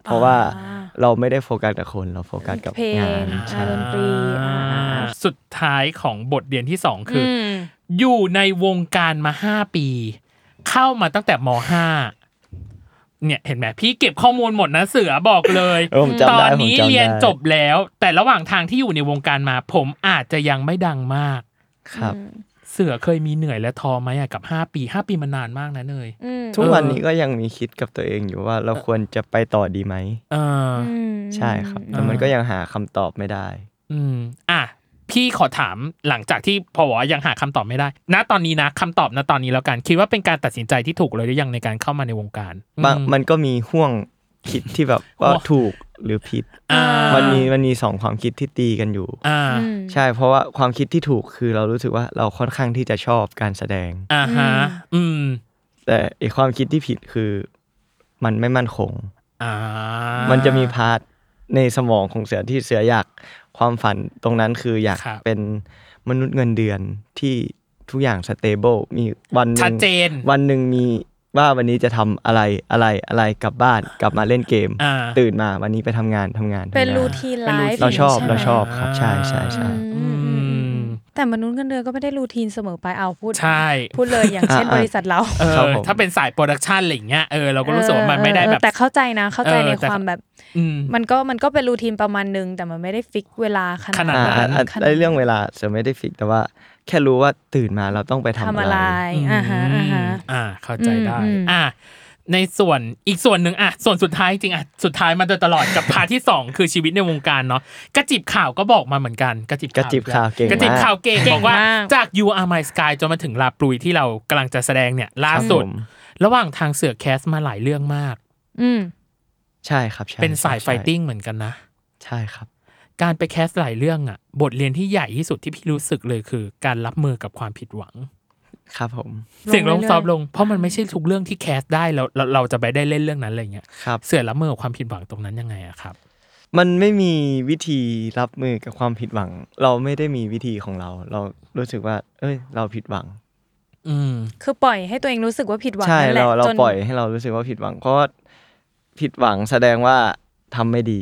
D: เพราะว่า
C: อ่า
D: เราไม่ได้โฟกัสกับคนเราโฟกัสกับ
C: เพล
D: งาง นใช่
C: อ่าดนตรีอ่าอ่าอ่า
B: สุดท้ายของบทเรียนที่สองคืออ
C: ม
B: อยู่ในวงการมาห้าปี เข้ามาตั้งแต่มห้าเนี่ยเห็นไหมพี่เก็บข้อมูลหมดนะเสือบอกเลย
D: เออผมจำ
B: ต
D: ได้
B: อน
D: ผม
B: นี้
D: จำได้
B: เรียนจบแล้ว แต่ระหว่างทางที่อยู่ในวงการมา ผมอาจจะยังไม่ดังมาก
D: ครับ
B: เสือเคยมีเหนื่อยและท้อไหมอะกับห้าปีห้าปีมันนานมากนะเนย
C: อืม
D: ทุก
B: เออ
D: วันนี้ก็ยังมีคิดกับตัวเองอยู่ว่าเราควรจะไปต่อดีไหม
B: เอออ
C: อืม
D: ใช่ครับแต่
B: อืม
D: มันก็ยังหาคำตอบไม่ได้
B: อืมอ่ะพี่ขอถามหลังจากที่พอวยังหาคำตอบไม่ได้ณตอนนี้นะคำตอบณตอนนี้แล้วกันคิดว่าเป็นการตัดสินใจที่ถูกเลยหรือยังในการเข้ามาในวงการ
D: บาง
B: อื
D: มันก็มีห่วงคิดที่แบบว่า
B: ห่วง
D: ถูกหรือผิด
B: อ่า
D: มันมีมันมีสองความคิดที่ตีกันอยู่
B: อ่า
C: อืม
D: ใช่เพราะว่าความคิดที่ถูกคือเรารู้สึกว่าเราค่อนข้างที่จะชอบการแสดง
B: อ่าฮะอืม
D: แต่อีกความคิดที่ผิดคือมันไม่มั่นคง
B: อ่ามั
D: มันจะมีพาร์ทในสมองของเสือที่เสืออยากความฝันตรงนั้นคืออยาก
B: ครับ
D: เป็นมนุษย์เงินเดือนที่ทุกอย่างสเตเบิลมีวันห
B: ชั
D: นึ่
B: ด
D: ง
B: เจน
D: วันหนึ่งมีว่าวันนี้จะทำอะไรอะไรอะไรกลับบ้านกลับมาเล่นเกม
B: อ่า
D: ตื่นมาวันนี้ไปทำงานทำงานทำงาน
C: เป็นรูทีนไลฟ์
D: เราชอบ
C: ย่งนี้
D: เรา
C: ใไหม
D: ชอบครับใช่ใช่ใช่
C: อืมอืมอืมแต่มนุษย์เงินเดือนก็ไม่ได้รูทีนเสมอไปเอาพูด
B: ใช่
C: พูดเลยอย่างเช่น
D: อ่าอ่า
C: บริษัทเรา
B: เอ
D: ครับ
B: อ
D: ผม
B: ถ้าเป็นสายโปรดักชันอะไรอย่างเงี้ยเออเราก็รู้สึกว่ามันไม่ได้แบบ
C: เออแต่เข้าใจนะเข้าใจ
B: เออ
C: ใน
B: แต่
C: ความแบบ
B: อืม
C: มันก็มันก็เป็นรูทีนประมาณนึงแต่มันไม่ได้ฟิกเวลาข
B: ข
C: นา
B: นา
C: ด
B: ด
D: อ่า
C: นั้น
D: อ่า
C: ขนาด
D: ไอเรื่องเวลาเสือไม่ได้ฟิกแต่ว่า แค่รู้ว่าตื่นมาเราต้องไปทำ
C: ทำ
D: อะ
C: อะไร
D: ไร
C: อ่าฮะอ่าฮะ
B: อ่าเข้าใจได้
C: อืมอืม
B: อ่า ในส่วนอีกส่วนหนึ่งอ่ะส่วนสุดท้ายจริงอ่ะสุดท้ายมาโดยตลอดกับ พาร์ทที่สองคือชีวิตในวงการเนาะกระจิบข่าวก็บอกมาเหมือนกันกระจิบ
D: กระจิบข่าวเก่งมาก
B: กระจิบข่าวเก่งบอกว่า
C: มาก
B: จาก You Are My Sky จนมาถึงลาปลุยที่เรากำลังจะแสดงเนี่ยล่าสุด
D: ผม
B: ระหว่างทางเสือกแคสมาหลายเรื่องมาก
C: อืม
D: ใช่ครับใช่
B: เป็นสาย
D: ใช่
B: ไฟติ้งเหมือนกันนะ
D: ใช่ครับ
B: การไปแคสหลายเรื่องอ่ะ บทเรียนที่ใหญ่ที่สุดที่พี่รู้สึกเลยคือ การรับมือกับความผิดหวัง
D: ครับผม
B: เสียงลงซอฟต์ล
C: เรื่ย
B: ง เพราะมันไม่ใช่ทุกเรื่องที่แคสได้แล้วเราเราจะไปได้เล่นเรื่องนั้นอะไรเงี้ย
D: ครับ
B: เสือละเมอความผิดหวังตรงนั้นยังไงอะครับ
D: มันไม่มีวิธีรับมือกับความผิดหวัง เราไม่ได้มีวิธีของเรา เรารู้สึกว่า เอ้ย เราผิดหวัง
B: อืม
C: ๆคือปล่อยให้ตัวเองรู้สึกว่าผิดหวัง
D: ใช่
C: นั่นแหละ
D: เราเรา
C: จน
D: ปล่อยให้เรารู้สึกว่าผิดหวัง เพราะว่าผิดหวังแสดงว่าทำไม่ดี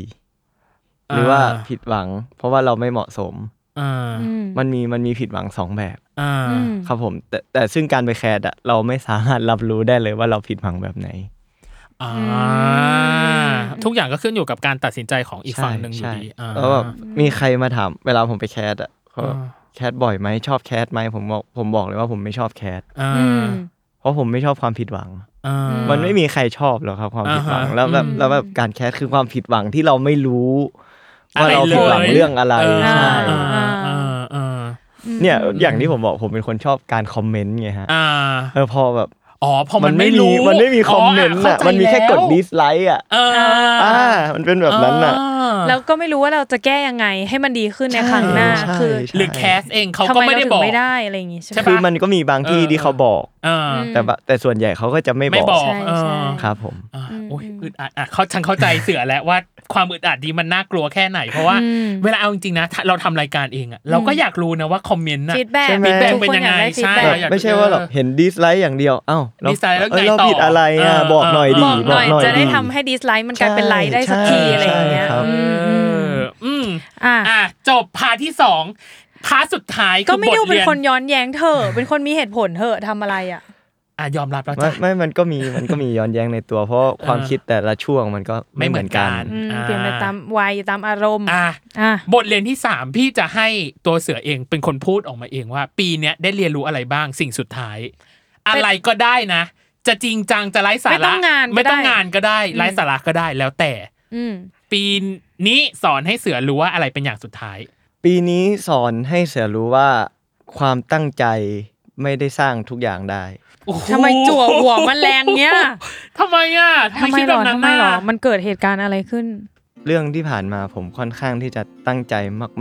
D: หรือว่า
B: อ่า
D: ผิดหวัง เพราะว่าเราไม่เหมาะสม
B: อ่า
C: อืม
D: มันมีมันมีผิดหวังสองแบบ
B: อ่า
C: อืม
D: ครับผม แต่แต่ซึ่งการไปแคร์อะเราไม่สามารถรับรู้ได้เลยว่าเราผิดหวังแบบไหน
B: อ่า ทุกอย่างก็ขึ้นอยู่กับการตัดสินใจของอีกฝั่งหนึ่งอยู่
D: ใช่
B: ดี
D: ใช่
B: อ่า
D: แล้วแบบมีใครมาถามเวลาผมไปแคสอะเขา
B: อ่า
D: แคสบ่อยไหมชอบแคสไหมผมบอกผมบอกเลยว่าผมไม่ชอบแคส
B: อ่า
C: อืม
D: ราะผมไม่ชอบความผิดหวัง
B: อ่า
D: มันไม่มีใครชอบหรอกครับความผิดหวัง
B: อ่าฮะ
D: แล้วแบบ
B: อืม
D: แล้วแบบการแคสคือความผิดหวังที่เราไม่รู้ว่าเรา
B: อะไรเลย
D: ผิดหวังเรื่องอะไร
B: เออ
D: ใช่
B: อ่าอ่าอ่า
D: เนี่ยอย่างที่ผมบอกผมเป็นคนชอบการคอมเมนต์ไงฮะ
B: อ่า
D: เออพอแบบ
B: อ๋อพอมันไม่รู้
D: มันไม่มีคอมเมนต์
B: เข้า
D: อ่ะ
B: ใจ
D: มันมีแค่กด
B: ล้ว
D: ดิสไลค์อ่ะ
B: อ่า
D: อ่า มันเป็นแบบนั้นอ่ะ
B: แล้
C: แล้ว วก็ไม่รู้ว่าเราจะแก้ยังไงให้มันดีขึ้นในครั้งหน้า
D: ใช่
C: คือ
D: ใช่
B: หรือแคสเองเขา
C: ทำ
B: ก็
C: ไม
B: ไม่
C: เรา
B: ได้
C: ถึ
B: บอง ก
C: ไม่ได้อะไรอย่างงี้ใช่
B: ใช่
C: ไหม
D: คือ
B: ปะ
D: มันก็มีบางที่ที่เขาบอก
B: อ่า
C: อืม
D: แต่ว่าแต่ส่วนใหญ่เขาก็จะไม่
B: ไม่
D: บอ
B: บอก
D: ก
C: ใช่
B: เอ
C: ใช่
B: อ
D: ครับผม
B: อ่ะ
C: อืม
B: โอ้ย
C: อืม
B: อึดอัดอ่ะเขาฉันเข้าใจเสือแล้วว่าความอึดอัดดีมันน่ากลัวแค่ไหน เพราะว่า
C: อืม
B: เวลาเอาจริงๆนะถ้าเราทำรายการเองอ่ะเราก็อยากรู้นะว่าคอมเมนต์น่ะ
C: ฟีดแบ็ก
D: ใช่ไหม
B: feedback
C: ทุกคนอยากได้ฟีด
B: ใช่
C: แบ็ก
D: แบบ
B: อยาก
D: ไม่ใช่ว่าแบบเห็นดิสไลค์อย่างเดียว เอ้าเรา
B: dislike แล้วไง
D: เอ้ยเรา
B: ต่อ
D: ผิดอะไรอ่ะ
B: เออ
D: บอกหน่อยดี
C: บอกหน่อยจะได้
D: ดี
C: ทำให้ดิสไลค์มันกลายเป็นไลค์ได้สักที
D: ใช่
C: อะไรอย่างเงี้ย
D: ใช่ครับ
B: เอ
C: อืมอืม
B: ออืม
C: อ่ะ
B: อ่ะจบพาร์ทที่สองพาร์ทสุดท้าย
C: ก็
B: คือ
C: ไม่ดู
B: บท
C: เป็น
B: รีย
C: คนย้อนแย้งเธอะเป็นคนมีเหตุผลเธอะทำอะไรอ่ะ
B: อ่ะยอมรับแล้ว
D: ไม่
B: จ้ะ
D: ไม่มันก็มีมันก็มีย้อนแย้งในตัว เพราะความคิดแต่ละช่วงมันก็ไม่เหมือนกัน
B: ไม่เหมือนกัน
C: อืม
B: อ่า
C: เปลี่ยนไปตามวัยตามอารมณ์
B: อ่ะ
C: อ่ะ
B: บทเรียนที่สามพี่จะให้ตัวเสือเองเป็นคนพูดออกมาเองว่า ปีเนี้ยได้เรียนรู้อะไรบ้างสิ่งสุดท้าย อะไรก็ได้นะ จะจริงจังจะไร้สาระ
C: ไม่ต้องงาน
B: ไม่ต้องงาน
C: ก็
B: ก็ได้ไร้สาระก็ได้แล้วแต่
C: อืม
B: ปีนี้สอนให้เสือรู้ว่าอะไรเป็นอย่างสุดท้าย
D: ปีนี้สอนให้เสือรู้ว่าความตั้งใจไม่ได้สร้างทุกอย่างได้
C: ทำไมจั่วหัวมันแรงเงี้ย
B: ทำไมอ่ะทำ
C: ทำ
B: ไม
C: ไม
B: คิด
C: หร
B: แบ
C: อบ
B: นั้น
C: ทำไม
B: น่ะ
C: หรอมันเกิดเหตุการณ์อะไรขึ้น
D: เรื่องที่ผ่านมาผมค่อนข้างที่จะตั้งใจ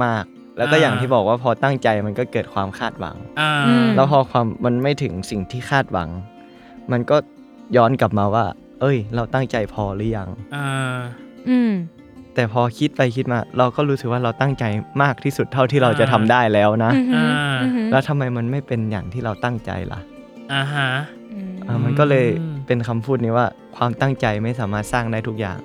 D: มาก ๆ แล้วก็อย่างที่บอกว่าพอตั้งใจมันก็เกิดความคาดหวัง
B: อ่า
C: อืม
D: แล้วพอความมันไม่ถึงสิ่งที่คาดหวัง มันก็ย้อนกลับมาว่า เอ้ย เราตั้งใจพอหรือยัง
B: อ่า
C: อืม
D: แต่พอคิดไปคิดมา เราก็รู้สึกว่าเราตั้งใจมากที่สุดเท่าที่เราจะทำได้แล้วนะ
C: อือหืออือหือ
D: แล้วทำไมมันไม่เป็นอย่างที่เราตั้งใจล่ะ
B: อ่าฮะ
C: อืม
D: อ่ะมันก็เลย
B: อืม
D: เป็นคำพูดนี้ว่า ความตั้งใจไม่สามารถสร้างได้ทุกอย่าง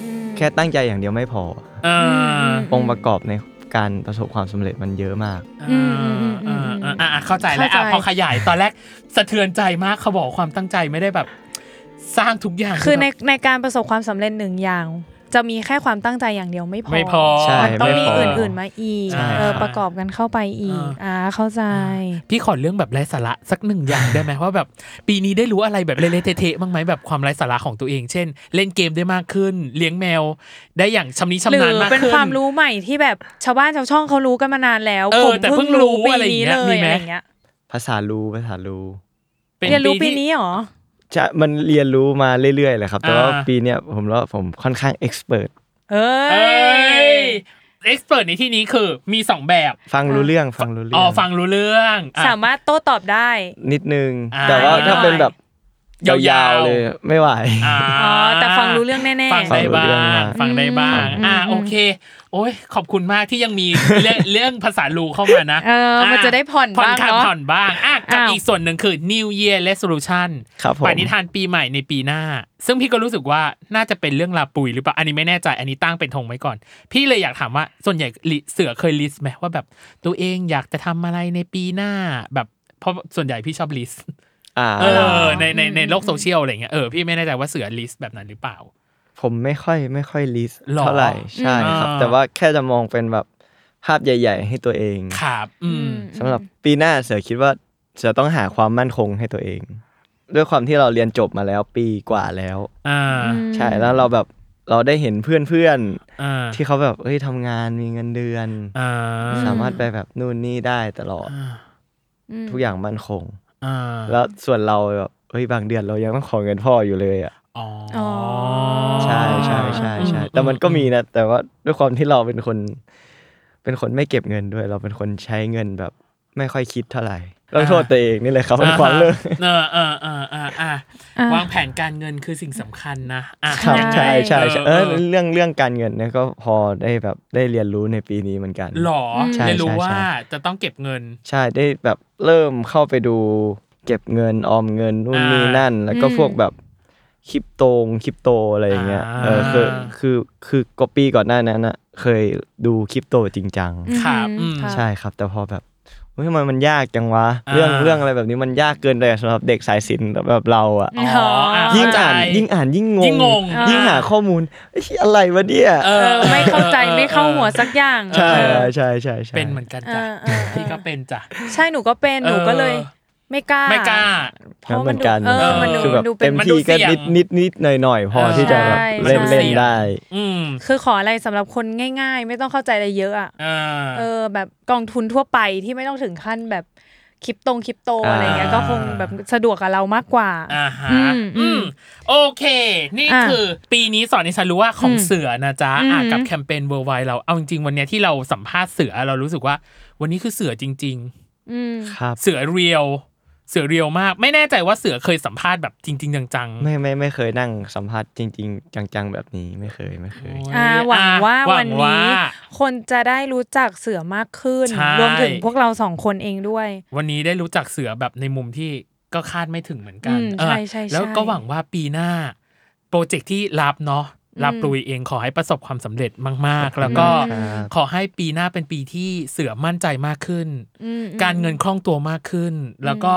C: อืม
D: แค่ตั้งใจอย่างเดียวไม่พอ
B: อ่า
C: อืม
D: องค์ประกอบในการประสบความสำเร็จมันเยอะมาก
C: อืมอืมอืมอืม
B: อ่าอ่าอ่าเข้าใจแล้วอ่ะ
C: เข้าใจ
B: พอขยายตอนแรกสะเทือนใจมากเขาบอกความตั้งใจไม่ได้แบบ สร้างทุกอย่าง
C: คือใน
B: แบบ
C: ในการประสบความสำเร็จหนึ่งอย่าง จะมีแค่ความตั้งใจอย่างเดียวไม่พอ
B: ไม่พอ
D: ใช่
C: มันต้องมี
D: ไม่พอ
C: อ
D: อื่
C: ื่นๆมาอีก
D: ใช่
C: เออประกอบกันเข้าไปอีก อ่าเข้าใจ
B: พี่ขอเรื่องแบบไร้สาระสักหนึ่งอย่างได้ไหมว่าแบบ ปีนี้ได้รู้อะไรแบบเละๆเทะๆบ้างไหมแบบความไร้สาระของตัวเอง เช่น เล่นเกมได้มากขึ้น เลี้ยงแมว ได้อย่างชำนิ
C: หรื
B: ชำนาญมาก
C: เป็น
B: ขึ้น
C: ความรู้ใหม่ที่แบบชาวบ้านชาวช่องเขารู้กันมานานแล้ว
B: เออ
C: ผม
B: แต่เพิ่
C: เพิ่
B: ง
C: ง
B: รู้
C: รู้ปี
B: อะไรอย่าง
C: นี้
B: เงี้ย
C: เล
B: มี
C: ย
B: ไหม
C: อะไรอย่างเงี้ย
D: ภาษารู้ภาษารู้
B: ป็
C: เรียนรู้ปี
B: ที่
C: นี้เหรอ
D: จะมันเรียนรู้มาเรื่อยๆเลยครับ แต่ว่า
B: อ่า
D: ปีเนี้ยผมว่าผมค่อนข้างเอ็กซ์เพรส
C: เอ้
B: เอ้
C: ย
B: ยเอ็กซ์เพรสในที่นี้คือมีสองแบบ
D: ฟังรู้เรื่องฟังรู้เรื่
B: อ๋
D: อ
B: อง ฟังรู้เรื่องอ่ะ
C: สามารถโต้ตอบได้
D: นิดนึง
B: อ่า
D: แต่ว่าถ้าเป็นแบบ
B: ยาย
D: าว ว
B: ๆ
D: ๆเลยไม่ไหว
B: า
C: อ๋อ แต่ฟังรู้เรื่องแน่
B: ฟังได้บ้า
D: ฟังรู้เรื่อง ง
B: ฟังได้บ้าง
C: อืม
B: อ่า
C: อืม
B: โอเค โอ้ยขอบคุณมากที่ยังมีเรื่อง เรื่องภาษาลูเข้ามานะ
C: เออ มันจะได้ผ่อน
B: ผ่อน
C: บ้าง
B: คลาย
C: เนาะ
B: ผ่อนบ้างอ่ะกับ
C: อ้าว
B: อีกส่วนหนึ่งคือ New Year Resolution
D: ครับผม
B: ปณิธานปีใหม่ในปีหน้า ซึ่งพี่ก็รู้สึกว่าน่าจะเป็นเรื่องลาปุยหรือเปล่า อันนี้ไม่แน่ใจ อันนี้ตั้งเป็นธงไว้ก่อน พี่เลยอยากถามว่า ส่วนใหญ่ลิเสือเคยลิสต์ไหมว่าแบบ ตัวเองอยากจะทำอะไรในปีหน้า แบบเพราะส่วนใหญ่พี่ชอบลิสต์
D: อ่า
B: เออในในในโลกโซเชียลอะไรเงี้ยเออพี่ไม่แน่ใจว่าเสือลิสต์แบบนั้นหรือเปล่า
D: ผมไม่ค่อยไม่ค่อยลิสต์
B: หรอ
D: เท่าไหร่ใช่ครับ
B: อืม
D: แต่ว่าแค่จะมองเป็นแบบภาพใหญ่ ๆ ให้ตัวเอง
B: ครับอืม
D: สำหรับปีหน้าเสือคิดว่าเสือต้องหาความมั่นคงให้ตัวเอง ด้วยความที่เราเรียนจบมาแล้วปีกว่าแล้ว
B: อ่า
D: ใช่แล้วเราแบบเราได้เห็นเพื่อน
B: อ่า
D: ๆ ที่เขาแบบเอ้ยทำงานมีเงินเดือน
B: อ่า
D: สามารถไปแบบนู่นนี่ได้ตลอดทุกอย่างมั่นคง
B: อ่า
D: แล้วส่วนเราแบบเฮ้ยบางเดือนเรายังต้องขอเงินพ่ออยู่เลยอ่ะ
B: อ๋อ
C: อ
D: ใช่ใช่ใช่ใช่แต่มันก็มีนะ แต่ว่าด้วยความที่เราเป็นคน เป็นคนไม่เก็บเงินด้วย เราเป็นคนใช้เงินแบบ ไม่ค่อยคิดเท่าไหร่ต้องโทษตัวเองนี่เลยครับเป็นความเลิก
B: เออเออเออเอออ่ะ
C: อ่ะ
B: วางแผนการเงินคือสิ่งสำคัญนะอ่ะ
D: ครับ
B: ยังไง
D: ใช่ใช่ใช่เออ
B: เออ
D: เรื่องเรื่องการเงินเนี่ยก็พอได้แบบได้เรียนรู้ในปีนี้เหมือนกัน
B: หรอ
D: ใช่
B: เรียนรู้
D: ใช่
B: ว่า
D: ใช่
B: จะต้องเก็บเงิน
D: ใช่ได้แบบเริ่มเข้าไปดูเก็บเงินออมเงินนู่นนี่
B: อ่านั่
D: นั่น แล้วก็
C: อืม
D: พวกแบบคริปโตงคริปโตอะไรอย่างเงี้ย
B: อ่า
D: เออคือคือคือกว่าปีก่อนหน้านั้นนะเคยดูคริปโตจริงจัง
B: ครับอืม
D: ใช่ครับแต่พอแบบเฮ้ยทำไมมันยากจังวะ
B: อ่า
D: เรื่องเรื่องอะไรแบบนี้มันยากเกินไปสำหรับเด็กสายศิลป์แบบเราอ่ะ
B: อ๋ออ่ะ
D: ยิ่ง
B: เข้ใจ
D: อ่านยิ่งอ่านยิ่งงง
B: ยิ่งงง
D: ยิ่งหาข้อมูลเอ้ยอะไรวะเนี่ย
B: เอ
C: เอ
B: อ
C: อ ไม่เข้าใจไม่เข้าหัวสักอย่าง
D: ใช่
B: เออ
D: ใช่ใช่ใช่
B: เป็นเหมือนกัน
C: เอ
B: จ้ะ
C: อเออเอ
B: พี่
C: อ
B: ก็เป็นจ้ะ
C: ใช่หนูก็เป็นหนูก็เลย ไม่กล้า
B: ไม่กล้า
C: เพราะมัน
D: เหมือน
C: ดู
D: กัน
C: เออมันดู
D: คือแบ
C: มั
D: บ
C: นดูเป็
D: เต็
C: น
D: ม
B: มันดู
D: ที่ก็
B: เสี่ยง
D: นิดนิดนิดหน่อยหน่อยๆ พอ
B: เออ
D: ที่จะแบบ
C: ใช่
D: เล่น
B: มันดู
D: เล่น
B: เสี่ยง
D: ได้
B: อืม
C: คือขออะไรสำหรับคนง่าย ๆ ไม่ต้องเข้าใจอะไรเยอะอ่ะ
B: อ่า
C: เออแบบกองทุนทั่วไปที่ไม่ต้องถึงขั้นแบบคริปตงคริปโตอะไรเงี้ย
B: อ่า
C: ก็คงแบบสะดวกกับเรามากกว่า
B: อ่าฮะ
C: อืมอื
B: อืม
C: ม
B: โอเค นี่
C: อ่ะ
B: คือปีนี้สอนให้ฉันรู้ว่าของ
C: อืม
B: เสือนะจ๊ะอ่ะ
C: อืม
B: กับแคมเปญเวอร์ไวเราเอาจริงๆวันเนี้ยที่เราสัมภาษณ์เสือเรารู้สึกว่า วันนี้คือเสือจริง ๆ
C: อืม
D: ครับ
B: เสือเรียว เสือเรียวมาก ไม่แน่ใจว่าเสือเคยสัมภาษณ์แบบจริง ๆ จังๆ
D: ไม่ไม่ไม่เคยนั่งสัมภาษณ์จริง ๆ จังๆ แบบนี้ไม่เคยไม่เคย
B: โย
C: อ่าหวังว่า
B: อ่ะห
C: วัน
B: ว่า
C: นี้คนจะได้รู้จักเสือมากขึ้น
B: ใช่
C: รวมถึงพวกเราสองคนเองด้วย
B: วันนี้ได้รู้จักเสือแบบในมุมที่ก็คาดไม่ถึงเหมือนกัน
C: อืม
B: เออ
C: ใช่ใช่ใช่
B: แล้วก็หวังว่าปีหน้า โปรเจกต์ที่รับเนาะรับ
C: อืม
B: ลุยเองขอให้ประสบความสำเร็จมาก ๆ แล้วก็
C: อืม
B: ขอให้ปีหน้าเป็นปีที่เสือมั่นใจมากขึ้น
C: อืมอืม
B: การเงินคล่องตัวมากขึ้น แล้วก็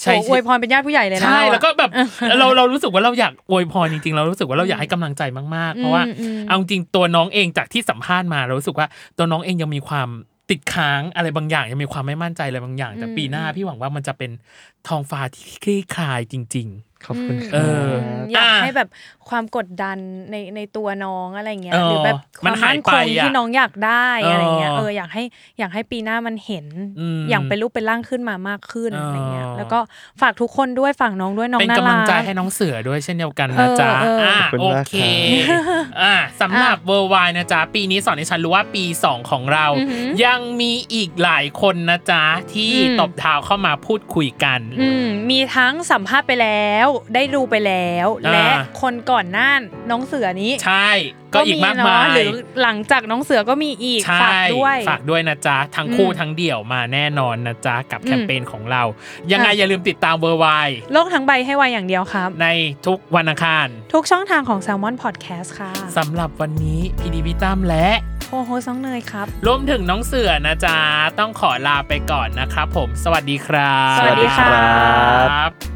B: ใช้
C: โอ้อ
B: ชี
C: ว
B: วิ
C: ย
B: ต
C: พรเป็นญาติผู้ใหญ่เลยนะ
B: ใช่
C: เราอะ
B: แล้วก็ แบบเราเรารู้สึกว่าเราอยากอวยพรจริงๆ เรารู้สึกว่าเราอยากให้กำลังใจมากๆ เพราะว่า
C: อืม
B: เอาจริงตัวน้องเองจากที่สัมภาษณ์มาเรารู้สึกว่าตัวน้องเองยังมีความติดค้างอะไรบางอย่างยังมีความไม่มั่นใจอะไรบางอย่างแต่ปีหน้าพี่หวังว่ามันจะเป็นทองฟ้าที่คลี่คลายจริง
D: ขอบคุณค
B: เอ
D: รับ
B: อ
C: มอยาก
B: อ่ะ
C: ให้แบบความกดดันในในตัวน้องอะไรเงี้ย
B: เออ
C: หรือแบบค
B: มัน
C: วาม
B: หาย
C: มั่นคง
B: ไปอะ
C: ที่น้องอยากได้
B: เอออ
C: อะไรเงี้ยเอออยากให้อยากให้ปีหน้ามันเห็น
B: อืม
C: อย่างเป็นรูปเป็นร่างขึ้นมามากขึ้น
B: เอออ
C: อะไรเงี้ยแล้วก็ฝากทุกคนด้วยฝากน้องด้วยน้อ
B: ๆ
C: ง
B: เป็
C: น่าก
B: นำลังใจ
C: รัก
B: ให้น้องเสือด้วยเช่นเดียวกันนะจ๊ะ
C: เออเอออ่
B: ่า
D: ขอบคุณ
B: โอ
D: มาก
B: เค
D: ครับ
B: อ่าสำหรับเวอร์ไวนะจ๊ะปีนี้สอนให้ฉันรู้ว่าปี 2 ของเรา
C: อือหือ
B: ยังมีอีกหลายคนนะจ๊ะที่ตบเท้าเข้ามาพูดคุยกัน
C: อืมมีทั้งสัมภาษณ์ไปแล้ว ได้ดูไปแล้ว
B: อ่า
C: และคนก่อนหน้าน้องเสือนี้
B: ใช่ก็อีกมากมาย
C: เนะหรือหลังจากน้องเสือก็มีอีก
B: ใช่
C: ฝากด้วย
B: ฝากด้วยนะจ๊ะ ทั้งคู่
C: อืม
B: ทั้งเดี่ยวมาแน่นอนนะจ๊ะ กับ
C: อืม
B: แคมเปญของเรา ยังไง
C: ค่ะ
B: อย่าลืมติดตามเวอร์ไว
C: โลกทั้งใบให้ไวอย่างเดียวครับ
B: ในทุกวันอังคาร
C: ทุกช่องทางของ s ซ l m o n Podcast ค่ะ
B: สำหรับวันนี้พีดีพิตามและ
C: โอ้โหน้องเนยครับ
B: รวมถึงน้องเสือนะจ๊ะ ต้องขอลาไปก่อนนะครับผม สวัสดีครับ
C: สวัสดีครั
D: บ
B: บ